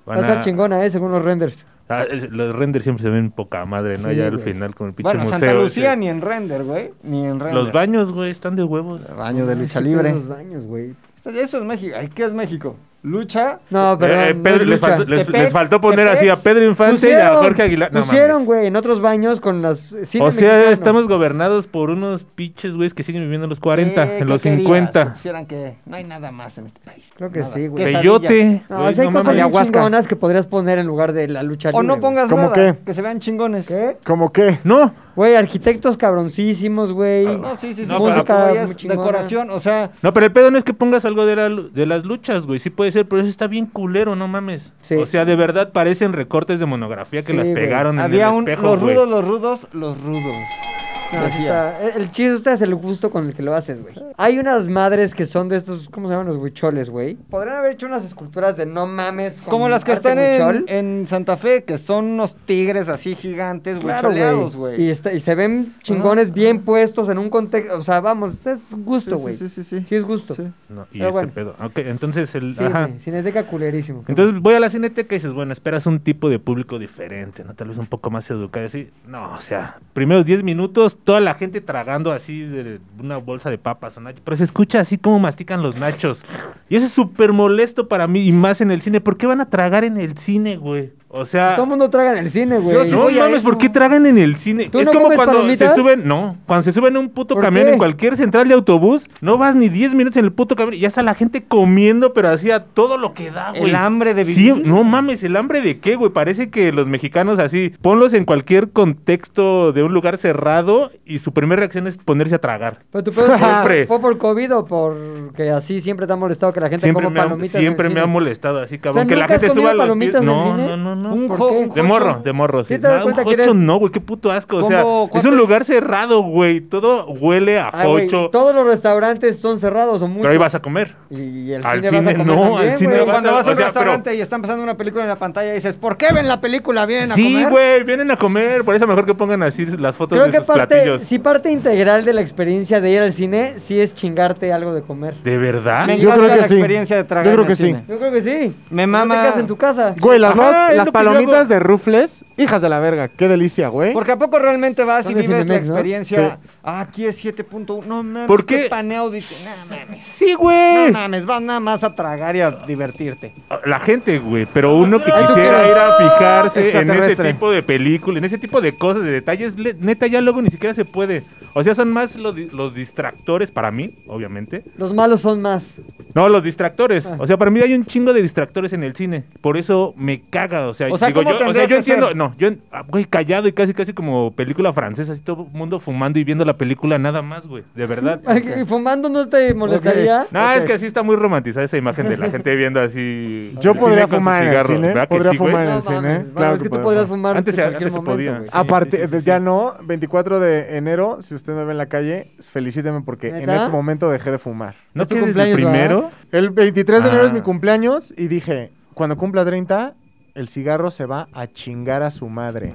Speaker 1: Va a estar chingona, ¿eh? Según los renders.
Speaker 5: Ah, es- los renders siempre se ven poca madre, ¿no?
Speaker 1: Sí,
Speaker 5: ya al
Speaker 1: güey.
Speaker 5: final con el pinche
Speaker 4: Bueno,
Speaker 5: museo.
Speaker 4: Santa Lucía
Speaker 5: ese.
Speaker 4: ni en render, güey. Ni en render.
Speaker 5: Los baños, güey, están de huevos.
Speaker 4: Baño de lucha
Speaker 1: Ay,
Speaker 4: libre.
Speaker 1: Los baños, güey.
Speaker 4: Esto- Eso es México. Ay, ¿Qué es México? Lucha.
Speaker 1: No, pero...
Speaker 5: Eh, eh,
Speaker 1: no
Speaker 5: Pedro-
Speaker 1: es
Speaker 5: les,
Speaker 1: lucha.
Speaker 5: faltó, les-
Speaker 4: Tepex,
Speaker 5: les faltó poner
Speaker 4: Tepex.
Speaker 5: así a Pedro Infante y a
Speaker 1: Pusieron-
Speaker 5: Jorge Aguilar. No,
Speaker 1: pusieron,
Speaker 5: mames.
Speaker 1: güey, en otros baños con las... cine
Speaker 5: O sea,
Speaker 1: mexicano.
Speaker 5: estamos gobernados por unos pinches, güey, que siguen viviendo en los 40,
Speaker 4: Eh,
Speaker 5: en los
Speaker 4: ¿qué querías?
Speaker 5: 50.
Speaker 4: Pusieran que no hay nada más en este país.
Speaker 1: Creo que
Speaker 4: Nada.
Speaker 1: sí, güey.
Speaker 4: Quesadillas.
Speaker 5: Peyote.
Speaker 1: No,
Speaker 5: güey,
Speaker 1: o sea, hay
Speaker 5: no
Speaker 1: cosas
Speaker 5: mames.
Speaker 1: bien
Speaker 3: Ayahuasca.
Speaker 1: chingonas que podrías poner en lugar de la lucha
Speaker 4: O
Speaker 1: libre,
Speaker 4: no
Speaker 1: güey.
Speaker 4: pongas
Speaker 3: ¿Cómo
Speaker 4: nada.
Speaker 3: qué?
Speaker 4: Que se vean chingones.
Speaker 1: ¿Qué?
Speaker 3: ¿Cómo qué?
Speaker 5: No,
Speaker 1: Güey, arquitectos cabroncísimos, güey.
Speaker 4: No, sí, sí, sí.
Speaker 5: No,
Speaker 4: pero
Speaker 1: música
Speaker 4: lo que voy es
Speaker 1: muy chingona.
Speaker 4: decoración, o sea,
Speaker 5: No, pero el pedo no es que pongas algo de, la lu- de las luchas, güey. Sí puede ser, pero eso está bien culero, no mames.
Speaker 1: Sí.
Speaker 5: O sea, de verdad parecen recortes de monografía que
Speaker 1: Sí,
Speaker 5: las
Speaker 1: güey.
Speaker 5: pegaron en
Speaker 4: había
Speaker 5: el
Speaker 4: un
Speaker 5: espejo,
Speaker 4: los
Speaker 5: güey.
Speaker 4: rudos, los rudos, los rudos.
Speaker 1: No, sí ah,
Speaker 4: Decía.
Speaker 1: está- e, El chiste es el gusto con el que lo haces, güey. Hay unas madres que son de estos, ¿cómo se llaman los huicholes, güey? Podrían haber hecho unas esculturas de no mames. con
Speaker 4: Como las que
Speaker 1: arte
Speaker 4: están en,
Speaker 1: huichol.
Speaker 4: en Santa Fe, que son unos tigres así gigantes, güey,
Speaker 1: Claro,
Speaker 4: choleados,
Speaker 1: güey. Y,
Speaker 4: güey.
Speaker 1: está- y se ven chingones bien puestos en un contexto. O sea, vamos, este es gusto, güey. Sí,
Speaker 4: sí, sí.
Speaker 1: es gusto.
Speaker 4: Sí.
Speaker 1: Sí,
Speaker 5: No, y
Speaker 1: Pero
Speaker 5: este
Speaker 1: bueno.
Speaker 5: pedo. Ok, entonces el. ajá.
Speaker 1: güey, Cineteca culerísimo.
Speaker 5: Entonces voy a la cineteca y dices, bueno, esperas un tipo de público diferente, ¿no? Tal vez un poco más educado. Así. No, o sea, primeros 10 minutos, toda la gente tragando así de una bolsa de papas o nachos. Pero se escucha así como mastican los nachos. Y eso es súper molesto para mí y más en el cine. ¿Por qué van a tragar en el cine, güey? O sea.
Speaker 1: Todo el mundo traga en el cine, güey.
Speaker 4: Yo sí
Speaker 5: No
Speaker 4: voy a
Speaker 5: mames,
Speaker 4: eso.
Speaker 5: ¿por qué tragan en el cine?
Speaker 1: ¿Tú
Speaker 5: Es
Speaker 1: no
Speaker 5: como
Speaker 1: comes
Speaker 5: cuando
Speaker 1: palomitas?
Speaker 5: se suben, no, cuando se suben a un puto
Speaker 1: ¿Por
Speaker 5: camión
Speaker 1: qué?
Speaker 5: en cualquier central de autobús, no vas ni 10 minutos en el puto camión y ya está la gente comiendo, pero hacía todo lo que da, güey.
Speaker 4: El hambre de
Speaker 5: Sí,
Speaker 4: vivir.
Speaker 5: no mames, ¿el hambre de qué, güey? Parece que los mexicanos así, ponlos en cualquier contexto de un lugar cerrado y su primera reacción es ponerse a tragar.
Speaker 1: Pero tu pedo es que
Speaker 5: Siempre.
Speaker 1: fue por COVID o porque así siempre te ha molestado que la gente
Speaker 5: Siempre,
Speaker 1: coma
Speaker 5: me ha,
Speaker 1: palomitas. en
Speaker 5: siempre
Speaker 1: el
Speaker 5: me ha
Speaker 1: cine?
Speaker 5: molestado así, cabrón.
Speaker 1: O sea,
Speaker 5: que la
Speaker 1: ¿nunca has
Speaker 5: gente
Speaker 1: comido
Speaker 5: suba los pies.
Speaker 1: palomitas en el
Speaker 5: No,
Speaker 1: cine?
Speaker 5: no, no, no.
Speaker 4: Un
Speaker 1: ¿Por
Speaker 4: jo-
Speaker 1: qué?
Speaker 4: un
Speaker 5: De
Speaker 4: jocho.
Speaker 5: morro, de morro, sí.
Speaker 1: ¿Sí te das
Speaker 5: No, un
Speaker 1: cuenta que
Speaker 5: jocho
Speaker 1: eres-
Speaker 5: no, güey, qué puto asco. O sea,
Speaker 4: ¿Cómo?
Speaker 5: es un
Speaker 4: ¿Cuántos-
Speaker 5: lugar cerrado, güey. Todo huele a
Speaker 1: Ay, güey,
Speaker 5: jocho.
Speaker 1: Todos los restaurantes son cerrados o muchos.
Speaker 5: Pero ahí vas a comer.
Speaker 1: Y, y el
Speaker 5: Al
Speaker 1: cine, vas a
Speaker 5: cine
Speaker 1: comer
Speaker 5: no,
Speaker 1: también,
Speaker 5: al cine
Speaker 1: güey.
Speaker 4: Pero
Speaker 5: vas
Speaker 4: cuando
Speaker 5: a-
Speaker 4: vas a
Speaker 5: o
Speaker 4: un
Speaker 5: sea, pero-
Speaker 4: restaurante y están pasando una película en la pantalla, dices, ¿por qué ven la película bien a
Speaker 5: Sí,
Speaker 4: comer?"
Speaker 5: güey, vienen a comer. Por eso mejor que pongan así las fotos
Speaker 1: Creo
Speaker 5: de
Speaker 1: que
Speaker 5: sus
Speaker 1: parte,
Speaker 5: platillos.
Speaker 1: si parte integral de la experiencia de ir al cine, sí es chingarte algo de comer.
Speaker 5: ¿De verdad?
Speaker 4: Me
Speaker 3: Yo
Speaker 4: encanta
Speaker 3: creo que
Speaker 4: la
Speaker 3: sí.
Speaker 4: experiencia de tragar
Speaker 3: Yo creo
Speaker 4: en
Speaker 3: que
Speaker 4: el
Speaker 3: sí.
Speaker 4: cine.
Speaker 1: Yo creo que sí.
Speaker 4: Me
Speaker 1: No
Speaker 4: mama-
Speaker 1: te quedas en tu casa.
Speaker 3: Güey, las,
Speaker 5: Ajá,
Speaker 3: nuevas-
Speaker 5: es
Speaker 3: las
Speaker 2: lo que yo
Speaker 3: palomitas
Speaker 2: hago.
Speaker 3: de rufles, hijas de la verga, qué delicia, güey.
Speaker 4: Porque a poco realmente vas y
Speaker 1: Son de
Speaker 4: vives la
Speaker 1: Cinemex, ¿no?
Speaker 4: experiencia. Ah, aquí es 7.1. No mames.
Speaker 2: ¿Por qué?
Speaker 4: paneo dice. No mames.
Speaker 2: Sí, güey.
Speaker 4: No mames. Vas nada más a tragar y a divertirte.
Speaker 2: La gente, güey. Pero uno que
Speaker 3: Ay, ¿tú
Speaker 2: quisiera
Speaker 3: crees?
Speaker 2: ir a fijarse en ese
Speaker 3: Extraterrestre.
Speaker 2: tipo de película, en ese tipo de cosas, de detalles, le- neta, ya luego ni siquiera se puede. O sea, son más lo di- los distractores para mí, obviamente.
Speaker 1: Los malos son más.
Speaker 2: No, los distractores.
Speaker 4: Ah.
Speaker 2: O sea, para mí hay un chingo de distractores en el cine. Por eso me caga. O sea,
Speaker 4: O sea,
Speaker 2: digo,
Speaker 4: ¿cómo
Speaker 2: yo, o sea,
Speaker 4: tendría
Speaker 2: yo
Speaker 4: que
Speaker 2: entiendo.
Speaker 4: ser?
Speaker 2: No, yo, en- ah, güey, callado y casi, casi como película francesa. Así todo el mundo fumando y viendo la película nada más, güey. De verdad.
Speaker 1: Ay, ¿y ¿Fumando no te molestaría?
Speaker 2: No, es que así está muy romantizada esa imagen de la gente viendo así.
Speaker 3: Yo
Speaker 2: el
Speaker 3: podría
Speaker 2: cine con sus
Speaker 3: fumar en el
Speaker 2: cigarros,
Speaker 3: cine.
Speaker 2: ¿verdad que
Speaker 3: Podría
Speaker 2: sí, güey?
Speaker 3: fumar en
Speaker 1: No
Speaker 3: el cine.
Speaker 1: mames, bueno,
Speaker 3: Claro
Speaker 1: es que tú
Speaker 3: podemos.
Speaker 1: podrías fumar
Speaker 2: Antes
Speaker 1: en
Speaker 2: se-
Speaker 1: cualquier
Speaker 2: antes se
Speaker 1: momento,
Speaker 2: podía,
Speaker 1: güey.
Speaker 2: sí.
Speaker 3: Aparte,
Speaker 2: sí, sí,
Speaker 3: ya
Speaker 2: sí.
Speaker 3: no, 24 de enero, si usted me ve en la calle, felicíteme porque en
Speaker 1: ¿Neta?
Speaker 3: ese momento dejé de fumar.
Speaker 2: ¿No
Speaker 1: Es tu
Speaker 2: tienes el
Speaker 1: cumpleaños,
Speaker 2: primero?
Speaker 3: El 23 de enero es
Speaker 2: Ah.
Speaker 3: mi cumpleaños y dije, cuando cumpla 30, el cigarro se va a chingar a su madre.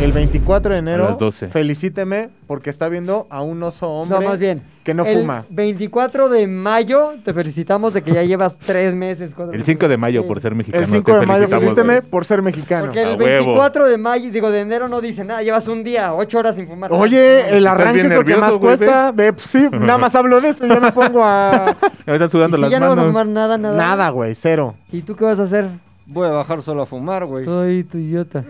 Speaker 3: El 24 de enero,
Speaker 2: A las 12.
Speaker 3: felicíteme porque está viendo a un oso hombre
Speaker 1: no, más bien.
Speaker 3: que no
Speaker 1: el
Speaker 3: fuma.
Speaker 1: 24 de mayo te felicitamos de que ya llevas tres meses. cuatro
Speaker 2: El
Speaker 1: meses.
Speaker 2: 5 de mayo,
Speaker 1: Sí.
Speaker 2: por ser mexicano.
Speaker 3: El 5 de mayo, felicíteme
Speaker 2: felicítame.
Speaker 3: por ser mexicano.
Speaker 1: Porque
Speaker 2: A
Speaker 1: el
Speaker 2: huevo.
Speaker 1: 24 de mayo, digo, de enero no dice nada, llevas un día, ocho horas sin fumar.
Speaker 2: eh,
Speaker 3: Oye, el arranque
Speaker 2: bien
Speaker 3: es lo que
Speaker 2: nervioso,
Speaker 3: más
Speaker 2: güey,
Speaker 3: cuesta. Ve, pues sí, nada más hablo de eso y ya me pongo a...
Speaker 2: Me están sudando
Speaker 1: ¿Y si
Speaker 2: las
Speaker 1: ya no vas a
Speaker 2: manos.
Speaker 1: fumar nada, nada.
Speaker 3: Nada, güey, cero.
Speaker 1: ¿Y tú qué vas a hacer?
Speaker 4: Voy a bajar solo a fumar, güey.
Speaker 1: Soy tu idiota.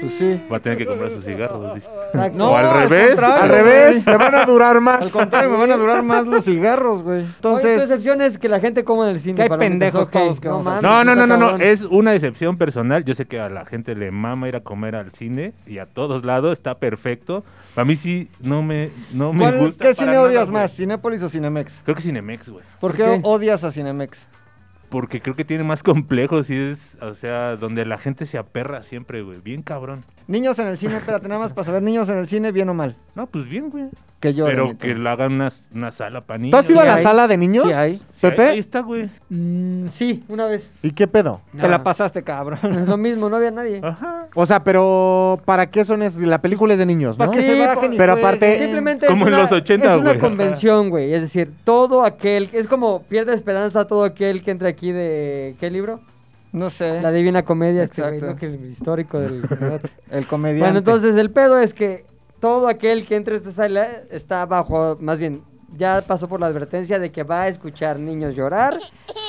Speaker 4: Pues sí.
Speaker 2: Va a tener que comprar sus cigarros. dice.
Speaker 1: Exacto.
Speaker 4: No,
Speaker 2: o al
Speaker 4: al
Speaker 2: revés.
Speaker 4: contrario.
Speaker 3: Al
Speaker 2: al
Speaker 4: güey.
Speaker 3: revés, me van a durar más.
Speaker 4: Al contrario, me van a durar más los cigarros, güey.
Speaker 1: Entonces, tu
Speaker 4: Entonces,
Speaker 1: excepción es que la gente come en el cine.
Speaker 4: Que hay
Speaker 1: palomitas,
Speaker 4: pendejos
Speaker 1: ok,
Speaker 4: todos que
Speaker 1: no
Speaker 4: vamos a-
Speaker 1: mames,
Speaker 2: No, no, no,
Speaker 1: está
Speaker 2: no, no.
Speaker 1: Ah, cabrón.
Speaker 2: Es una decepción personal. Yo sé que a la gente le mama ir a comer al cine y a todos lados está perfecto. Para mí sí, no me, no me
Speaker 4: ¿cuál-
Speaker 2: gusta. para
Speaker 4: ¿qué cine
Speaker 2: nada,
Speaker 4: odias
Speaker 2: güey.
Speaker 4: más? ¿Cinépolis o Cinemex?
Speaker 2: Creo que Cinemex, güey.
Speaker 4: ¿Por qué
Speaker 1: qué?
Speaker 4: odias a Cinemex?
Speaker 2: Porque creo que tiene más complejos y es, o sea, donde la gente se aperra siempre, güey. Bien cabrón.
Speaker 4: Niños en el cine, espérate, nada más para saber, niños en el cine, bien o mal.
Speaker 2: No, pues bien, güey.
Speaker 4: Que yo.
Speaker 2: Pero que lo hagan una, una sala para niños.
Speaker 3: ¿Tú has ido a
Speaker 4: Sí
Speaker 3: la
Speaker 4: hay.
Speaker 3: sala de niños,
Speaker 4: Sí hay. Sí
Speaker 2: Sí, ahí- Ahí
Speaker 3: Pepe?
Speaker 2: está, güey.
Speaker 1: Mm, sí, una vez.
Speaker 3: ¿Y qué pedo?
Speaker 4: Te la
Speaker 1: No.
Speaker 4: pasaste, cabrón.
Speaker 1: Es lo mismo, no había nadie.
Speaker 2: Ajá.
Speaker 3: O sea, pero ¿para qué son es La película es de niños, ¿no?
Speaker 4: Para que
Speaker 1: Sí,
Speaker 4: se bajen y
Speaker 3: pero
Speaker 4: jueguen.
Speaker 3: aparte-
Speaker 1: Simplemente
Speaker 2: Eh, Como
Speaker 1: es
Speaker 2: en
Speaker 1: una,
Speaker 2: los 80,
Speaker 1: es una
Speaker 2: güey.
Speaker 1: convención, güey. Es decir, todo aquel, es como pierde esperanza todo aquel que entra aquí de ¿qué libro?
Speaker 4: No sé.
Speaker 1: La Divina Comedia, este güey,
Speaker 4: Eh, Exacto.
Speaker 1: ¿no? que es el histórico del
Speaker 4: El comediante.
Speaker 1: Bueno, entonces el pedo es que todo aquel que entra a esta sala está bajo, más bien, ya pasó por la advertencia de que va a escuchar niños llorar,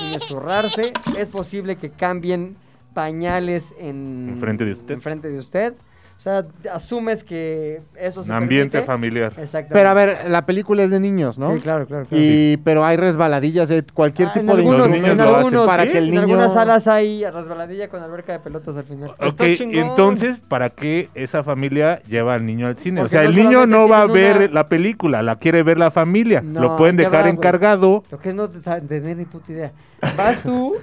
Speaker 1: niños zurrarse, es posible que cambien pañales en
Speaker 2: Enfrente de usted.
Speaker 1: enfrente de usted. O sea, asumes que eso
Speaker 2: Un
Speaker 1: se
Speaker 2: ambiente
Speaker 1: permite.
Speaker 2: familiar.
Speaker 1: Exactamente.
Speaker 3: Pero a ver, la película es de niños, ¿no?
Speaker 1: Sí, claro, claro. claro.
Speaker 3: Y pero hay resbaladillas de cualquier
Speaker 1: Ah, en
Speaker 3: tipo de
Speaker 1: algunos-
Speaker 2: niños
Speaker 1: en
Speaker 2: lo hacen.
Speaker 1: algunos,
Speaker 3: para
Speaker 1: sí,
Speaker 3: que el
Speaker 1: En
Speaker 3: niño
Speaker 1: algunas salas hay resbaladilla con alberca de pelotas al final.
Speaker 2: Ok,
Speaker 4: Está chingón.
Speaker 2: entonces, ¿para qué esa familia lleva al niño al cine? o
Speaker 1: Porque
Speaker 2: sea,
Speaker 1: no
Speaker 2: el niño
Speaker 1: solamente
Speaker 2: no va a
Speaker 1: tienen
Speaker 2: ver
Speaker 1: una-
Speaker 2: la película, la quiere ver la familia.
Speaker 1: No,
Speaker 2: Lo pueden
Speaker 1: ahí te
Speaker 2: dejar
Speaker 1: va, güey.
Speaker 2: encargado.
Speaker 1: Lo que es no te- sa- tener ni puta idea. Vas tú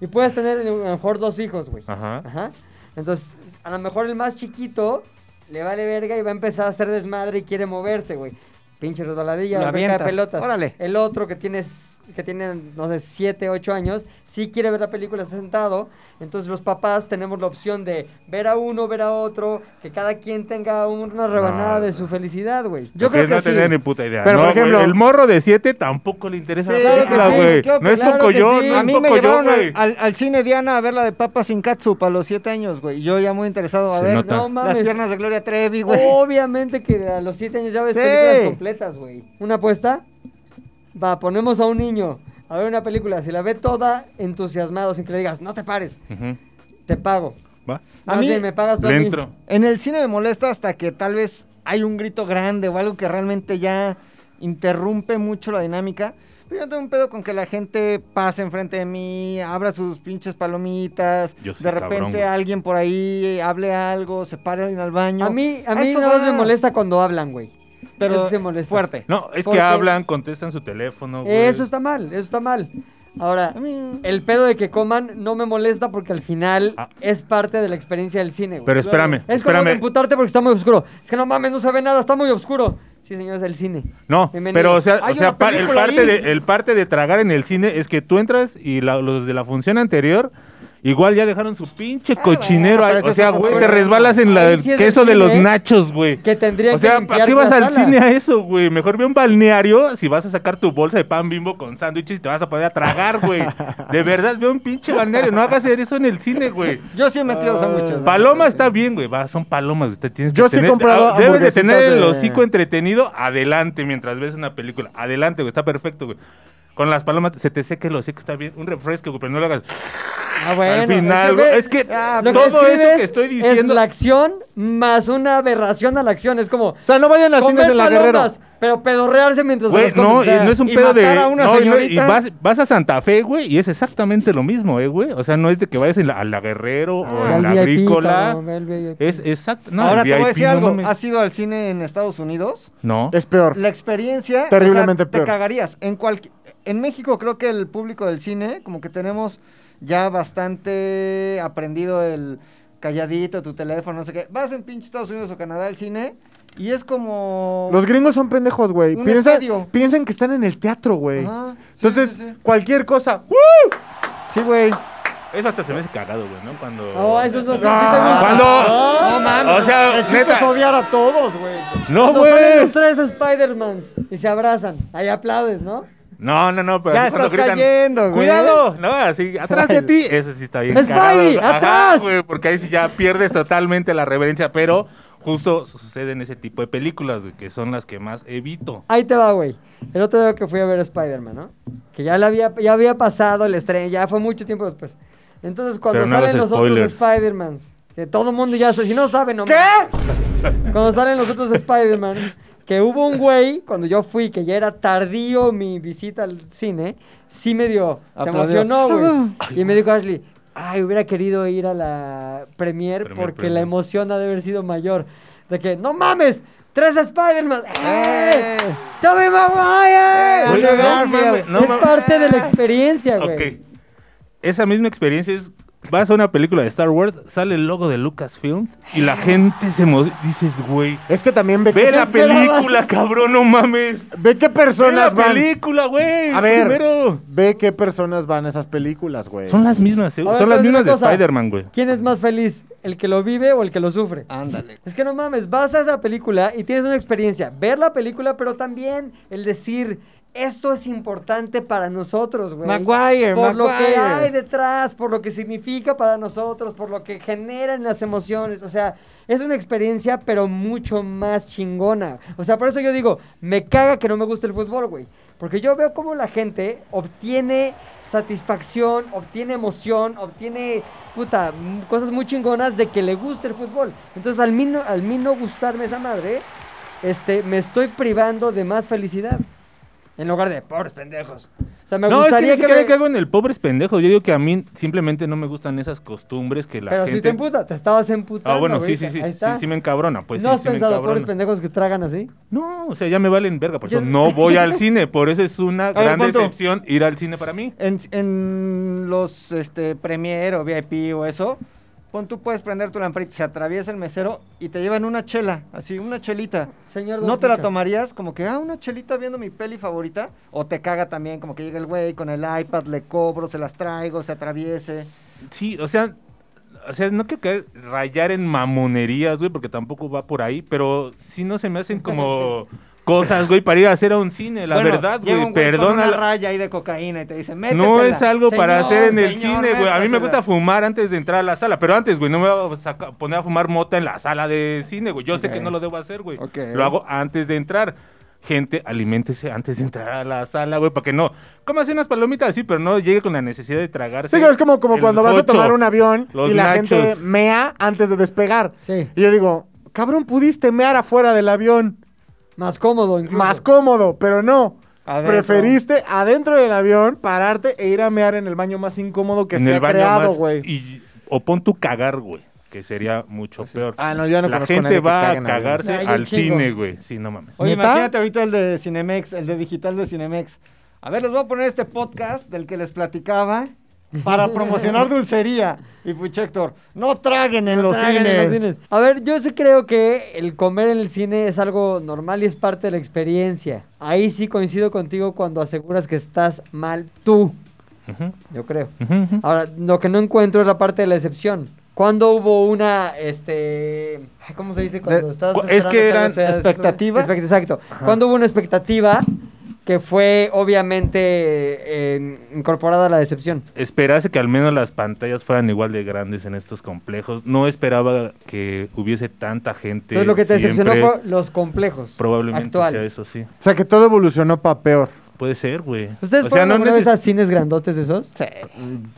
Speaker 1: y puedes tener a lo mejor dos hijos, güey.
Speaker 2: Ajá.
Speaker 1: Ajá. Entonces, a lo mejor el más chiquito le vale verga y va a empezar a hacer desmadre y quiere moverse, güey. Pinche resbaladilla,
Speaker 4: Lo
Speaker 1: alberca de
Speaker 4: avientas.
Speaker 1: pelotas.
Speaker 4: Órale.
Speaker 1: El otro que tienes que tiene, no sé, 7, 8 años, sí quiere ver la película está sentado. Entonces los papás tenemos la opción de ver a uno, ver a otro, que cada quien tenga una rebanada de su felicidad, güey.
Speaker 2: Yo creo que no
Speaker 4: sí.
Speaker 2: tener ni puta idea.
Speaker 3: Pero,
Speaker 2: No,
Speaker 3: por
Speaker 2: güey,
Speaker 3: ejemplo-
Speaker 2: el morro de 7 tampoco le interesa
Speaker 4: Sí,
Speaker 2: la película,
Speaker 4: claro que sí,
Speaker 2: güey.
Speaker 1: claro que
Speaker 2: no es
Speaker 1: claro que
Speaker 2: Pocoyo,
Speaker 1: sí.
Speaker 2: no
Speaker 4: A
Speaker 2: es
Speaker 4: mí me
Speaker 2: Pocoyo,
Speaker 4: llevaron al,
Speaker 2: güey.
Speaker 4: al- al cine Diana a ver la de Papa sin Katsup a los 7 años, güey. Y Yo ya muy interesado a
Speaker 2: Se
Speaker 4: ver
Speaker 2: nota.
Speaker 1: No
Speaker 4: las
Speaker 1: mames. Oh,
Speaker 4: piernas de Gloria Trevi, güey.
Speaker 1: Obviamente que a los 7 años ya ves
Speaker 4: Sí.
Speaker 1: películas completas, güey. ¿Una apuesta? Va, ponemos a un niño a ver una película. Si la ve toda entusiasmado, sin que le digas, no te pares,
Speaker 2: Ujú.
Speaker 1: te pago.
Speaker 2: Va.
Speaker 4: A
Speaker 1: Más
Speaker 4: mí-
Speaker 1: bien, me pagas tú a
Speaker 2: Le
Speaker 1: mí.
Speaker 2: entro.
Speaker 4: En el cine me molesta hasta que tal vez hay un grito grande o algo que realmente ya interrumpe mucho la dinámica. Pero yo no tengo un pedo con que la gente pase enfrente de mí, abra sus pinches palomitas,
Speaker 2: Yo soy
Speaker 4: de
Speaker 2: cabrón,
Speaker 4: repente
Speaker 2: güey.
Speaker 4: alguien por ahí eh, hable algo, se pare alguien al baño.
Speaker 1: A mí, a mí
Speaker 4: eso
Speaker 1: nada más
Speaker 4: va.
Speaker 1: me molesta cuando hablan, güey.
Speaker 4: pero
Speaker 1: eso sí molesta.
Speaker 4: fuerte.
Speaker 2: No, es que
Speaker 1: Porque-
Speaker 2: hablan, contestan su teléfono. güey.
Speaker 1: Eso está mal, eso está mal. Ahora,
Speaker 4: A mí-
Speaker 1: el pedo de que coman no me molesta porque al final
Speaker 2: Ah.
Speaker 1: es parte de la experiencia del cine, güey.
Speaker 2: Pero espérame,
Speaker 1: es como
Speaker 2: espérame.
Speaker 1: computarte porque está muy oscuro. Es que no mames, no se ve nada, está muy oscuro. Sí, señor, es el cine.
Speaker 2: No,
Speaker 1: Bienvenido.
Speaker 2: pero o sea,
Speaker 4: Hay
Speaker 2: o sea
Speaker 4: una
Speaker 2: pa- el,
Speaker 4: película
Speaker 2: parte
Speaker 4: ahí.
Speaker 2: de, el parte de tragar en el cine es que tú entras y la- los de la función anterior Igual ya dejaron su
Speaker 1: Ah,
Speaker 2: pinche cochinero ahí.
Speaker 4: pero
Speaker 2: O
Speaker 4: eso
Speaker 2: sea,
Speaker 4: es otra
Speaker 2: güey, te
Speaker 4: cosa.
Speaker 2: resbalas en la
Speaker 1: Ahí
Speaker 2: del
Speaker 1: sí es de
Speaker 2: queso de los
Speaker 1: cine,
Speaker 2: nachos, güey.
Speaker 1: Que tendría
Speaker 2: O sea,
Speaker 1: que
Speaker 2: ¿para qué vas al cine a eso, güey? Mejor ve un balneario si vas a sacar tu bolsa de pan bimbo con sándwiches y te vas a poder a tragar, güey. De verdad, ve un pinche balneario. No hagas eso en el cine, güey.
Speaker 4: Yo sí he metido sándwiches. ¿no?
Speaker 2: Paloma está bien, güey. Va, son palomas. Usted tienes que
Speaker 3: Yo sí he
Speaker 2: tener-
Speaker 3: comprado
Speaker 2: ah, Debes de
Speaker 3: hamburguesitas
Speaker 2: tener el
Speaker 3: de-
Speaker 2: hocico entretenido. Adelante mientras ves una película. Adelante, güey. Está perfecto, güey. Con las palomas se te seca el hocico, está bien. Un refresco, güey, pero no lo hagas.
Speaker 1: Ah,
Speaker 2: al final, güey. Es que
Speaker 1: lo
Speaker 2: todo eso
Speaker 1: describes
Speaker 2: que estoy
Speaker 1: Es
Speaker 2: diciendo.
Speaker 1: la acción más una aberración a la acción. Es como.
Speaker 3: O sea, no vayan a cines
Speaker 1: Comer
Speaker 3: en la Guerrero.
Speaker 1: palomas, pero pedorrearse mientras se
Speaker 2: Güey,
Speaker 1: las comen,
Speaker 2: no,
Speaker 1: o sea,
Speaker 2: eh, no es un
Speaker 4: y
Speaker 2: pedo de.
Speaker 4: matar a una
Speaker 2: no, y no, y
Speaker 4: señorita.
Speaker 2: vas, vas a Santa Fe, güey, y es exactamente lo mismo, eh, güey. O sea, no es de que vayas en la- a la Guerrero o
Speaker 4: Ah,
Speaker 1: Ve
Speaker 2: a
Speaker 1: al
Speaker 2: la
Speaker 1: VIP,
Speaker 2: agrícola.
Speaker 1: cabrón, ve al VIP.
Speaker 2: Es exacto. No,
Speaker 4: Ahora
Speaker 2: el
Speaker 4: te voy a
Speaker 2: VIP,
Speaker 4: decir
Speaker 2: no
Speaker 4: algo.
Speaker 2: mames.
Speaker 4: ¿Has ido al cine en Estados Unidos?
Speaker 2: No.
Speaker 3: Es peor.
Speaker 4: La experiencia.
Speaker 3: Terriblemente
Speaker 4: o sea,
Speaker 3: peor.
Speaker 4: Te cagarías. En, cualqui- en México creo que el público del cine, como que tenemos ya bastante aprendido el calladito, tu teléfono, no sé qué. Vas en pinche Estados Unidos o Canadá al cine y es como...
Speaker 3: Los gringos son pendejos, güey.
Speaker 4: Un
Speaker 3: Piensan,
Speaker 4: estadio.
Speaker 3: piensan que están en el teatro, güey.
Speaker 4: Ajá, sí,
Speaker 3: Entonces,
Speaker 4: sí, sí.
Speaker 3: cualquier cosa. ¡uh!
Speaker 4: Sí, güey.
Speaker 2: Eso hasta se me hace cagado, güey, ¿no? Cuando.
Speaker 4: Oh,
Speaker 2: Ah,
Speaker 1: No, eso no
Speaker 2: Cuando.
Speaker 4: No mames.
Speaker 2: Ah, O sea,
Speaker 4: el chiste
Speaker 2: neta.
Speaker 4: es odiar a todos, güey.
Speaker 2: No,
Speaker 1: Cuando salen
Speaker 2: Ah, güey.
Speaker 1: los tres Spider-Mans y se abrazan. Ahí aplaudes, ¿no?
Speaker 2: No, no, no, pero
Speaker 4: Ya
Speaker 2: así cuando
Speaker 4: estás
Speaker 2: gritan.
Speaker 4: cayendo, güey.
Speaker 2: Cuidado, no, así, atrás de ti. Eso sí está bien.
Speaker 1: ¡Spidey,
Speaker 2: cagado, güey. Ajá,
Speaker 1: atrás!
Speaker 2: güey, porque ahí sí ya pierdes totalmente la reverencia, pero justo sucede en ese tipo de películas, güey, que son las que más evito.
Speaker 1: Ahí te va, güey. El otro día que fui a ver Spider-Man, ¿no? Que ya, la había, ya había pasado el estreno, ya fue mucho tiempo después. Entonces, cuando
Speaker 2: Pero no
Speaker 1: salen
Speaker 2: hagas
Speaker 1: los
Speaker 2: spoilers.
Speaker 1: otros Spider-Mans, que todo el mundo ya sabe, si no saben, no ¿Qué? Cuando salen los otros Spider-Man, que hubo un güey, cuando yo fui, que ya era tardío mi visita al cine, sí me dio,
Speaker 4: Aplaudió.
Speaker 1: se emocionó, güey. Y me dijo Ashley, ay, hubiera querido ir a la premier,
Speaker 2: Premier,
Speaker 1: porque la
Speaker 2: premier.
Speaker 1: emoción ha de haber sido mayor. De que, no mames, tres Spider-Man. ¡Eh!
Speaker 4: Eh.
Speaker 1: ¡Tobey Maguire!
Speaker 4: Güey,
Speaker 1: Andrew
Speaker 4: no
Speaker 1: Garfield.
Speaker 2: mames, no
Speaker 1: es
Speaker 2: mames.
Speaker 1: parte de la experiencia, güey.
Speaker 2: Ok. Esa misma experiencia es. Vas a una película de Star Wars, sale el logo de Lucasfilms y la gente se emociona. Dices, güey,
Speaker 3: Es que también ve,
Speaker 2: ve
Speaker 3: qué,
Speaker 2: la película, cabrón, no mames.
Speaker 3: ve qué
Speaker 2: Ve la
Speaker 3: personas van.
Speaker 2: película, güey.
Speaker 3: A ver.
Speaker 2: Primero.
Speaker 3: Ve qué personas van a esas películas, güey.
Speaker 2: Son las mismas, eh,
Speaker 1: A ver,
Speaker 2: son las
Speaker 1: pero dime
Speaker 2: mismas de
Speaker 1: una cosa.
Speaker 2: Spider-Man, güey.
Speaker 1: ¿Quién es más feliz? ¿El que lo vive o el que lo sufre?
Speaker 4: Ándale.
Speaker 1: Es que no mames, vas a esa película y tienes una experiencia. Ver la película, pero también el decir, esto es importante para nosotros, güey.
Speaker 4: Maguire,
Speaker 1: Por lo que
Speaker 4: Maguire.
Speaker 1: hay detrás, por lo que significa para nosotros, por lo que generan las emociones. O sea, es una experiencia, pero mucho más chingona. O sea, por eso yo digo, me caga que no me guste el fútbol, güey. Porque yo veo cómo la gente obtiene satisfacción, obtiene emoción, obtiene, puta, m- cosas muy chingonas de que le guste el fútbol. Entonces, al mí no, al mí no gustarme esa madre, este, me estoy privando de más felicidad. En lugar de pobres pendejos. O sea, me
Speaker 2: no, es que
Speaker 1: gustaría
Speaker 2: ni siquiera
Speaker 1: me-
Speaker 2: cago en el pobres pendejo. Yo digo que a mí simplemente no me gustan esas costumbres que la
Speaker 1: Pero
Speaker 2: gente.
Speaker 1: si te emputa, te estabas emputando.
Speaker 2: Ah, bueno, sí,
Speaker 1: güey.
Speaker 2: sí, sí, sí,
Speaker 1: Ahí está.
Speaker 2: sí me encabrona, pues
Speaker 1: ¿No
Speaker 2: sí,
Speaker 1: has
Speaker 2: sí me
Speaker 1: pensado, pobres
Speaker 2: encabrona.
Speaker 1: pendejos que tragan así?
Speaker 2: No, o sea, ya me valen verga, por eso
Speaker 1: Yo-
Speaker 2: no voy al cine, por eso es una
Speaker 4: ver,
Speaker 2: gran
Speaker 4: ¿cuánto?
Speaker 2: decepción ir al cine para mí.
Speaker 4: En, en los este, Premier o VIP o eso, pon tú puedes prender tu lamparita, se atraviesa el mesero y te llevan una chela, así, una chelita.
Speaker 1: Señor Don
Speaker 4: ¿No te la
Speaker 1: Cuchas.
Speaker 4: tomarías como que, ah, una chelita viendo mi peli favorita? ¿O te caga también como que llega el güey con el iPad, le cobro, se las traigo, se atraviese?
Speaker 2: Sí, o sea, o sea, no quiero caer- rayar en mamonerías, güey, porque tampoco va por ahí, pero sí no se me hacen como cosas, güey, para ir a hacer a un cine, la
Speaker 4: Bueno,
Speaker 2: verdad,
Speaker 4: llega un
Speaker 2: güey,
Speaker 4: Con
Speaker 2: perdona.
Speaker 4: una
Speaker 2: la-
Speaker 4: raya ahí de cocaína y te dice, métetela.
Speaker 2: No es algo para
Speaker 4: Señor,
Speaker 2: hacer en el
Speaker 4: señor,
Speaker 2: cine, güey. A mí me
Speaker 4: métasela.
Speaker 2: gusta fumar antes de entrar a la sala, pero antes, güey, no me voy a saca- poner a fumar mota en la sala de cine, güey. Yo sé que
Speaker 4: Ok.
Speaker 2: no lo debo hacer, güey.
Speaker 4: Ok.
Speaker 2: Lo hago antes de entrar. Gente, aliméntese antes de entrar a la sala, güey, para que no. Cómase unas palomitas, sí, pero no llegue con la necesidad de tragarse.
Speaker 3: Sí, es como, como
Speaker 2: el
Speaker 3: cuando vas a
Speaker 2: jocho.
Speaker 3: tomar un avión
Speaker 2: Los
Speaker 3: y la
Speaker 2: nachos.
Speaker 3: gente mea antes de despegar.
Speaker 1: Sí.
Speaker 3: Y yo digo, cabrón, pudiste mear afuera del avión.
Speaker 1: Más cómodo, incluso.
Speaker 3: Más cómodo, pero no.
Speaker 4: Adentro.
Speaker 3: Preferiste adentro del avión pararte e ir a mear en el baño más incómodo que
Speaker 2: en
Speaker 3: se
Speaker 2: el
Speaker 3: ha
Speaker 2: baño
Speaker 3: creado,
Speaker 2: más-
Speaker 3: güey.
Speaker 2: y- O pon tu cagar, güey, que sería mucho peor.
Speaker 3: Ah, no, yo no
Speaker 2: la
Speaker 3: conozco a nadie
Speaker 2: gente
Speaker 3: que
Speaker 2: va
Speaker 3: cague
Speaker 2: a
Speaker 3: en avión.
Speaker 2: cagarse
Speaker 1: Nah, yo
Speaker 2: al
Speaker 1: un chingo.
Speaker 2: cine, güey. Sí, no mames.
Speaker 4: Oye,
Speaker 3: ¿Neta?
Speaker 4: imagínate ahorita el de Cinemex, el de digital de Cinemex. A ver, les voy a poner este podcast del que les platicaba para promocionar dulcería. Y puche Héctor, no traguen en los
Speaker 1: Tragan en
Speaker 4: cines.
Speaker 1: los cines. A ver, yo sí creo que el comer en el cine es algo normal y es parte de la experiencia. Ahí sí coincido contigo cuando aseguras que estás mal tú.
Speaker 5: Ujú,
Speaker 1: yo creo.
Speaker 5: ujú, ujú.
Speaker 1: Ahora, lo que no encuentro es la parte de la excepción. ¿Cuándo hubo una, este, ay, ¿cómo se dice cuando
Speaker 4: De-
Speaker 1: estás?
Speaker 5: cu- es
Speaker 1: esperando
Speaker 5: que
Speaker 1: algo
Speaker 5: eran
Speaker 1: sea-
Speaker 4: expectativa.
Speaker 1: Expect- exacto. ¿Cuándo hubo una expectativa que fue obviamente eh, incorporada a la decepción?
Speaker 5: Esperase que al menos las pantallas fueran igual de grandes en estos complejos. No esperaba que hubiese tanta gente.
Speaker 1: Entonces lo que te decepcionó
Speaker 5: siempre.
Speaker 1: fue los complejos
Speaker 5: Probablemente sea
Speaker 1: actuales.
Speaker 5: eso, sí.
Speaker 3: O sea que todo evolucionó para peor.
Speaker 5: Puede ser, güey.
Speaker 1: ¿Ustedes
Speaker 5: o sea,
Speaker 1: fueron
Speaker 5: no
Speaker 1: alguna vez
Speaker 5: neces-
Speaker 1: a cines grandotes de esos? Sí.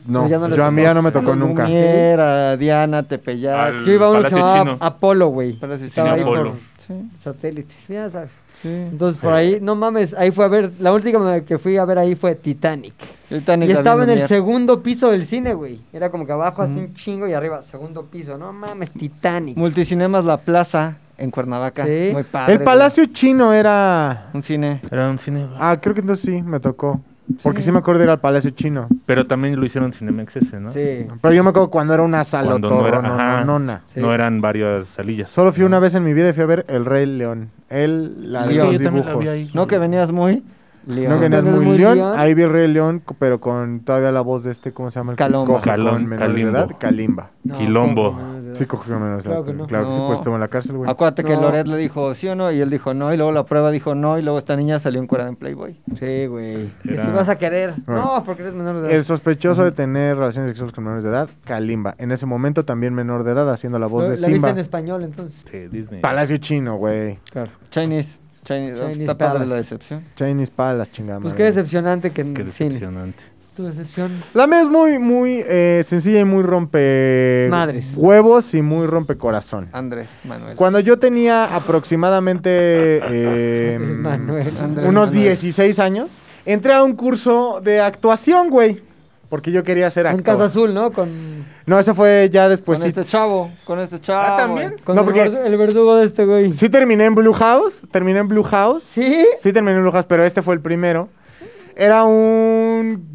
Speaker 3: No,
Speaker 1: Ya no les
Speaker 3: yo a mí ya no me
Speaker 1: tocó.
Speaker 3: tocó nunca.
Speaker 4: Lumiera, Diana, Tepeyac.
Speaker 5: Al
Speaker 1: Yo iba a uno que se
Speaker 5: Palacio
Speaker 1: llamaba
Speaker 5: Chino.
Speaker 1: Apolo, güey.
Speaker 4: Palacio
Speaker 1: Estaba
Speaker 5: Chino,
Speaker 1: ahí
Speaker 5: Apolo.
Speaker 4: Sí,
Speaker 1: por satélite. Ya sabes.
Speaker 4: sí.
Speaker 1: Entonces por ahí, no mames, ahí fue a ver, la última que fui a ver ahí fue Titanic.
Speaker 4: Titanic
Speaker 1: Y
Speaker 4: la vi
Speaker 1: estaba en el
Speaker 4: Lumière.
Speaker 1: segundo piso del cine, güey. Era como que abajo así un chingo y arriba, segundo piso. No mames, Titanic.
Speaker 4: Multicinemas La Plaza en Cuernavaca.
Speaker 1: Sí.
Speaker 4: Muy padre.
Speaker 3: El Palacio Chino era...
Speaker 4: güey. Un cine.
Speaker 5: Era un cine. güey.
Speaker 3: Ah, creo que entonces sí, me tocó. Porque sí, me acuerdo de ir al Palacio Chino.
Speaker 5: Pero también lo hicieron Cinemex ese, ¿no?
Speaker 1: Sí.
Speaker 3: Pero yo me acuerdo cuando era una
Speaker 5: Cuando
Speaker 3: salotoro, no,
Speaker 5: no, era,
Speaker 3: no,
Speaker 5: ajá,
Speaker 3: nona.
Speaker 1: Sí.
Speaker 5: no eran varias salillas.
Speaker 3: Solo fui una vez en mi vida y fui a ver El Rey León. El, la de
Speaker 4: Yo
Speaker 3: los
Speaker 5: también la
Speaker 3: dibujos.
Speaker 5: vi ahí.
Speaker 4: No que venías muy
Speaker 3: No, que no es
Speaker 1: Entonces,
Speaker 3: muy león. Ahí vi el Rey León, co- pero con todavía la voz de este, ¿cómo se llama? El que
Speaker 4: Calomba.
Speaker 3: coge
Speaker 5: Calom-
Speaker 3: con menores de
Speaker 5: Calimbo.
Speaker 3: edad. Calimba.
Speaker 1: No,
Speaker 5: Quilombo.
Speaker 1: no, no, no.
Speaker 3: Sí, cogió con menores de edad.
Speaker 1: Claro que
Speaker 3: pero
Speaker 1: no.
Speaker 3: Claro que sí,
Speaker 4: No.
Speaker 3: pues estuvo en la cárcel, güey.
Speaker 4: Acuérdate que
Speaker 1: No.
Speaker 4: Loret le dijo sí o no y él dijo no y luego la prueba dijo no y luego esta niña salió encuerada en Playboy.
Speaker 1: Sí, güey. Que
Speaker 5: Era-
Speaker 1: si vas a querer.
Speaker 3: Bueno.
Speaker 1: No, porque eres menor de edad.
Speaker 3: El sospechoso de tener relaciones sexuales con menores de edad, Calimba. En ese momento también menor de edad, haciendo la voz
Speaker 1: Lo-
Speaker 3: de
Speaker 1: la viste
Speaker 3: Simba.
Speaker 1: en español, entonces.
Speaker 5: Sí, Disney.
Speaker 3: Palacio Chino, güey.
Speaker 1: Claro.
Speaker 4: Chinese, Chinese,
Speaker 1: Chinese
Speaker 4: está padre
Speaker 1: Palace.
Speaker 4: la decepción.
Speaker 3: Chinese Palace, chingada.
Speaker 1: Pues
Speaker 3: madre.
Speaker 1: qué decepcionante que en
Speaker 5: Qué
Speaker 1: cine.
Speaker 5: decepcionante.
Speaker 1: Tu decepción.
Speaker 3: La mía es muy, muy eh, sencilla y muy rompe
Speaker 1: Madres.
Speaker 3: huevos y muy rompe corazón.
Speaker 4: Andrés, Manuel.
Speaker 3: Cuando yo tenía aproximadamente eh,
Speaker 1: Andrés Manuel.
Speaker 4: Andrés
Speaker 3: unos
Speaker 4: Manuel.
Speaker 3: 16 años, entré a un curso de actuación, güey. Porque yo quería ser
Speaker 1: En
Speaker 3: actor.
Speaker 1: Casa Azul, ¿no? Con,
Speaker 3: No, ese fue ya después.
Speaker 4: con
Speaker 3: Sí,
Speaker 4: este chavo, con este chavo.
Speaker 3: ¿también?
Speaker 1: con
Speaker 3: No,
Speaker 1: el,
Speaker 3: porque-
Speaker 1: verdu- el verdugo de este güey.
Speaker 3: sí terminé en Blue House. Terminé en Blue House.
Speaker 1: ¿Sí?
Speaker 3: Sí terminé en Blue House, pero este fue el primero. Era un...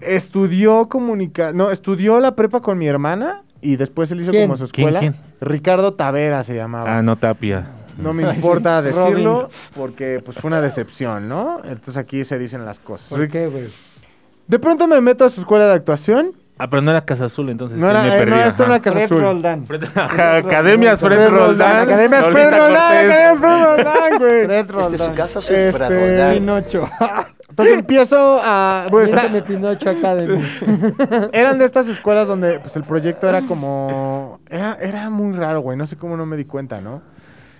Speaker 3: Estudió comunica... No, estudió la prepa con mi hermana y después él hizo
Speaker 1: ¿Quién?
Speaker 3: como su
Speaker 5: ¿Quién,
Speaker 3: escuela.
Speaker 5: quién?
Speaker 3: Ricardo Tavera se llamaba.
Speaker 5: Ah, no, Tapia.
Speaker 3: No me importa
Speaker 4: Robin.
Speaker 3: decirlo porque pues fue una decepción, ¿no? Entonces aquí se dicen las cosas.
Speaker 5: Pues,
Speaker 1: ¿Por qué, güey?
Speaker 3: De pronto me meto a su escuela de actuación.
Speaker 5: Ah, pero no era Casa Azul, entonces.
Speaker 3: No
Speaker 5: ahí
Speaker 3: era,
Speaker 5: me
Speaker 3: eh,
Speaker 5: perdí,
Speaker 3: no era esto
Speaker 5: ajá.
Speaker 3: una casa
Speaker 4: Fred
Speaker 3: azul.
Speaker 4: Roldán.
Speaker 5: Ajá, Academias Fred Roldán.
Speaker 3: Academias Fred
Speaker 5: Lolita
Speaker 3: Roldán,
Speaker 5: Cortés.
Speaker 3: Academias Fred Roldán, güey.
Speaker 4: Fred Roldán.
Speaker 6: casa,
Speaker 3: Este,
Speaker 4: Pinocho.
Speaker 3: Entonces empiezo a. bueno, Pues está-
Speaker 1: Méteme Pinocho Academy.
Speaker 3: eran de estas escuelas donde pues, el proyecto era como. Era, era muy raro, güey. No sé cómo no me di cuenta, ¿no?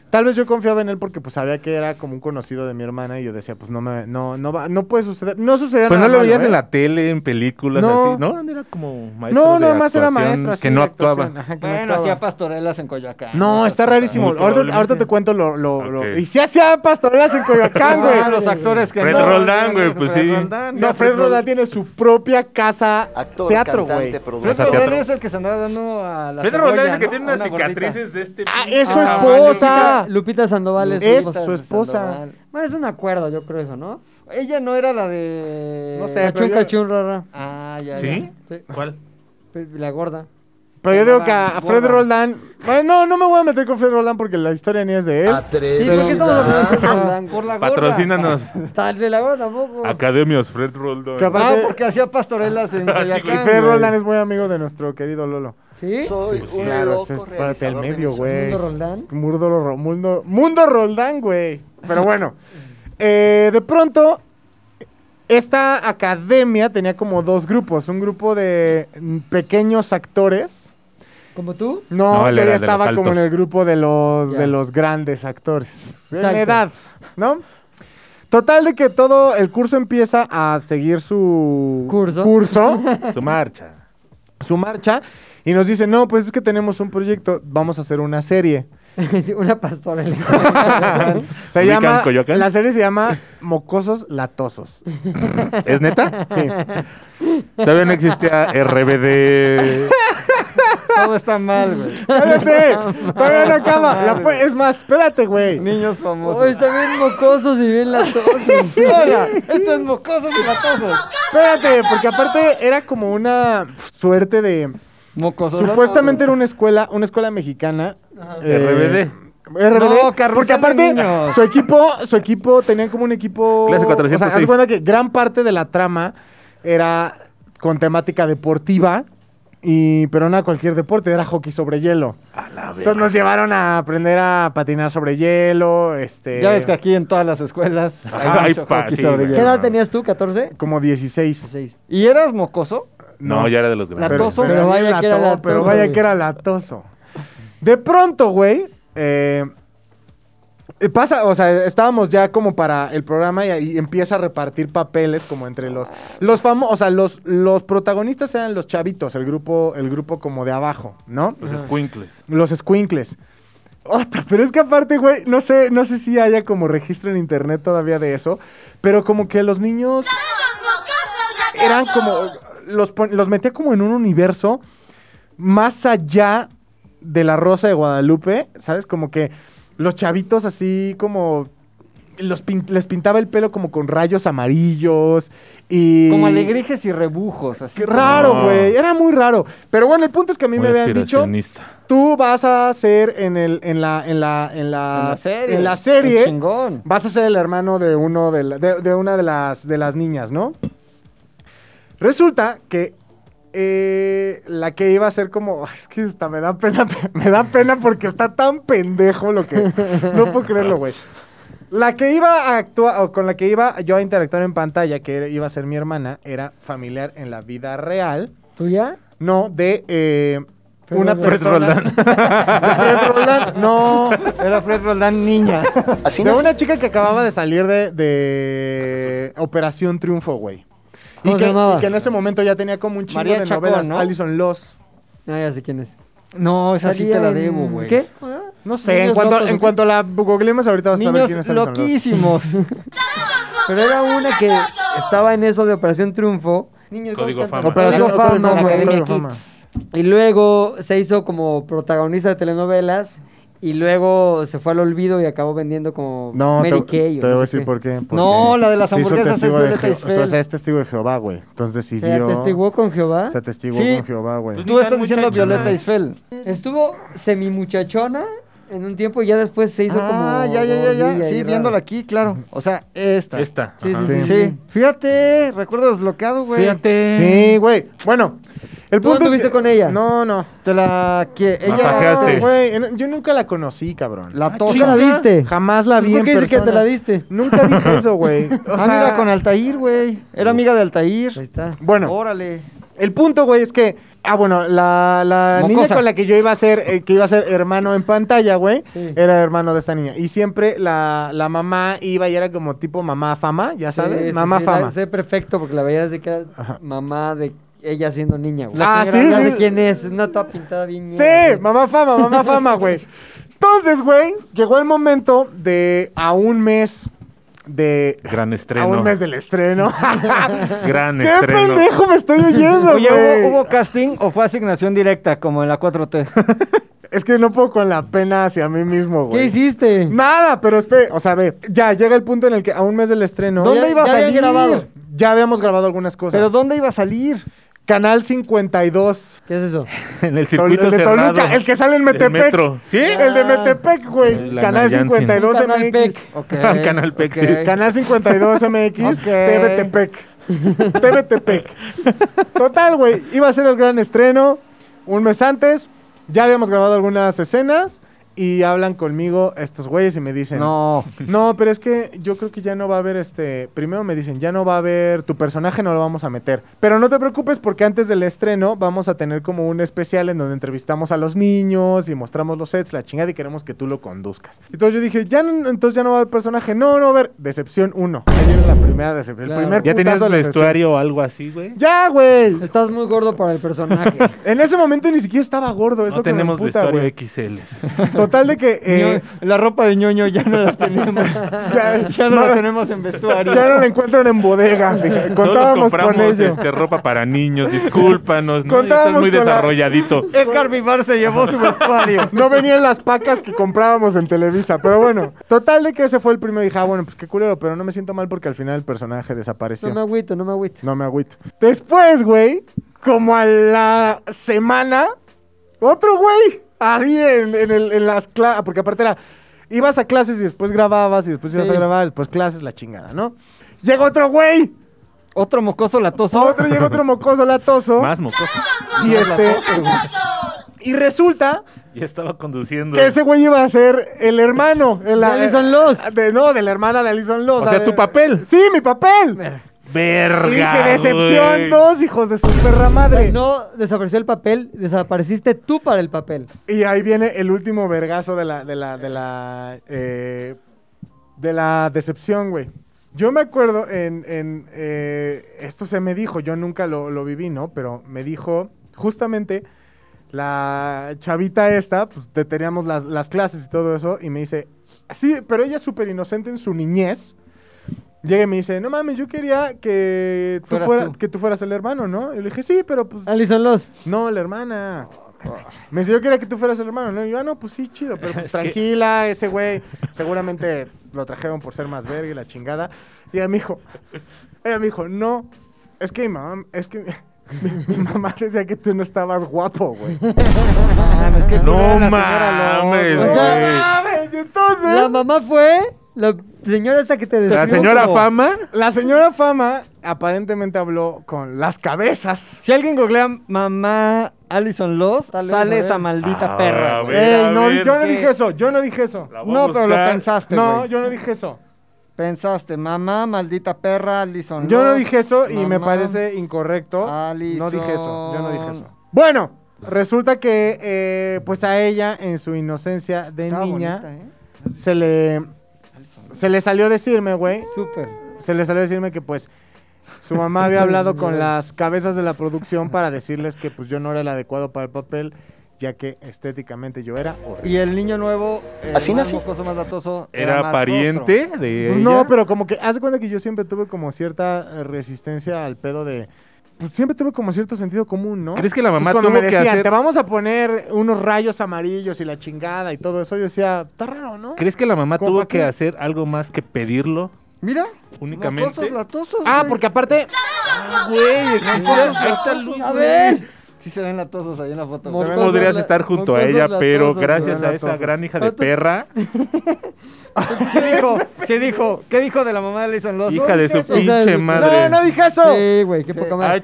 Speaker 3: Tal vez yo confiaba en él porque pues sabía que era como un conocido de mi hermana y yo decía, pues no me, no, no va, no puede suceder, no sucedió
Speaker 5: Pues no
Speaker 3: nada
Speaker 5: lo
Speaker 3: malo,
Speaker 5: veías
Speaker 3: ¿eh?
Speaker 5: en la tele, en películas,
Speaker 3: No.
Speaker 5: así. No, era como maestro.
Speaker 3: No,
Speaker 5: de
Speaker 3: nada más era
Speaker 5: actuación
Speaker 3: maestro así
Speaker 5: Que no
Speaker 3: de
Speaker 5: actuaba.
Speaker 3: actuación, ajá, que no
Speaker 4: Bueno,
Speaker 3: actuaba.
Speaker 4: hacía pastorelas en Coyoacán.
Speaker 3: No,
Speaker 4: Esas
Speaker 3: está
Speaker 4: cosas.
Speaker 3: rarísimo.
Speaker 5: Muy
Speaker 3: Ahorita,
Speaker 5: probablemente.
Speaker 3: ahorita te cuento lo. lo, lo-
Speaker 5: Ok.
Speaker 3: Y si hacía pastorelas en Coyoacán, güey.
Speaker 4: Ah, los actores que
Speaker 5: Fred
Speaker 4: no.
Speaker 5: Roldán, güey, pues
Speaker 4: Fred
Speaker 5: sí.
Speaker 4: Roldán,
Speaker 3: No, Fred Roldán tiene su propia casa
Speaker 6: Actor,
Speaker 3: teatro,
Speaker 6: cantante,
Speaker 3: güey.
Speaker 6: productor.
Speaker 4: Fred
Speaker 5: Casa
Speaker 4: Roldán
Speaker 5: pues teatro.
Speaker 4: es el que se andaba dando a la
Speaker 5: Fred
Speaker 4: cebolla,
Speaker 5: Roldán es el que
Speaker 4: ¿no?
Speaker 5: tiene
Speaker 4: A
Speaker 5: unas
Speaker 4: una gordita.
Speaker 5: cicatrices de este.
Speaker 3: Ah, es su
Speaker 1: Ah,
Speaker 3: esposa.
Speaker 1: Lupita, Lupita Sandoval es, su
Speaker 3: Es
Speaker 1: esposa.
Speaker 3: su esposa.
Speaker 4: Sandoval.
Speaker 1: Bueno, es un acuerdo, yo creo eso, ¿no?
Speaker 4: Ella no era la de.
Speaker 3: No sé, pero
Speaker 1: Cachun,
Speaker 3: yo-
Speaker 1: cachun, rara.
Speaker 4: Ah, ya.
Speaker 5: ¿Sí?
Speaker 1: Sí,
Speaker 5: ¿Cuál?
Speaker 1: La gorda.
Speaker 3: Pero yo digo que a a
Speaker 4: Gorda.
Speaker 3: Fred Roldán. Bueno, no, no me voy a meter con Fred Roldán porque la historia ni es de él.
Speaker 1: Sí,
Speaker 6: Atrevida.
Speaker 1: ¿por qué estamos hablando de Cachun
Speaker 4: ya.
Speaker 1: Blanco?
Speaker 4: Por la gorda.
Speaker 5: Patrocínanos.
Speaker 1: Tal de la gorda tampoco.
Speaker 5: Academias Fred Roldán.
Speaker 3: Capaz-
Speaker 4: Ah, porque hacía pastorelas en
Speaker 5: güey.
Speaker 3: Y
Speaker 4: Coyoacán.
Speaker 3: Fred
Speaker 4: güey.
Speaker 3: Roldán es muy amigo de nuestro querido Lolo.
Speaker 1: ¿Sí?
Speaker 6: Soy
Speaker 5: Sí, sí.
Speaker 6: un
Speaker 3: Claro,
Speaker 6: loco
Speaker 3: esto es parte del
Speaker 6: realizador de
Speaker 3: medio,
Speaker 6: mis
Speaker 3: Pues, güey.
Speaker 1: Mundo Roldán.
Speaker 3: Murdo Ro- mundo, mundo Roldán, güey. Pero bueno, eh, de pronto, esta academia tenía como dos grupos. Un grupo de mm, pequeños actores.
Speaker 1: ¿Como tú?
Speaker 3: No,
Speaker 5: No, él
Speaker 3: yo
Speaker 5: era
Speaker 3: ya
Speaker 5: de los
Speaker 3: estaba como en
Speaker 5: altos.
Speaker 3: el grupo de los,
Speaker 1: Ya.
Speaker 3: de los grandes actores. De la
Speaker 1: Exacto.
Speaker 3: edad, ¿no? Total de que todo el curso empieza a seguir su
Speaker 1: Curso.
Speaker 3: curso
Speaker 5: Su marcha.
Speaker 3: su marcha, y nos dice, no, pues es que tenemos un proyecto, vamos a hacer una serie.
Speaker 1: Sí, una pastorela.
Speaker 3: Se
Speaker 5: ¿Ubican
Speaker 3: llama,
Speaker 5: Coyoacán?
Speaker 3: la serie se llama Mocosos Latosos.
Speaker 5: ¿Es neta?
Speaker 3: Sí.
Speaker 5: Todavía no existía RBD.
Speaker 4: Todo está mal, güey.
Speaker 3: ¡Cállate! Todavía no acaba. La pu- es más, espérate, güey.
Speaker 4: Niños famosos.
Speaker 1: Hoy está bien mocosos y bien latosos.
Speaker 4: Hola, estos mocosos y latosos.
Speaker 3: Espérate, porque aparte era como una suerte de...
Speaker 4: Mocosos.
Speaker 3: Supuestamente era una escuela, una escuela mexicana. eh, RBD,
Speaker 4: No, carrusel
Speaker 3: porque
Speaker 4: de
Speaker 3: aparte
Speaker 4: niños.
Speaker 3: su equipo, su equipo tenía como un equipo. O
Speaker 5: Clase
Speaker 3: sea, haz
Speaker 5: 406.
Speaker 3: cuenta que gran parte de la trama era con temática deportiva, y, pero no a cualquier deporte, era hockey sobre hielo.
Speaker 5: A la verga.
Speaker 3: Entonces nos llevaron a aprender a patinar sobre hielo, este...
Speaker 4: Ya ves que aquí en todas las escuelas
Speaker 2: Ajá,
Speaker 4: hay mucho
Speaker 2: hay pa-
Speaker 4: hockey
Speaker 2: sí,
Speaker 4: sobre
Speaker 2: güey.
Speaker 1: ¿Qué
Speaker 4: hielo.
Speaker 1: edad tenías tú? ¿14?
Speaker 3: Como 16.
Speaker 1: 16.
Speaker 4: ¿Y eras mocoso?
Speaker 2: No, ya era de los grandes.
Speaker 4: Latoso.
Speaker 3: Pero, pero vaya que era latoso. Pero vaya
Speaker 1: güey.
Speaker 3: que era latoso. De pronto, güey, eh, eh, pasa, o sea, estábamos ya como para el programa y, ahí empieza a repartir papeles como entre los los famosos, o sea, los, los protagonistas eran los chavitos, el grupo el grupo como de abajo, ¿no?
Speaker 2: Los squinkles.
Speaker 3: Los squinkles. Ota, pero es que aparte, güey, no sé, no sé si haya como registro en internet todavía de eso, pero como que los niños eran como los pon- los metía como en un universo más allá de la Rosa de Guadalupe, ¿sabes? Como que los chavitos así como los pin- les pintaba el pelo como con rayos amarillos y
Speaker 4: Como alegrijes y rebujos. Así
Speaker 3: Qué raro,
Speaker 2: No.
Speaker 3: güey, era muy raro. Pero bueno, el punto es que a mí
Speaker 2: Ah. Muy
Speaker 3: me habían dicho
Speaker 2: aspiracionista.
Speaker 3: Tú vas a ser en el en la en la en la,
Speaker 4: En la serie.
Speaker 3: en la serie,
Speaker 4: Qué chingón.
Speaker 3: vas a ser el hermano de uno de, la- de, de una de las de las niñas, ¿no? Resulta que eh, la que iba a ser como es que hasta me da pena me da pena porque está tan pendejo lo que no puedo creerlo, güey. La que iba a actuar o con la que iba yo a interactuar en pantalla, que era- iba a ser mi hermana, era familiar en la vida real.
Speaker 1: ¿Tú ya?
Speaker 3: No, de eh,
Speaker 1: Fred
Speaker 3: una
Speaker 1: Roldán.
Speaker 3: persona.
Speaker 5: Roldán.
Speaker 3: De Fred Roldán, no.
Speaker 4: Era Fred Roldán niña.
Speaker 3: de una chica que acababa de salir de, de Operación Triunfo, güey. Y
Speaker 1: ¿Cómo
Speaker 3: que,
Speaker 1: se llamaba?
Speaker 3: y que en ese momento ya tenía como un chingo
Speaker 4: María
Speaker 3: de
Speaker 4: Chacón,
Speaker 3: novelas.
Speaker 4: ¿no?
Speaker 3: Alison Loss.
Speaker 1: No, ya sé quién es.
Speaker 4: No, esa sí te
Speaker 1: Salía
Speaker 4: la
Speaker 1: en-
Speaker 4: debo, güey.
Speaker 1: ¿Qué?
Speaker 3: No sé, en
Speaker 1: Niños
Speaker 3: cuanto,
Speaker 1: locos,
Speaker 3: en
Speaker 1: ¿o
Speaker 3: cuanto la googleemos ahorita vas a saber quién
Speaker 4: Niños
Speaker 3: es Alison Loss.
Speaker 4: loquísimos.
Speaker 1: Pero era una que estaba en eso de Operación Triunfo. Niños
Speaker 5: Código
Speaker 1: con
Speaker 5: Fama.
Speaker 1: tanta-
Speaker 3: Operación
Speaker 1: Código Fama,
Speaker 3: Fama,
Speaker 1: güey.
Speaker 3: Código
Speaker 4: Academia
Speaker 3: Fama.
Speaker 1: Y luego se hizo como protagonista de telenovelas. Y luego se fue al olvido y acabó vendiendo como
Speaker 3: No,
Speaker 1: Mary
Speaker 3: te,
Speaker 1: Kay. o
Speaker 3: te
Speaker 1: no
Speaker 3: voy a
Speaker 1: sé
Speaker 3: decir
Speaker 1: qué.
Speaker 3: por qué. porque
Speaker 4: No, la de las
Speaker 3: se hizo
Speaker 4: hamburguesas es
Speaker 3: testigo de
Speaker 4: Violeta
Speaker 3: Jeho-
Speaker 4: Isfel.
Speaker 3: O sea, es testigo de Jehová, güey. Entonces
Speaker 1: ¿Se atestiguó
Speaker 3: decidió.
Speaker 1: con Jehová?
Speaker 3: Se atestiguó
Speaker 4: Sí.
Speaker 3: con Jehová, güey.
Speaker 4: Tú estás diciendo
Speaker 5: muchacha.
Speaker 4: Violeta Isfel.
Speaker 1: Estuvo semi-muchachona en un tiempo y ya después se hizo como...
Speaker 4: Ah, ya, ya, ya,
Speaker 1: gordilla
Speaker 4: ya.
Speaker 1: ahí
Speaker 4: Sí,
Speaker 1: rara.
Speaker 4: viéndola aquí, claro. O sea, esta.
Speaker 5: Esta.
Speaker 1: Sí,
Speaker 5: ajá.
Speaker 1: sí, sí.
Speaker 4: Sí. Fíjate, recuerdo desbloqueado, güey.
Speaker 5: Fíjate.
Speaker 3: Sí, güey. Bueno, el
Speaker 1: ¿Tú
Speaker 3: punto es
Speaker 1: anduviste
Speaker 3: que-
Speaker 1: con ella?
Speaker 3: No, no.
Speaker 4: Te la que ella
Speaker 2: Masajeaste.
Speaker 3: No, güey, en- yo nunca la conocí, cabrón.
Speaker 4: la
Speaker 1: ¿Nunca la
Speaker 4: toca.
Speaker 1: viste?
Speaker 3: Jamás la vi
Speaker 1: ¿Por
Speaker 3: en
Speaker 1: qué dices que
Speaker 3: persona.
Speaker 1: te la diste?
Speaker 3: Nunca dije eso, güey. O
Speaker 4: Ah,
Speaker 3: sea,
Speaker 4: mira, con Altair, güey. Era amiga de
Speaker 1: Ahí
Speaker 4: Altair.
Speaker 1: está.
Speaker 3: Bueno,
Speaker 4: Órale.
Speaker 3: el punto, güey, es que... Ah, bueno, la, la
Speaker 4: Mocosa.
Speaker 3: niña con la que yo iba a ser, eh, que iba a ser hermano en pantalla, güey,
Speaker 1: Sí.
Speaker 3: era hermano de esta niña. Y siempre la, la mamá iba y era como tipo mamá fama, ya sabes,
Speaker 1: Sí, sí,
Speaker 3: mamá
Speaker 1: sí, la
Speaker 3: fama.
Speaker 1: sé perfecto porque la veía desde que era mamá de ella siendo niña, güey.
Speaker 3: Ah,
Speaker 1: La señora,
Speaker 3: sí,
Speaker 1: ya
Speaker 3: sí.
Speaker 1: sé quién es, es una toda pintada bien. ñera,
Speaker 3: Sí,
Speaker 1: güey.
Speaker 3: mamá fama, mamá fama, güey. Entonces, güey, llegó el momento de a un mes de...
Speaker 5: Gran
Speaker 3: A un
Speaker 5: estreno.
Speaker 3: mes del estreno.
Speaker 5: Gran
Speaker 3: ¡Qué
Speaker 5: estreno.
Speaker 3: pendejo me estoy oyendo,
Speaker 4: Oye,
Speaker 3: güey!
Speaker 4: ¿hubo, hubo casting o fue asignación directa como en la 4T?
Speaker 3: Es que no puedo con la pena hacia mí mismo,
Speaker 1: ¿Qué
Speaker 3: güey.
Speaker 1: hiciste?
Speaker 3: Nada, pero espé, o sea, ve, ya llega el punto en el que a un mes del estreno.
Speaker 4: ¿Dónde
Speaker 1: Ya-
Speaker 4: iba a
Speaker 1: ya habían
Speaker 4: salir?
Speaker 1: grabado.
Speaker 3: Ya habíamos grabado algunas cosas.
Speaker 4: Pero ¿dónde iba a salir?
Speaker 3: Canal 52.
Speaker 1: ¿Qué es eso?
Speaker 5: en el
Speaker 3: Tol-
Speaker 5: circuito
Speaker 3: el de
Speaker 5: cerrado.
Speaker 3: Toluca, el que sale en
Speaker 5: Del
Speaker 3: Metepec.
Speaker 5: metro. ¿Sí?
Speaker 3: El de
Speaker 1: Ah.
Speaker 3: Metepec, güey.
Speaker 5: La
Speaker 3: Canal
Speaker 5: Nayantzin.
Speaker 3: 52
Speaker 1: Un canal
Speaker 3: MX.
Speaker 1: pec.
Speaker 4: Ok.
Speaker 5: Canal Pex, sí.
Speaker 4: ok.
Speaker 3: Canal 52 MX,
Speaker 4: Ok.
Speaker 3: TVTepec. TVTepec. Total, güey. Iba a ser el gran estreno un mes antes. Ya habíamos grabado algunas escenas. Y hablan conmigo estos güeyes y me dicen...
Speaker 4: No.
Speaker 3: No, pero es que yo creo que ya no va a haber este. Primero me dicen, ya no va a haber. Tu personaje no lo vamos a meter. Pero no te preocupes porque antes del estreno vamos a tener como un especial en donde entrevistamos a los niños y mostramos los sets, la chingada y queremos que tú lo conduzcas. Entonces yo dije, ya no- entonces ya no va a haber personaje. No, no va a haber. Decepción 1. Ahí viene la primera decepción.
Speaker 1: Claro.
Speaker 3: El primer
Speaker 5: ¿Ya tenías
Speaker 3: putazo de la decepción.
Speaker 5: vestuario o algo así, güey?
Speaker 3: Ya, güey.
Speaker 1: Estás muy gordo para el personaje.
Speaker 3: En ese momento ni siquiera estaba gordo. Es
Speaker 5: No
Speaker 3: lo que me
Speaker 5: tenemos
Speaker 3: emputa,
Speaker 5: vestuario
Speaker 3: güey.
Speaker 5: XL.
Speaker 3: Total de que. eh,
Speaker 4: Ño- la ropa de ñoño ya no la tenemos.
Speaker 3: ya,
Speaker 4: ya no, la tenemos en vestuario.
Speaker 3: ya no la encuentran en bodega. fíjate.
Speaker 5: Solo
Speaker 3: Contábamos con
Speaker 5: compramos
Speaker 3: ello.
Speaker 5: este, ropa para niños, discúlpanos. ¿no?
Speaker 3: Contábamos
Speaker 5: Estás muy
Speaker 3: con la-
Speaker 5: desarrolladito.
Speaker 4: Edgar Vivar se llevó su vestuario.
Speaker 3: No venían las pacas que comprábamos en Televisa, pero bueno. Total de que ese fue el primero. Dije, ah, bueno, pues qué culero, pero no me siento mal porque al final el personaje desapareció.
Speaker 1: No me agüito, no me agüito.
Speaker 3: No me agüito. Después, güey, como a la semana, otro güey, así en, en el- en las clases, porque aparte era, ibas a clases y después grababas y después ibas
Speaker 1: Sí.
Speaker 3: a grabar, después clases, la chingada, ¿no? Llega otro güey,
Speaker 4: Otro mocoso latoso.
Speaker 3: Otro llega otro mocoso latoso.
Speaker 5: Más mocoso.
Speaker 3: Y este. Y resulta
Speaker 5: Ya estaba conduciendo.
Speaker 3: que ese güey iba a ser el hermano. El, eh, ah,
Speaker 1: De Alison Loss.
Speaker 3: de- no, de la hermana de Alison Loss.
Speaker 5: O sea,
Speaker 3: de-
Speaker 5: tu papel.
Speaker 3: Sí, mi papel.
Speaker 5: Verga.
Speaker 3: Y dije,
Speaker 5: güey.
Speaker 3: decepción, dos hijos de su perra madre.
Speaker 1: No desapareció el papel, desapareciste tú para el papel.
Speaker 3: Y ahí viene el último vergazo de la, de la, de la, eh, de la decepción, güey. Yo me acuerdo en, en, eh, esto se me dijo, yo nunca lo, lo viví, ¿no? Pero me dijo justamente la chavita esta, pues te teníamos las, las clases y todo eso, y me dice, sí, pero ella es súper inocente en su niñez. Llega y me dice, no mames, yo quería que tú,
Speaker 4: Fueras
Speaker 3: fuera-
Speaker 4: tú.
Speaker 3: que tú fueras el hermano, ¿no? Y le dije, sí, pero pues
Speaker 1: Alison Loss.
Speaker 3: no, la hermana. Me dice, yo quería que tú fueras el hermano, ¿no? Y yo, ah, no, pues sí, chido, pero pues
Speaker 5: Es que-
Speaker 3: tranquila, ese güey seguramente lo trajeron por ser más verga y la chingada. Y ella me dijo, ella me dijo, no, es que mi mamá, es que mi, mi mamá decía que tú no estabas guapo, güey.
Speaker 4: Mames, qué
Speaker 5: No
Speaker 4: culera la señora Loz,
Speaker 5: mames,
Speaker 4: güey.
Speaker 3: ¡No
Speaker 1: O sea,
Speaker 3: mames! Y Entonces,
Speaker 1: La mamá fue la señora esta que te describo.
Speaker 5: La señora
Speaker 1: como-
Speaker 5: Fama.
Speaker 3: la señora Fama aparentemente habló con las cabezas.
Speaker 4: Si alguien googlea mamá Alison Loss,
Speaker 1: Tal vez,
Speaker 4: sale
Speaker 1: a ver.
Speaker 4: esa maldita
Speaker 5: Ah,
Speaker 4: perra.
Speaker 5: a
Speaker 4: güey. Eh,
Speaker 5: ver,
Speaker 3: Ey,
Speaker 5: a
Speaker 3: no,
Speaker 5: ver,
Speaker 3: yo no
Speaker 4: sí.
Speaker 3: dije eso, yo no dije eso.
Speaker 5: La voy a
Speaker 4: No, pero lo
Speaker 5: buscar.
Speaker 4: pensaste,
Speaker 3: No,
Speaker 4: güey.
Speaker 3: yo no dije eso.
Speaker 4: Pensaste, mamá, maldita perra, Alison
Speaker 3: Yo no
Speaker 4: Loss,
Speaker 3: dije eso y me
Speaker 4: mamá.
Speaker 3: parece incorrecto. No
Speaker 4: Alison.
Speaker 3: dije eso, yo no dije eso. Bueno, resulta que eh, pues a ella en su inocencia de
Speaker 4: Estaba
Speaker 3: niña
Speaker 4: bonita, ¿eh?
Speaker 3: se le se le salió decirme, güey,
Speaker 1: Súper.
Speaker 3: se le salió decirme que pues su mamá había hablado con las cabezas de la producción para decirles que pues yo no era el adecuado para el papel, ya que estéticamente yo era horrible.
Speaker 4: Y el niño nuevo, eh, el
Speaker 7: Así
Speaker 4: más
Speaker 7: nací.
Speaker 4: mocoso, más latoso,
Speaker 5: Era
Speaker 4: más rostro.
Speaker 5: pariente de.
Speaker 3: Pues
Speaker 5: ella.
Speaker 3: no, pero como que haz de cuenta que yo siempre tuve como cierta eh, resistencia al pedo de pues siempre tuve como cierto sentido común, ¿no?
Speaker 5: ¿Crees que la mamá
Speaker 3: Entonces, pues cuando
Speaker 5: tuvo
Speaker 3: me
Speaker 5: que
Speaker 3: decían,
Speaker 5: hacer-
Speaker 3: te vamos a poner unos rayos amarillos y la chingada y todo eso, yo decía, está raro, ¿no?
Speaker 5: ¿Crees que la mamá
Speaker 3: ¿Cómo
Speaker 5: tuvo
Speaker 3: para
Speaker 5: que
Speaker 3: qué?
Speaker 5: hacer algo más que pedirlo?
Speaker 4: Mira,
Speaker 5: Únicamente.
Speaker 4: mocosos, latosos,
Speaker 3: Ah,
Speaker 4: güey.
Speaker 3: porque aparte,
Speaker 5: Güey,
Speaker 1: A ver.
Speaker 4: Sí se ven latosos ahí en la foto.
Speaker 1: Mo-
Speaker 4: güey.
Speaker 1: Mocosos,
Speaker 5: Podrías
Speaker 1: la-
Speaker 5: estar junto a
Speaker 1: mocosos,
Speaker 5: ella, pero
Speaker 1: latosos,
Speaker 5: gracias a
Speaker 1: latosos.
Speaker 5: esa gran hija de
Speaker 1: Otro-
Speaker 5: perra,
Speaker 4: ¿Qué dijo? ¿Qué dijo? ¿Qué dijo de la mamá de Alison Loss?
Speaker 5: hija de su
Speaker 1: O sea,
Speaker 5: pinche
Speaker 1: no,
Speaker 3: no,
Speaker 5: madre.
Speaker 3: no dije eso.
Speaker 1: Sí, güey, qué
Speaker 4: Sí.
Speaker 1: poca madre.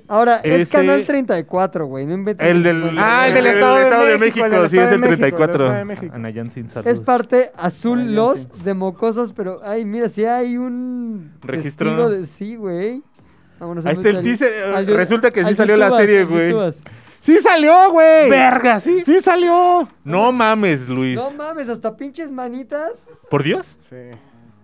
Speaker 5: HD.
Speaker 1: Ahora, es
Speaker 5: ese-
Speaker 1: Canal 34, güey, no inventes.
Speaker 5: El del,
Speaker 3: Ah, el del Estado de México, el del
Speaker 5: sí, es
Speaker 3: Estado
Speaker 5: el
Speaker 3: de México, el del
Speaker 5: 34.
Speaker 3: Estado de México.
Speaker 5: Anayán sin salud.
Speaker 1: Es parte azul
Speaker 4: Ay, ya
Speaker 1: los
Speaker 4: sé.
Speaker 1: de mocosos, pero ay, mira, si hay un
Speaker 5: Registro.
Speaker 1: testigo de sí, güey. Vámonos,
Speaker 5: Ahí está el
Speaker 1: métele.
Speaker 5: teaser, eh,
Speaker 1: Al de-
Speaker 5: resulta que sí
Speaker 1: al
Speaker 5: salió la
Speaker 1: youtubas,
Speaker 5: serie,
Speaker 1: al
Speaker 5: güey.
Speaker 1: youtubas.
Speaker 3: Sí salió, güey.
Speaker 5: ¡Verga, sí!
Speaker 3: Sí salió.
Speaker 5: No mames, Luis.
Speaker 1: No mames, hasta pinches manitas.
Speaker 5: ¿Por Dios?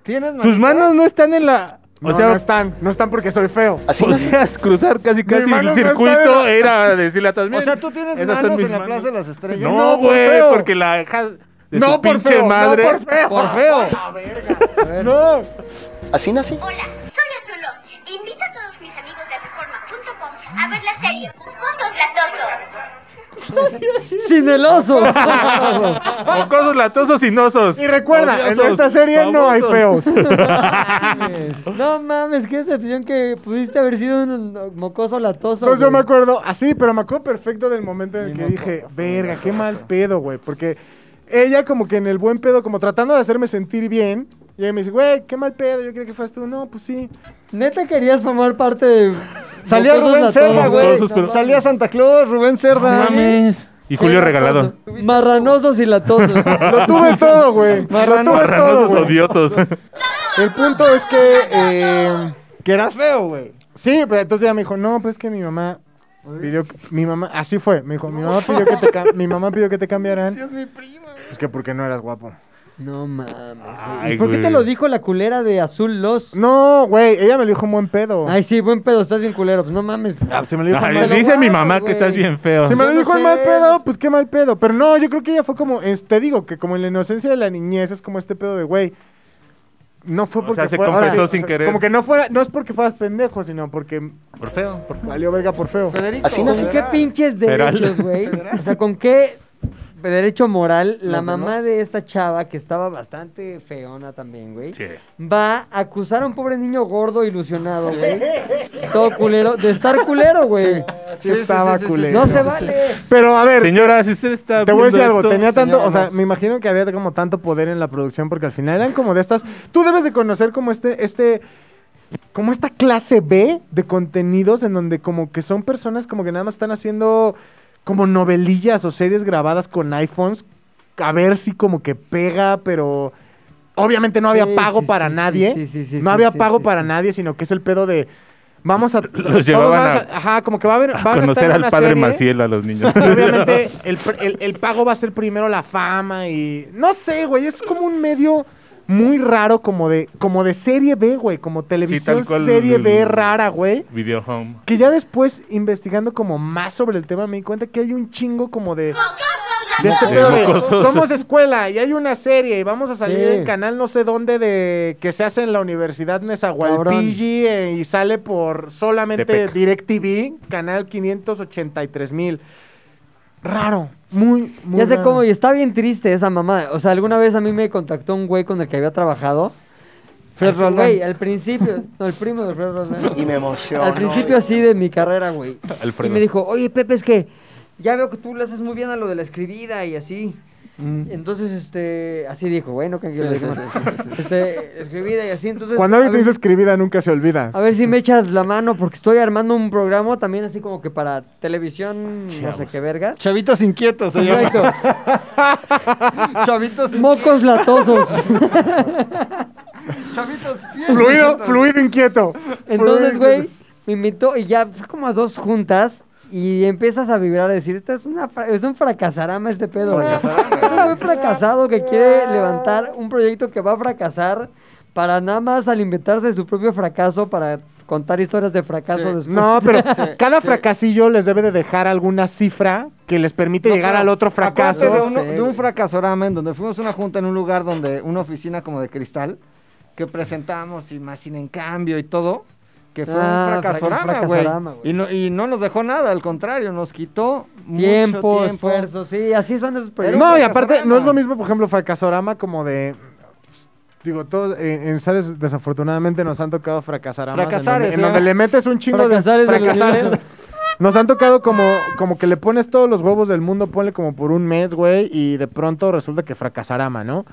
Speaker 4: ¿Tienes
Speaker 5: Tus manos no están en la...
Speaker 3: O
Speaker 5: o sea,
Speaker 3: no están, no están porque soy feo.
Speaker 5: podías cruzar casi casi
Speaker 3: mano
Speaker 5: el
Speaker 3: no
Speaker 5: circuito.
Speaker 3: está
Speaker 5: Era decirle a todas
Speaker 4: O
Speaker 5: "Miren,
Speaker 4: sea, tú tienes
Speaker 5: esas son
Speaker 4: manos
Speaker 5: mis
Speaker 4: en la
Speaker 5: manos".
Speaker 4: Plaza de las Estrellas.
Speaker 5: No,
Speaker 3: por
Speaker 5: güey,
Speaker 3: feo.
Speaker 5: porque la hija de
Speaker 3: No
Speaker 5: su
Speaker 3: por
Speaker 5: pinche
Speaker 3: feo, no
Speaker 5: madre...
Speaker 3: por feo.
Speaker 4: Por feo.
Speaker 1: A ver,
Speaker 3: No.
Speaker 7: Así nací.
Speaker 6: Hola, soy Azulos. Invito a todos mis amigos de reforma.com a ver la serie Mocosos Latosos.
Speaker 1: sin el oso.
Speaker 5: Mocosos, latosos y nosos.
Speaker 3: Y recuerda,
Speaker 5: Odiosos,
Speaker 3: en esta serie no hay
Speaker 5: famosos.
Speaker 3: feos.
Speaker 1: no mames, qué decepción que pudiste haber sido un mocoso latoso.
Speaker 3: Entonces yo
Speaker 1: güey.
Speaker 3: me acuerdo, así, pero me acuerdo perfecto del momento en el
Speaker 4: Mi
Speaker 3: que
Speaker 4: moco,
Speaker 3: dije,
Speaker 4: sí,
Speaker 3: verga,
Speaker 4: moco,
Speaker 3: qué mal
Speaker 4: sí.
Speaker 3: pedo, güey. Porque ella como que en el buen pedo, como tratando de hacerme sentir bien, y ella me dice, güey, qué mal pedo, yo creía que fueras tú. No, pues sí.
Speaker 1: Neta querías formar parte de
Speaker 4: Salía
Speaker 1: mocosos
Speaker 4: Rubén
Speaker 1: latosos,
Speaker 4: Cerda, güey.
Speaker 5: Mocosos, pero-
Speaker 4: Salía Santa Claus, Rubén Cerda.
Speaker 5: Mames. Y Julio
Speaker 1: Sí,
Speaker 5: Regalado.
Speaker 1: latoso. Marranosos y latosos.
Speaker 3: Lo tuve todo, güey. Lo tuve
Speaker 4: Marrano-
Speaker 3: todo,
Speaker 5: Marranosos
Speaker 3: güey.
Speaker 5: odiosos.
Speaker 3: El punto es que, eh,
Speaker 4: Que eras feo, güey.
Speaker 3: sí, pero entonces ella me dijo, no, pues que mi mamá pidió, que- mi mamá, así fue, me dijo, mi mamá pidió que te, ca- mi mamá pidió que te cambiaran. Es mi prima. Es que porque no eras guapo.
Speaker 1: No mames.
Speaker 5: Ay,
Speaker 1: ¿Y por qué te
Speaker 5: güey.
Speaker 1: lo dijo la culera de Azul Los?
Speaker 3: No, güey, ella me lo dijo en buen pedo.
Speaker 1: Ay, sí, buen pedo, estás bien culero. Pues no mames.
Speaker 3: Ah, se me lo dijo
Speaker 5: Ay,
Speaker 3: en mal-
Speaker 5: dice mi
Speaker 1: guardo,
Speaker 5: mamá que
Speaker 1: güey.
Speaker 5: estás bien feo.
Speaker 3: Si me lo
Speaker 1: Yo no
Speaker 3: dijo en
Speaker 1: sé,
Speaker 3: mal
Speaker 1: no
Speaker 3: pedo,
Speaker 1: sé.
Speaker 3: pues qué mal pedo. Pero no, yo creo que ella fue como, es- te digo, que como en la inocencia de la niñez es como este pedo de, güey, no fue
Speaker 5: O
Speaker 3: porque
Speaker 5: sea, se
Speaker 3: fue-
Speaker 5: compensó
Speaker 3: o sea,
Speaker 5: sin querer.
Speaker 3: Como que no fuera, no es porque fueras pendejo, sino porque
Speaker 5: Por feo, por feo.
Speaker 3: valió verga por feo.
Speaker 4: Federico.
Speaker 7: Así
Speaker 1: ¿Con
Speaker 7: nací.
Speaker 1: qué pinches
Speaker 5: Federal.
Speaker 1: derechos, güey? O sea, ¿con qué derecho moral la mamá de esta chava, que estaba bastante feona también, güey,
Speaker 5: Sí.
Speaker 1: va a acusar a un pobre niño gordo ilusionado, güey? Todo culero, de estar culero, güey.
Speaker 3: Sí, estaba culero.
Speaker 1: No se vale.
Speaker 3: Pero a ver,
Speaker 5: Señora, si usted está.
Speaker 3: te voy a
Speaker 5: viendo
Speaker 3: decir algo.
Speaker 5: esto-
Speaker 3: Tenía tanto, o
Speaker 4: señora,
Speaker 3: sea,
Speaker 4: más.
Speaker 3: me imagino que había como tanto poder en la producción porque al final eran como de estas. Tú debes de conocer como este, este. como esta clase B de contenidos en donde como que son personas como que nada más están haciendo como novelillas o series grabadas con iPhones a ver si como que pega, pero obviamente no había
Speaker 1: Sí,
Speaker 3: pago
Speaker 1: sí,
Speaker 3: para
Speaker 1: sí,
Speaker 3: nadie.
Speaker 1: sí, sí, sí, sí,
Speaker 3: no había
Speaker 1: sí,
Speaker 3: pago
Speaker 1: sí,
Speaker 3: para
Speaker 1: sí.
Speaker 3: nadie, sino que es el pedo de vamos a todos
Speaker 2: llevaban
Speaker 3: vamos
Speaker 2: a-
Speaker 3: ajá, como que va a haber
Speaker 2: A
Speaker 3: van a estar
Speaker 2: conocer
Speaker 3: en
Speaker 2: al
Speaker 3: una
Speaker 2: padre
Speaker 3: serie.
Speaker 2: Maciel a los niños.
Speaker 3: Y obviamente el, pr- el- el pago va a ser primero la fama y... No sé, güey, es como un medio muy raro, como de, como de serie B, güey, como televisión
Speaker 2: cual,
Speaker 3: serie B
Speaker 2: el-
Speaker 3: rara, güey.
Speaker 2: Video Home.
Speaker 3: Que ya después, investigando como más sobre el tema, me di cuenta que hay un chingo como de...
Speaker 6: ¡Mocosos
Speaker 3: De este
Speaker 2: De
Speaker 3: pedo de,
Speaker 2: mocosos.
Speaker 3: somos escuela y hay una serie y vamos a salir
Speaker 1: Sí.
Speaker 3: en canal no sé dónde de que se hace en la Universidad Nezahualpilli eh, y sale por solamente
Speaker 2: Tepec.
Speaker 3: DirecTV, canal 583 mil. Raro, muy, muy
Speaker 1: ya sé
Speaker 3: raro.
Speaker 1: cómo, y está bien triste esa mamada. O sea, alguna vez a mí me contactó un güey con el que había trabajado.
Speaker 4: Fred
Speaker 1: Al- Güey,
Speaker 4: Roldán.
Speaker 1: al principio, no, el primo de Fred Roldán.
Speaker 8: Y me emocionó.
Speaker 1: Al principio así de mi carrera, güey. Y me dijo, oye, Pepe, es que ya veo que tú le haces muy bien a lo de la escribida y así.
Speaker 3: Mm.
Speaker 1: Entonces, este, así dijo, güey, no creo que yo le diga mal. Este, escribida y así, entonces...
Speaker 3: Cuando
Speaker 1: a
Speaker 3: alguien te
Speaker 1: ver-
Speaker 3: dice escribida nunca se olvida.
Speaker 1: A ver si me echas la mano porque estoy armando un programa también así como que para televisión, no sé qué vergas.
Speaker 4: Chavitos inquietos, se llama.
Speaker 1: Exacto.
Speaker 4: Chavitos,
Speaker 1: Mocos latosos.
Speaker 4: chavitos bien
Speaker 3: Fluido,
Speaker 4: inquietos.
Speaker 3: fluido inquieto.
Speaker 1: Entonces,
Speaker 3: Fluido
Speaker 1: güey,
Speaker 3: inquieto.
Speaker 1: me invitó y ya fue como a dos juntas y empiezas a vibrar a decir, esto es, una, fra- es un fracasarama este pedo. güey". Es un güey fracasado que quiere levantar un proyecto que va a fracasar para nada más al inventarse su propio fracaso para contar historias de fracaso
Speaker 4: Sí.
Speaker 1: después.
Speaker 3: No, pero cada
Speaker 4: sí.
Speaker 3: fracasillo les debe de dejar alguna cifra que les permite
Speaker 4: No,
Speaker 3: llegar
Speaker 4: claro.
Speaker 3: al otro fracaso.
Speaker 4: Aparte De, uno-
Speaker 1: Sí,
Speaker 4: de
Speaker 1: güey.
Speaker 4: un fracasorama en donde fuimos a una junta en un lugar donde una oficina como de cristal que presentamos y más sin en cambio y todo. Que fue
Speaker 1: Ah,
Speaker 4: un fracasorama,
Speaker 1: fraca-
Speaker 4: güey.
Speaker 1: fracasorama, güey.
Speaker 4: Y no, y no nos dejó nada, al contrario, nos quitó mucho
Speaker 1: Tiempo,
Speaker 4: tiempo.
Speaker 1: esfuerzo, sí, así son esos proyectos.
Speaker 4: Pero
Speaker 3: No, y
Speaker 4: fracasorama.
Speaker 3: aparte, no es lo mismo, por ejemplo, fracasorama como de. Digo, todos en, en Sares, desafortunadamente, nos han tocado fracasaramas. En
Speaker 4: Fracasares,
Speaker 3: donde, en
Speaker 4: ¿no?
Speaker 3: donde le metes un chingo
Speaker 1: Fracasares
Speaker 3: de
Speaker 1: del
Speaker 3: fracasares.
Speaker 1: universo.
Speaker 3: Nos han tocado como, como que le pones todos los huevos del mundo, ponle como por un mes, güey, y de pronto resulta que fracasarama, ¿no?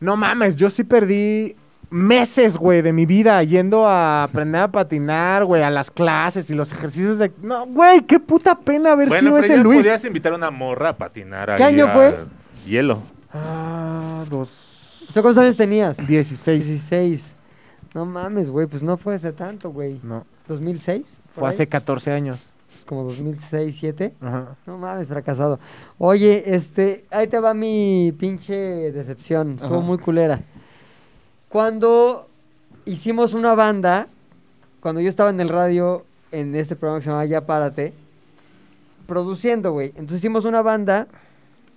Speaker 3: No mames, yo sí perdí meses, güey, de mi vida yendo a aprender a patinar, güey, a las clases y los ejercicios de... No, güey, qué puta pena haber sido
Speaker 2: Bueno,
Speaker 3: ese
Speaker 2: pero ya
Speaker 3: Luis.
Speaker 2: podías invitar a una morra a patinar
Speaker 1: ¿Qué
Speaker 2: ahí
Speaker 1: año
Speaker 2: a
Speaker 1: fue?
Speaker 2: Hielo.
Speaker 3: Ah, dos...
Speaker 1: ¿Tú cuántos años tenías?
Speaker 3: 16.
Speaker 1: 16. No mames, güey, pues no fue hace tanto, güey.
Speaker 3: No,
Speaker 1: ¿2006? por
Speaker 3: fue
Speaker 1: ahí.
Speaker 3: hace 14 años.
Speaker 1: Pues como 2006, 7.
Speaker 3: Ajá.
Speaker 1: No mames, fracasado. Oye, este, ahí te va mi pinche decepción. Estuvo
Speaker 4: Ajá.
Speaker 1: muy culera. Cuando hicimos una banda, cuando yo estaba en el radio, en este programa que se llamaba Ya Párate, produciendo, güey. Entonces hicimos una banda,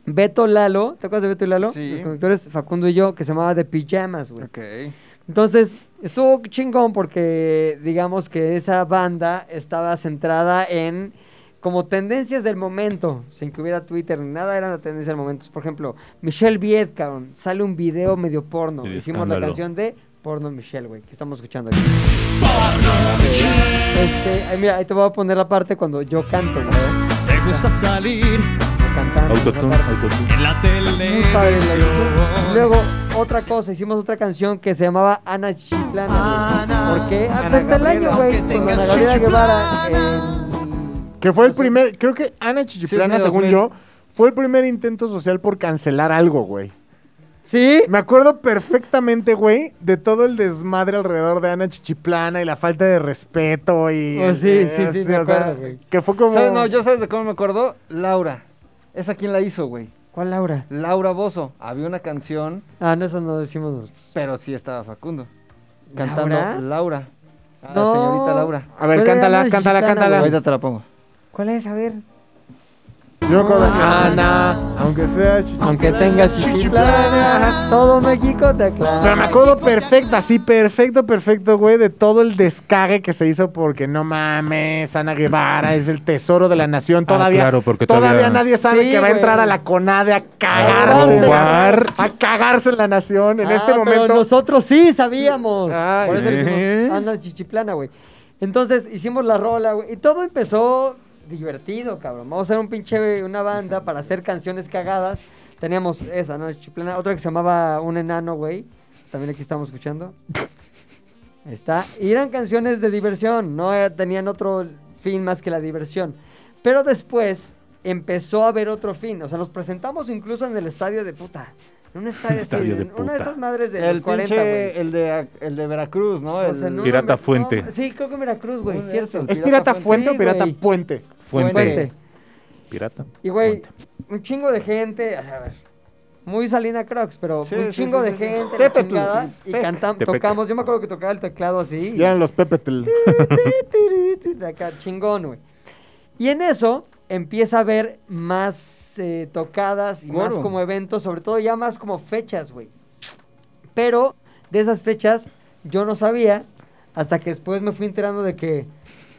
Speaker 1: Beto Lalo, ¿te acuerdas de Beto y Lalo?
Speaker 4: Sí.
Speaker 1: Los conductores, Facundo y yo, que se llamaba De Pijamas, güey.
Speaker 4: Ok.
Speaker 1: Entonces, estuvo chingón porque digamos que esa banda estaba centrada en como tendencias del momento, sin que hubiera Twitter ni nada, eran las tendencias del momento. Por ejemplo, Michelle Viet, cabrón, sale un video medio porno.
Speaker 2: El
Speaker 1: Hicimos la
Speaker 2: escándalo.
Speaker 1: canción de Porno Michelle, güey, que estamos escuchando aquí. Este, ay, mira, ahí te voy a poner la parte cuando yo canto, güey.
Speaker 9: Te gusta salir
Speaker 1: Cantando.
Speaker 2: Autotune,
Speaker 1: esa parte.
Speaker 2: autotune.
Speaker 9: en la
Speaker 1: Muy padre la canción.
Speaker 9: televisión.
Speaker 1: Luego, otra cosa, hicimos otra canción que se llamaba Ana Chiclana. güey. ¿Por qué? Hasta
Speaker 4: Ana
Speaker 1: este año,
Speaker 4: Gabriela,
Speaker 1: güey,
Speaker 4: aunque
Speaker 1: con
Speaker 4: tengas
Speaker 1: Ana Gabriela Guevara. en-
Speaker 3: Que fue el primer, creo que Ana Chichiplana,
Speaker 4: Sí,
Speaker 3: según
Speaker 4: 2000.
Speaker 3: yo, fue el primer intento social por cancelar algo, güey.
Speaker 1: ¿Sí?
Speaker 3: Me acuerdo perfectamente, güey, de todo el desmadre alrededor de Ana Chichiplana y la falta de respeto y...
Speaker 1: Oh, sí, sí, sí, me
Speaker 3: o sea,
Speaker 1: acuerdo, güey.
Speaker 3: Que fue como...
Speaker 4: ¿Sabes? No, yo sabes de cómo me acuerdo. Laura. ¿Esa quién la hizo, güey?
Speaker 1: ¿Cuál Laura?
Speaker 4: Laura Bozo. Había una canción,
Speaker 1: Ah, no, eso no lo decimos nosotros.
Speaker 4: pero sí estaba Facundo. Cantando
Speaker 1: ¿Laura?
Speaker 4: Laura. Ah,
Speaker 1: No.
Speaker 4: señorita Laura.
Speaker 3: A ver,
Speaker 1: Pero
Speaker 3: cántala,
Speaker 1: Ana
Speaker 3: cántala,
Speaker 1: Chiclana,
Speaker 3: cántala.
Speaker 1: güey.
Speaker 4: Ahorita te la pongo.
Speaker 1: ¿Cuál es? A ver.
Speaker 3: Yo me acuerdo que...
Speaker 4: Ah,
Speaker 3: Ana, aunque sea Chichiplana.
Speaker 1: Aunque tengas Chiclana, todo México te aclara.
Speaker 3: Pero me acuerdo perfecto, así perfecto, perfecto, güey, de todo el descague que se hizo porque no mames, Ana Guevara es el tesoro de la nación. Todavía,
Speaker 2: claro, porque
Speaker 3: todavía,
Speaker 2: todavía-
Speaker 3: nadie sabe
Speaker 1: Sí,
Speaker 3: que va a
Speaker 1: güey.
Speaker 3: entrar a la CONADE a cagarse. en la-
Speaker 2: robar.
Speaker 3: A cagarse en la nación en
Speaker 1: Ah,
Speaker 3: este
Speaker 1: pero
Speaker 3: momento.
Speaker 1: nosotros sí sabíamos.
Speaker 3: Ay.
Speaker 1: Por eso le
Speaker 3: ¿Eh?
Speaker 1: hicimos Anda Chichiplana, güey. Entonces hicimos la rola, güey. Y todo empezó divertido, cabrón. Vamos a hacer un pinche, una banda para hacer canciones cagadas. Teníamos esa, ¿no? Chichiplana. Otra que se llamaba Un Enano, güey. También aquí estamos escuchando. Está, y eran canciones de diversión, no eh, tenían otro fin más que la diversión. Pero después empezó a haber otro fin. O sea, nos presentamos incluso en el estadio de puta. En un estadio, así,
Speaker 5: Estadio
Speaker 1: en
Speaker 5: de
Speaker 1: Una
Speaker 5: puta.
Speaker 1: de esas madres de
Speaker 4: el
Speaker 1: los 40, güey.
Speaker 4: pinche, el de, el de Veracruz, ¿no?
Speaker 1: O sea, en
Speaker 4: El-
Speaker 1: una
Speaker 5: Pirata
Speaker 1: me-
Speaker 5: Fuente.
Speaker 1: no, sí, creo que en Veracruz, güey,
Speaker 4: Uno de
Speaker 1: cierto.
Speaker 4: esos.
Speaker 3: ¿Es pirata fuente o
Speaker 1: Sí,
Speaker 3: pirata
Speaker 1: güey.
Speaker 3: puente?
Speaker 5: Fuente.
Speaker 1: Fuente.
Speaker 5: Pirata.
Speaker 1: Y, güey,
Speaker 5: Fuente.
Speaker 1: un chingo de gente. A ver. Muy Salina Crocs, pero
Speaker 4: Sí,
Speaker 1: un
Speaker 4: sí,
Speaker 1: chingo
Speaker 4: sí,
Speaker 1: de
Speaker 4: sí, sí.
Speaker 1: gente. la
Speaker 4: Tepetl,
Speaker 1: chingada, y
Speaker 4: tepec.
Speaker 1: cantamos,
Speaker 5: Tepec.
Speaker 1: tocamos. Yo me acuerdo que tocaba el teclado así.
Speaker 3: Y eran los Pepetl.
Speaker 1: de acá, chingón, güey. Y en eso empieza a haber más eh, tocadas y más
Speaker 4: Claro.
Speaker 1: como eventos, sobre todo ya más como fechas, güey. Pero de esas fechas yo no sabía hasta que después me fui enterando de que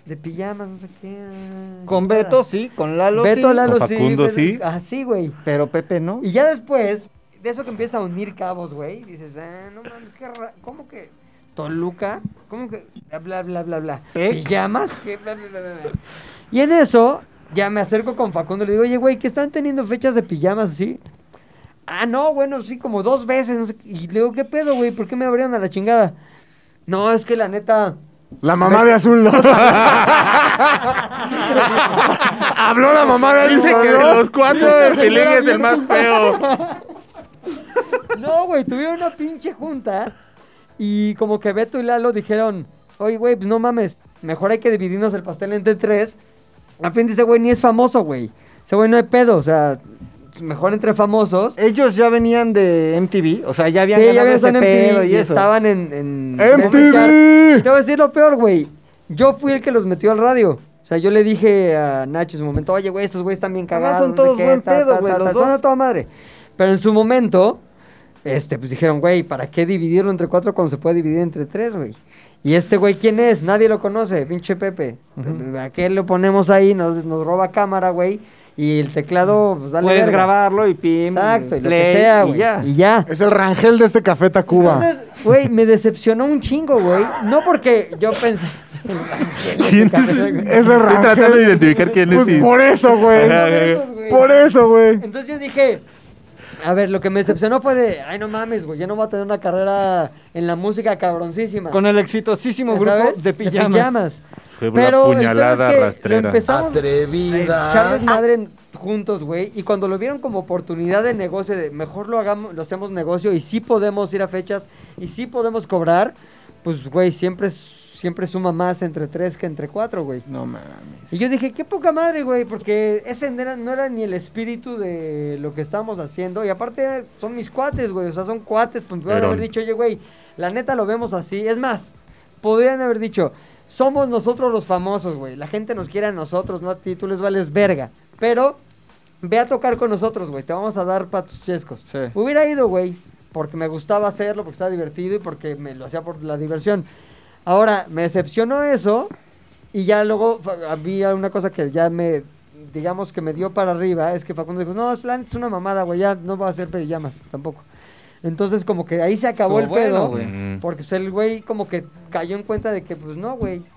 Speaker 1: de pijamas, no sé qué. ah,
Speaker 4: Con
Speaker 1: cara.
Speaker 4: Beto sí, con Lalo
Speaker 1: Beto,
Speaker 4: sí.
Speaker 1: Lalo
Speaker 5: Con Facundo,
Speaker 1: Beto-
Speaker 5: sí.
Speaker 1: Ah, sí, güey.
Speaker 4: Pero Pepe no.
Speaker 1: Y ya después, de eso que empieza a unir cabos, güey, dices, ah, no mames, qué ra- ¿cómo que Toluca? ¿Cómo que bla, bla, bla, bla, bla?
Speaker 4: ¿Eh?
Speaker 1: ¿Pijamas? ¿Qué bla, bla, bla, bla, bla? Y en eso, ya me acerco con Facundo y le digo, oye, güey, ¿qué están teniendo fechas de pijamas así? Ah, no, bueno, sí, como dos veces. no sé qué. Y le digo, ¿qué pedo, güey? ¿Por qué me abrieron a la chingada? No, es que la neta...
Speaker 3: La mamá de azul no Habló la mamá de
Speaker 2: Dice
Speaker 3: azul
Speaker 2: que de los cuatro, el Pelín es el más feo.
Speaker 1: No, güey, tuvieron una pinche junta y como que Beto y Lalo dijeron, oye, güey, pues no mames, mejor hay que dividirnos el pastel entre tres. Al fin dice, güey, ni es famoso, güey. Ese güey no hay pedo, o sea, mejor entre famosos.
Speaker 4: Ellos ya venían de MTV, o sea, ya habían
Speaker 1: Sí, ya
Speaker 4: ganado
Speaker 1: habían
Speaker 4: ese
Speaker 1: estado en
Speaker 4: pedo
Speaker 1: MTV y
Speaker 4: y eso.
Speaker 1: estaban en... en
Speaker 3: MTV.
Speaker 1: Te voy a decir lo peor, güey. Yo fui el que los metió al radio. O sea, yo le dije a Nacho en su momento, oye, güey, estos güeyes están bien
Speaker 4: Además,
Speaker 1: cagados. no
Speaker 4: son
Speaker 1: sé
Speaker 4: todos
Speaker 1: qué,
Speaker 4: buen
Speaker 1: ta,
Speaker 4: pedo,
Speaker 1: ta,
Speaker 4: güey,
Speaker 1: ta,
Speaker 4: los
Speaker 1: ta". Son
Speaker 4: dos.
Speaker 1: a toda madre. Pero en su momento, este, pues dijeron, güey, ¿para qué dividirlo entre cuatro cuando se puede dividir entre tres, güey? Y este güey, ¿quién es? Nadie lo conoce, pinche Pepe. Pues, ¿A qué lo ponemos ahí? Nos, nos roba cámara, güey. Y el teclado, pues dale.
Speaker 4: Puedes
Speaker 1: verga.
Speaker 4: grabarlo y pim.
Speaker 1: Exacto, y lo
Speaker 4: play,
Speaker 1: que sea,
Speaker 4: y
Speaker 1: güey.
Speaker 4: ya.
Speaker 1: Y ya.
Speaker 3: Es el Rangel de este café Tacuba.
Speaker 1: Entonces, güey, me decepcionó un chingo, güey. No porque yo pensé.
Speaker 5: ¿Quién
Speaker 3: Es
Speaker 5: es?
Speaker 3: el
Speaker 5: Estoy tratando de
Speaker 3: Rangel.
Speaker 5: identificar quién es.
Speaker 3: Pues
Speaker 5: y-
Speaker 3: por eso,
Speaker 5: Ajá,
Speaker 3: güey.
Speaker 5: güey.
Speaker 3: Por eso, güey.
Speaker 1: Entonces yo dije, a ver, lo que me decepcionó fue de, ay, no mames, güey, ya no voy a tener una carrera en la música cabroncísima.
Speaker 4: Con el exitosísimo
Speaker 1: ¿Ya
Speaker 4: grupo
Speaker 1: sabes?
Speaker 4: de pijamas.
Speaker 5: Fue una
Speaker 1: Pero el pedo
Speaker 5: puñalada
Speaker 1: es que lo
Speaker 5: rastrera.
Speaker 1: empezamos a echar
Speaker 8: Atrevida.
Speaker 1: desmadre en- juntos, güey, y cuando lo vieron como oportunidad de negocio, de mejor lo hagamos, lo hacemos negocio y sí podemos ir a fechas y sí podemos cobrar, pues, güey, siempre, siempre suma más entre tres que entre cuatro, güey.
Speaker 4: No mames.
Speaker 1: Y yo dije, qué poca madre, güey, porque ese no era, no era ni el espíritu de lo que estábamos haciendo. Y aparte era- son mis cuates, güey, o sea, son cuates. Pues podrían
Speaker 5: Perón.
Speaker 1: haber dicho, oye, güey, la neta lo vemos así. Es más, podrían haber dicho, somos nosotros los famosos, güey. La gente nos quiere a nosotros, no a ti, tú les vales verga. Pero ve a tocar con nosotros, güey, te vamos a dar pa' tus chescos.
Speaker 4: Sí.
Speaker 1: Hubiera ido, güey, porque me gustaba hacerlo, porque estaba divertido y porque me lo hacía por la diversión. Ahora, me decepcionó eso y ya luego fa- había una cosa que ya me, digamos que me dio para arriba, es que Facundo dijo, no, es la neta es una mamada, güey, ya no va a hacer pijamas tampoco. Entonces como que ahí se acabó
Speaker 4: Estuvo
Speaker 1: el pedo,
Speaker 4: bueno, güey.
Speaker 5: Mm.
Speaker 1: porque pues, el güey como que cayó en cuenta de que pues no, güey, o sea,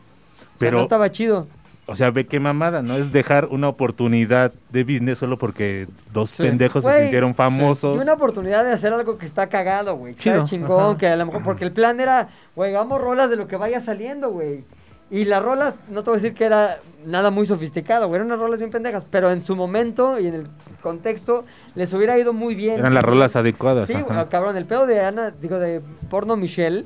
Speaker 5: Pero-
Speaker 1: no estaba chido.
Speaker 5: O sea, ve qué mamada, ¿no? Es dejar una oportunidad de business solo porque dos pendejos se
Speaker 1: Güey,
Speaker 5: sintieron
Speaker 1: Y
Speaker 5: famosos.
Speaker 1: una oportunidad de hacer algo que está cagado, güey. Que está
Speaker 5: Chido,
Speaker 1: chingón,
Speaker 5: ajá.
Speaker 1: que a lo mejor. Porque el plan era, güey, hagamos rolas de lo que vaya saliendo, güey. Y las rolas, no te voy a decir que era nada muy sofisticado, güey. Eran unas rolas bien pendejas. Pero en su momento y en el contexto, les hubiera ido muy bien.
Speaker 5: Eran las rolas adecuadas.
Speaker 1: Sí,
Speaker 5: ajá.
Speaker 1: güey, cabrón, el pedo de Ana, digo, de porno Michelle,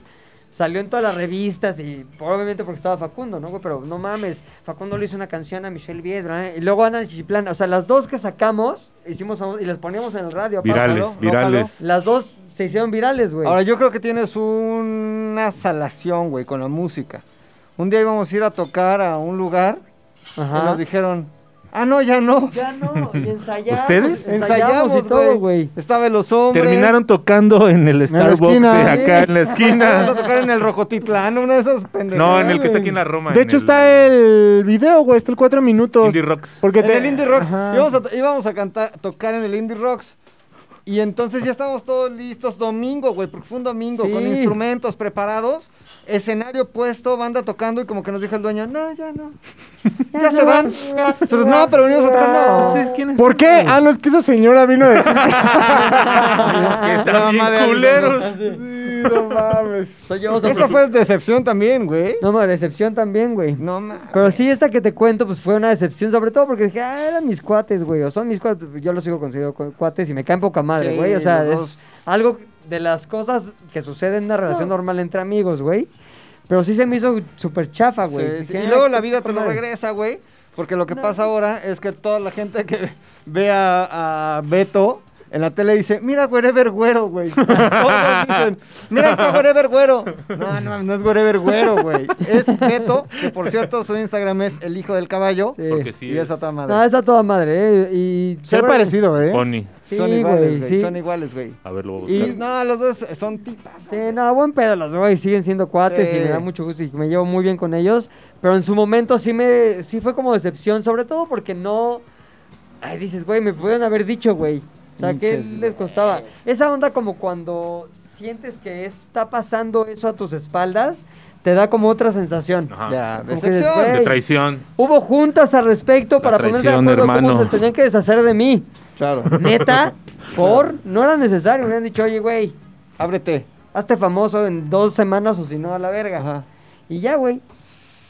Speaker 1: salió en todas las revistas y probablemente porque estaba Facundo, ¿no, güey? Pero no mames, Facundo le hizo una canción a Michelle Viedra, ¿eh? Y luego Ana Chichiplana, o sea, las dos que sacamos, hicimos famos- y las poníamos en el radio. aparte,
Speaker 5: virales,
Speaker 1: ¿no?
Speaker 5: virales.
Speaker 1: Las dos se hicieron virales, güey.
Speaker 4: Ahora, yo creo que tienes una salación, güey, con la música. Un día íbamos a ir a tocar a un lugar y nos dijeron, ah, no, ya no.
Speaker 1: Ya no, y ensayamos.
Speaker 5: ¿Ustedes?
Speaker 1: Ensayamos y todo, güey.
Speaker 4: Estaba en los hombres.
Speaker 5: Terminaron tocando en el Starbucks
Speaker 1: Ah,
Speaker 3: esquina.
Speaker 5: de acá, en la
Speaker 4: Vamos a
Speaker 5: esquina.
Speaker 4: tocar en el Rocotitlán, una de esas pendejadas.
Speaker 2: No, en el que está aquí en la Roma.
Speaker 3: De
Speaker 2: en
Speaker 3: hecho,
Speaker 2: el
Speaker 3: está el video, güey. Está el cuatro minutos.
Speaker 2: Indie Rocks.
Speaker 3: Porque
Speaker 4: En
Speaker 3: te-
Speaker 4: el Indie Rocks.
Speaker 3: Ajá.
Speaker 4: Íbamos a, íbamos a cantar, tocar en el Indie Rocks. Y entonces ya estábamos todos listos. Domingo, güey, porque fue un domingo
Speaker 1: Sí.
Speaker 4: con instrumentos preparados, escenario puesto, banda tocando. Y como que nos dijo el dueño, no, ya no. Ya, se van. Nosotros, no, pero venimos a tocar. No.
Speaker 5: ¿Ustedes quiénes
Speaker 3: ¿Por qué? Ah, no, es que esa señora vino a decir.
Speaker 2: Que
Speaker 4: La
Speaker 2: están
Speaker 4: mamá de
Speaker 2: bien
Speaker 4: Alison
Speaker 2: culeros.
Speaker 4: González.
Speaker 3: No mames.
Speaker 1: Soy yo, soy
Speaker 4: Esa fue decepción también, güey.
Speaker 1: No, no, decepción también, güey.
Speaker 4: No mames.
Speaker 1: Pero sí, esta que te cuento, pues fue una decepción, sobre todo porque dije, ah, eran mis cuates, güey, o son mis cuates, yo los sigo considerando cu- cuates y me caen poca madre,
Speaker 4: Sí,
Speaker 1: güey, o sea,
Speaker 4: los
Speaker 1: es
Speaker 4: dos.
Speaker 1: algo de las cosas que sucede en una relación normal entre amigos, güey, pero sí se me hizo súper chafa, güey.
Speaker 4: Sí, sí.
Speaker 1: Dije,
Speaker 4: Y
Speaker 1: ah,
Speaker 4: luego
Speaker 1: qué
Speaker 4: la vida te
Speaker 1: poca
Speaker 4: lo
Speaker 1: madre.
Speaker 4: regresa, güey. Porque lo que pasa ahora es que toda la gente que ve a, a Beto en la tele dice, mira Wherever Güero, güey. Todos dicen, mira ahí está Wherever Güero. No, no, no es Wherever Güero, güey. Es Beto, que por cierto su Instagram es el hijo del caballo.
Speaker 1: Sí. Ah,
Speaker 5: Porque sí.
Speaker 4: Y es
Speaker 5: es
Speaker 4: otra madre.
Speaker 1: No, está toda madre, ¿eh? Y
Speaker 3: Se ha parecido, ¿eh?
Speaker 5: Pony.
Speaker 1: Sí,
Speaker 4: son iguales,
Speaker 1: güey,
Speaker 4: güey.
Speaker 1: sí.
Speaker 4: Son iguales, güey.
Speaker 5: A ver, lo voy a
Speaker 4: Y
Speaker 5: buscar.
Speaker 4: no, los dos son tipas.
Speaker 1: Sí, no, buen pedo los güey, siguen siendo cuates
Speaker 4: Sí.
Speaker 1: y me da mucho gusto y me llevo muy bien con ellos, pero en su momento sí me sí fue como decepción, sobre todo porque no ay, dices, güey, me pudieron haber dicho, güey. O sea, ¿qué
Speaker 4: Pinches
Speaker 1: les costaba? Esa onda como cuando sientes que está pasando eso a tus espaldas, te da como otra sensación.
Speaker 5: Ajá.
Speaker 4: Ya,
Speaker 1: Como que
Speaker 4: decepción.
Speaker 1: después-
Speaker 5: De traición.
Speaker 1: Hubo juntas al respecto
Speaker 5: La
Speaker 1: para ponerse de
Speaker 5: traición,
Speaker 1: acuerdo cómo
Speaker 5: hermano.
Speaker 1: se tenían que deshacer de mí.
Speaker 4: Claro.
Speaker 1: Neta, por no era necesario, me han dicho, "Oye, güey,
Speaker 4: Ábrete.
Speaker 1: Hazte famoso en dos semanas o si no a la verga.
Speaker 4: Ajá.
Speaker 1: Y ya, güey.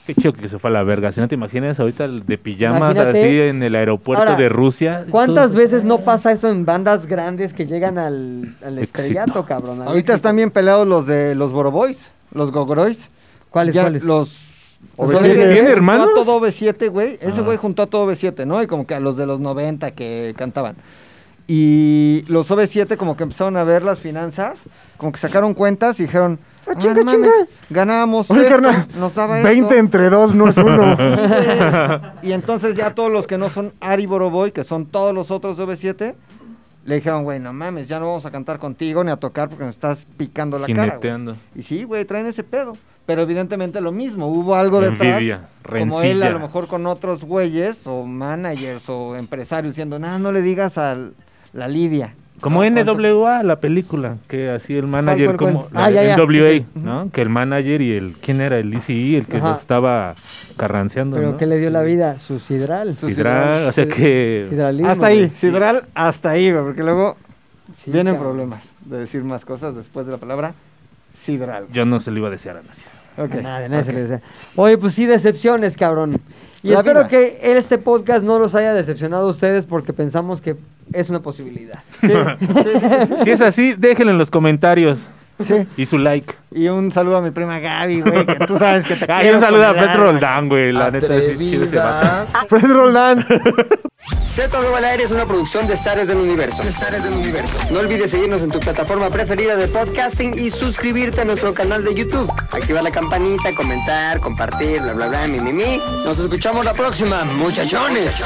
Speaker 5: Qué chido que se fue a la verga. Si no te imaginas ahorita el de pijamas
Speaker 1: Imagínate.
Speaker 5: así en el aeropuerto
Speaker 1: Ahora,
Speaker 5: de Rusia.
Speaker 1: ¿Cuántas
Speaker 5: Entonces-
Speaker 1: veces
Speaker 4: eh,
Speaker 1: no pasa eso en bandas grandes que llegan al, al
Speaker 5: Éxito.
Speaker 1: estrellato, cabrón? al éxito?
Speaker 4: Ahorita están bien peleados los de los Boroboys, los Gogoroys.
Speaker 1: ¿Cuáles,
Speaker 4: Ya
Speaker 1: cuáles?
Speaker 4: Los.
Speaker 5: ¿OV7?
Speaker 4: Ese güey
Speaker 5: ¿Tiene
Speaker 4: juntó
Speaker 5: hermanos?
Speaker 4: A todo B7, güey. Ese
Speaker 5: Ah.
Speaker 4: güey juntó a todo B7, ¿no? Y como que a los de los 90 que cantaban. Y los OB7 como que empezaron a ver las finanzas, como que sacaron cuentas y dijeron, ah,
Speaker 1: chinga,
Speaker 4: no mames,
Speaker 1: chinga".
Speaker 4: ganábamos
Speaker 3: Oye,
Speaker 4: esto,
Speaker 3: carnal,
Speaker 4: nos daba
Speaker 3: 20
Speaker 4: esto.
Speaker 3: entre 2 no es uno.
Speaker 4: Y entonces ya todos los que no son Ari Boroboy, que son todos los otros de OB7, le dijeron, güey, no mames, ya no vamos a cantar contigo ni a tocar porque nos estás picando la cara. güey".
Speaker 5: Jineteando.
Speaker 4: Y sí, güey, traen ese pedo. Pero evidentemente lo mismo, hubo algo detrás.
Speaker 5: Envidia.
Speaker 4: Como él,
Speaker 5: rencilla.
Speaker 4: a lo mejor con otros güeyes, o managers, o empresarios, diciendo, nada, no le digas a la Lidia.
Speaker 5: Como NWA, la película, que así el
Speaker 1: cuál,
Speaker 5: manager, como
Speaker 1: cuál?
Speaker 5: la
Speaker 1: Ah, ya, ya,
Speaker 5: NWA,
Speaker 1: sí,
Speaker 5: ¿no? Que el manager y el, ¿quién era? El ICI, el que
Speaker 1: Ajá.
Speaker 5: estaba carranceando,
Speaker 1: ¿Pero
Speaker 5: ¿no?
Speaker 1: qué le dio
Speaker 5: Sí.
Speaker 1: la vida? Su sidral.
Speaker 5: Sidral, o sea que...
Speaker 1: Sidralismo,
Speaker 4: Hasta ahí,
Speaker 1: güey.
Speaker 4: Sidral, hasta ahí, güey, porque luego
Speaker 1: Sí,
Speaker 4: vienen
Speaker 1: cabrón.
Speaker 4: problemas de decir más cosas después de la palabra Sidral.
Speaker 5: Yo no se lo iba a decir a nadie.
Speaker 4: Ok.
Speaker 1: A nadie, a nadie se le desea. Oye, pues sí, decepciones, cabrón. Y
Speaker 4: La
Speaker 1: espero
Speaker 4: vida.
Speaker 1: que este podcast no los haya decepcionado a ustedes porque pensamos que es una posibilidad.
Speaker 4: Sí, sí, sí,
Speaker 5: Si es así, déjenlo en los comentarios
Speaker 4: sí, sí.
Speaker 5: y su like.
Speaker 4: Y un saludo a mi prima Gaby, güey, que tú sabes que te
Speaker 5: Ay,
Speaker 4: quiero
Speaker 5: un saludo a
Speaker 4: con el
Speaker 5: Fred
Speaker 4: alma.
Speaker 5: Roldán, güey. La neta, es chido ese vato.
Speaker 3: Fred Roldán.
Speaker 7: Z2 al aire es una producción de Zares del Universo. De Zares del Universo. No olvides seguirnos en tu plataforma preferida de podcasting y suscribirte a nuestro canal de YouTube. Activar la campanita, comentar, compartir, bla, bla, bla, mi, mi, mi. Nos escuchamos la próxima, muchachones.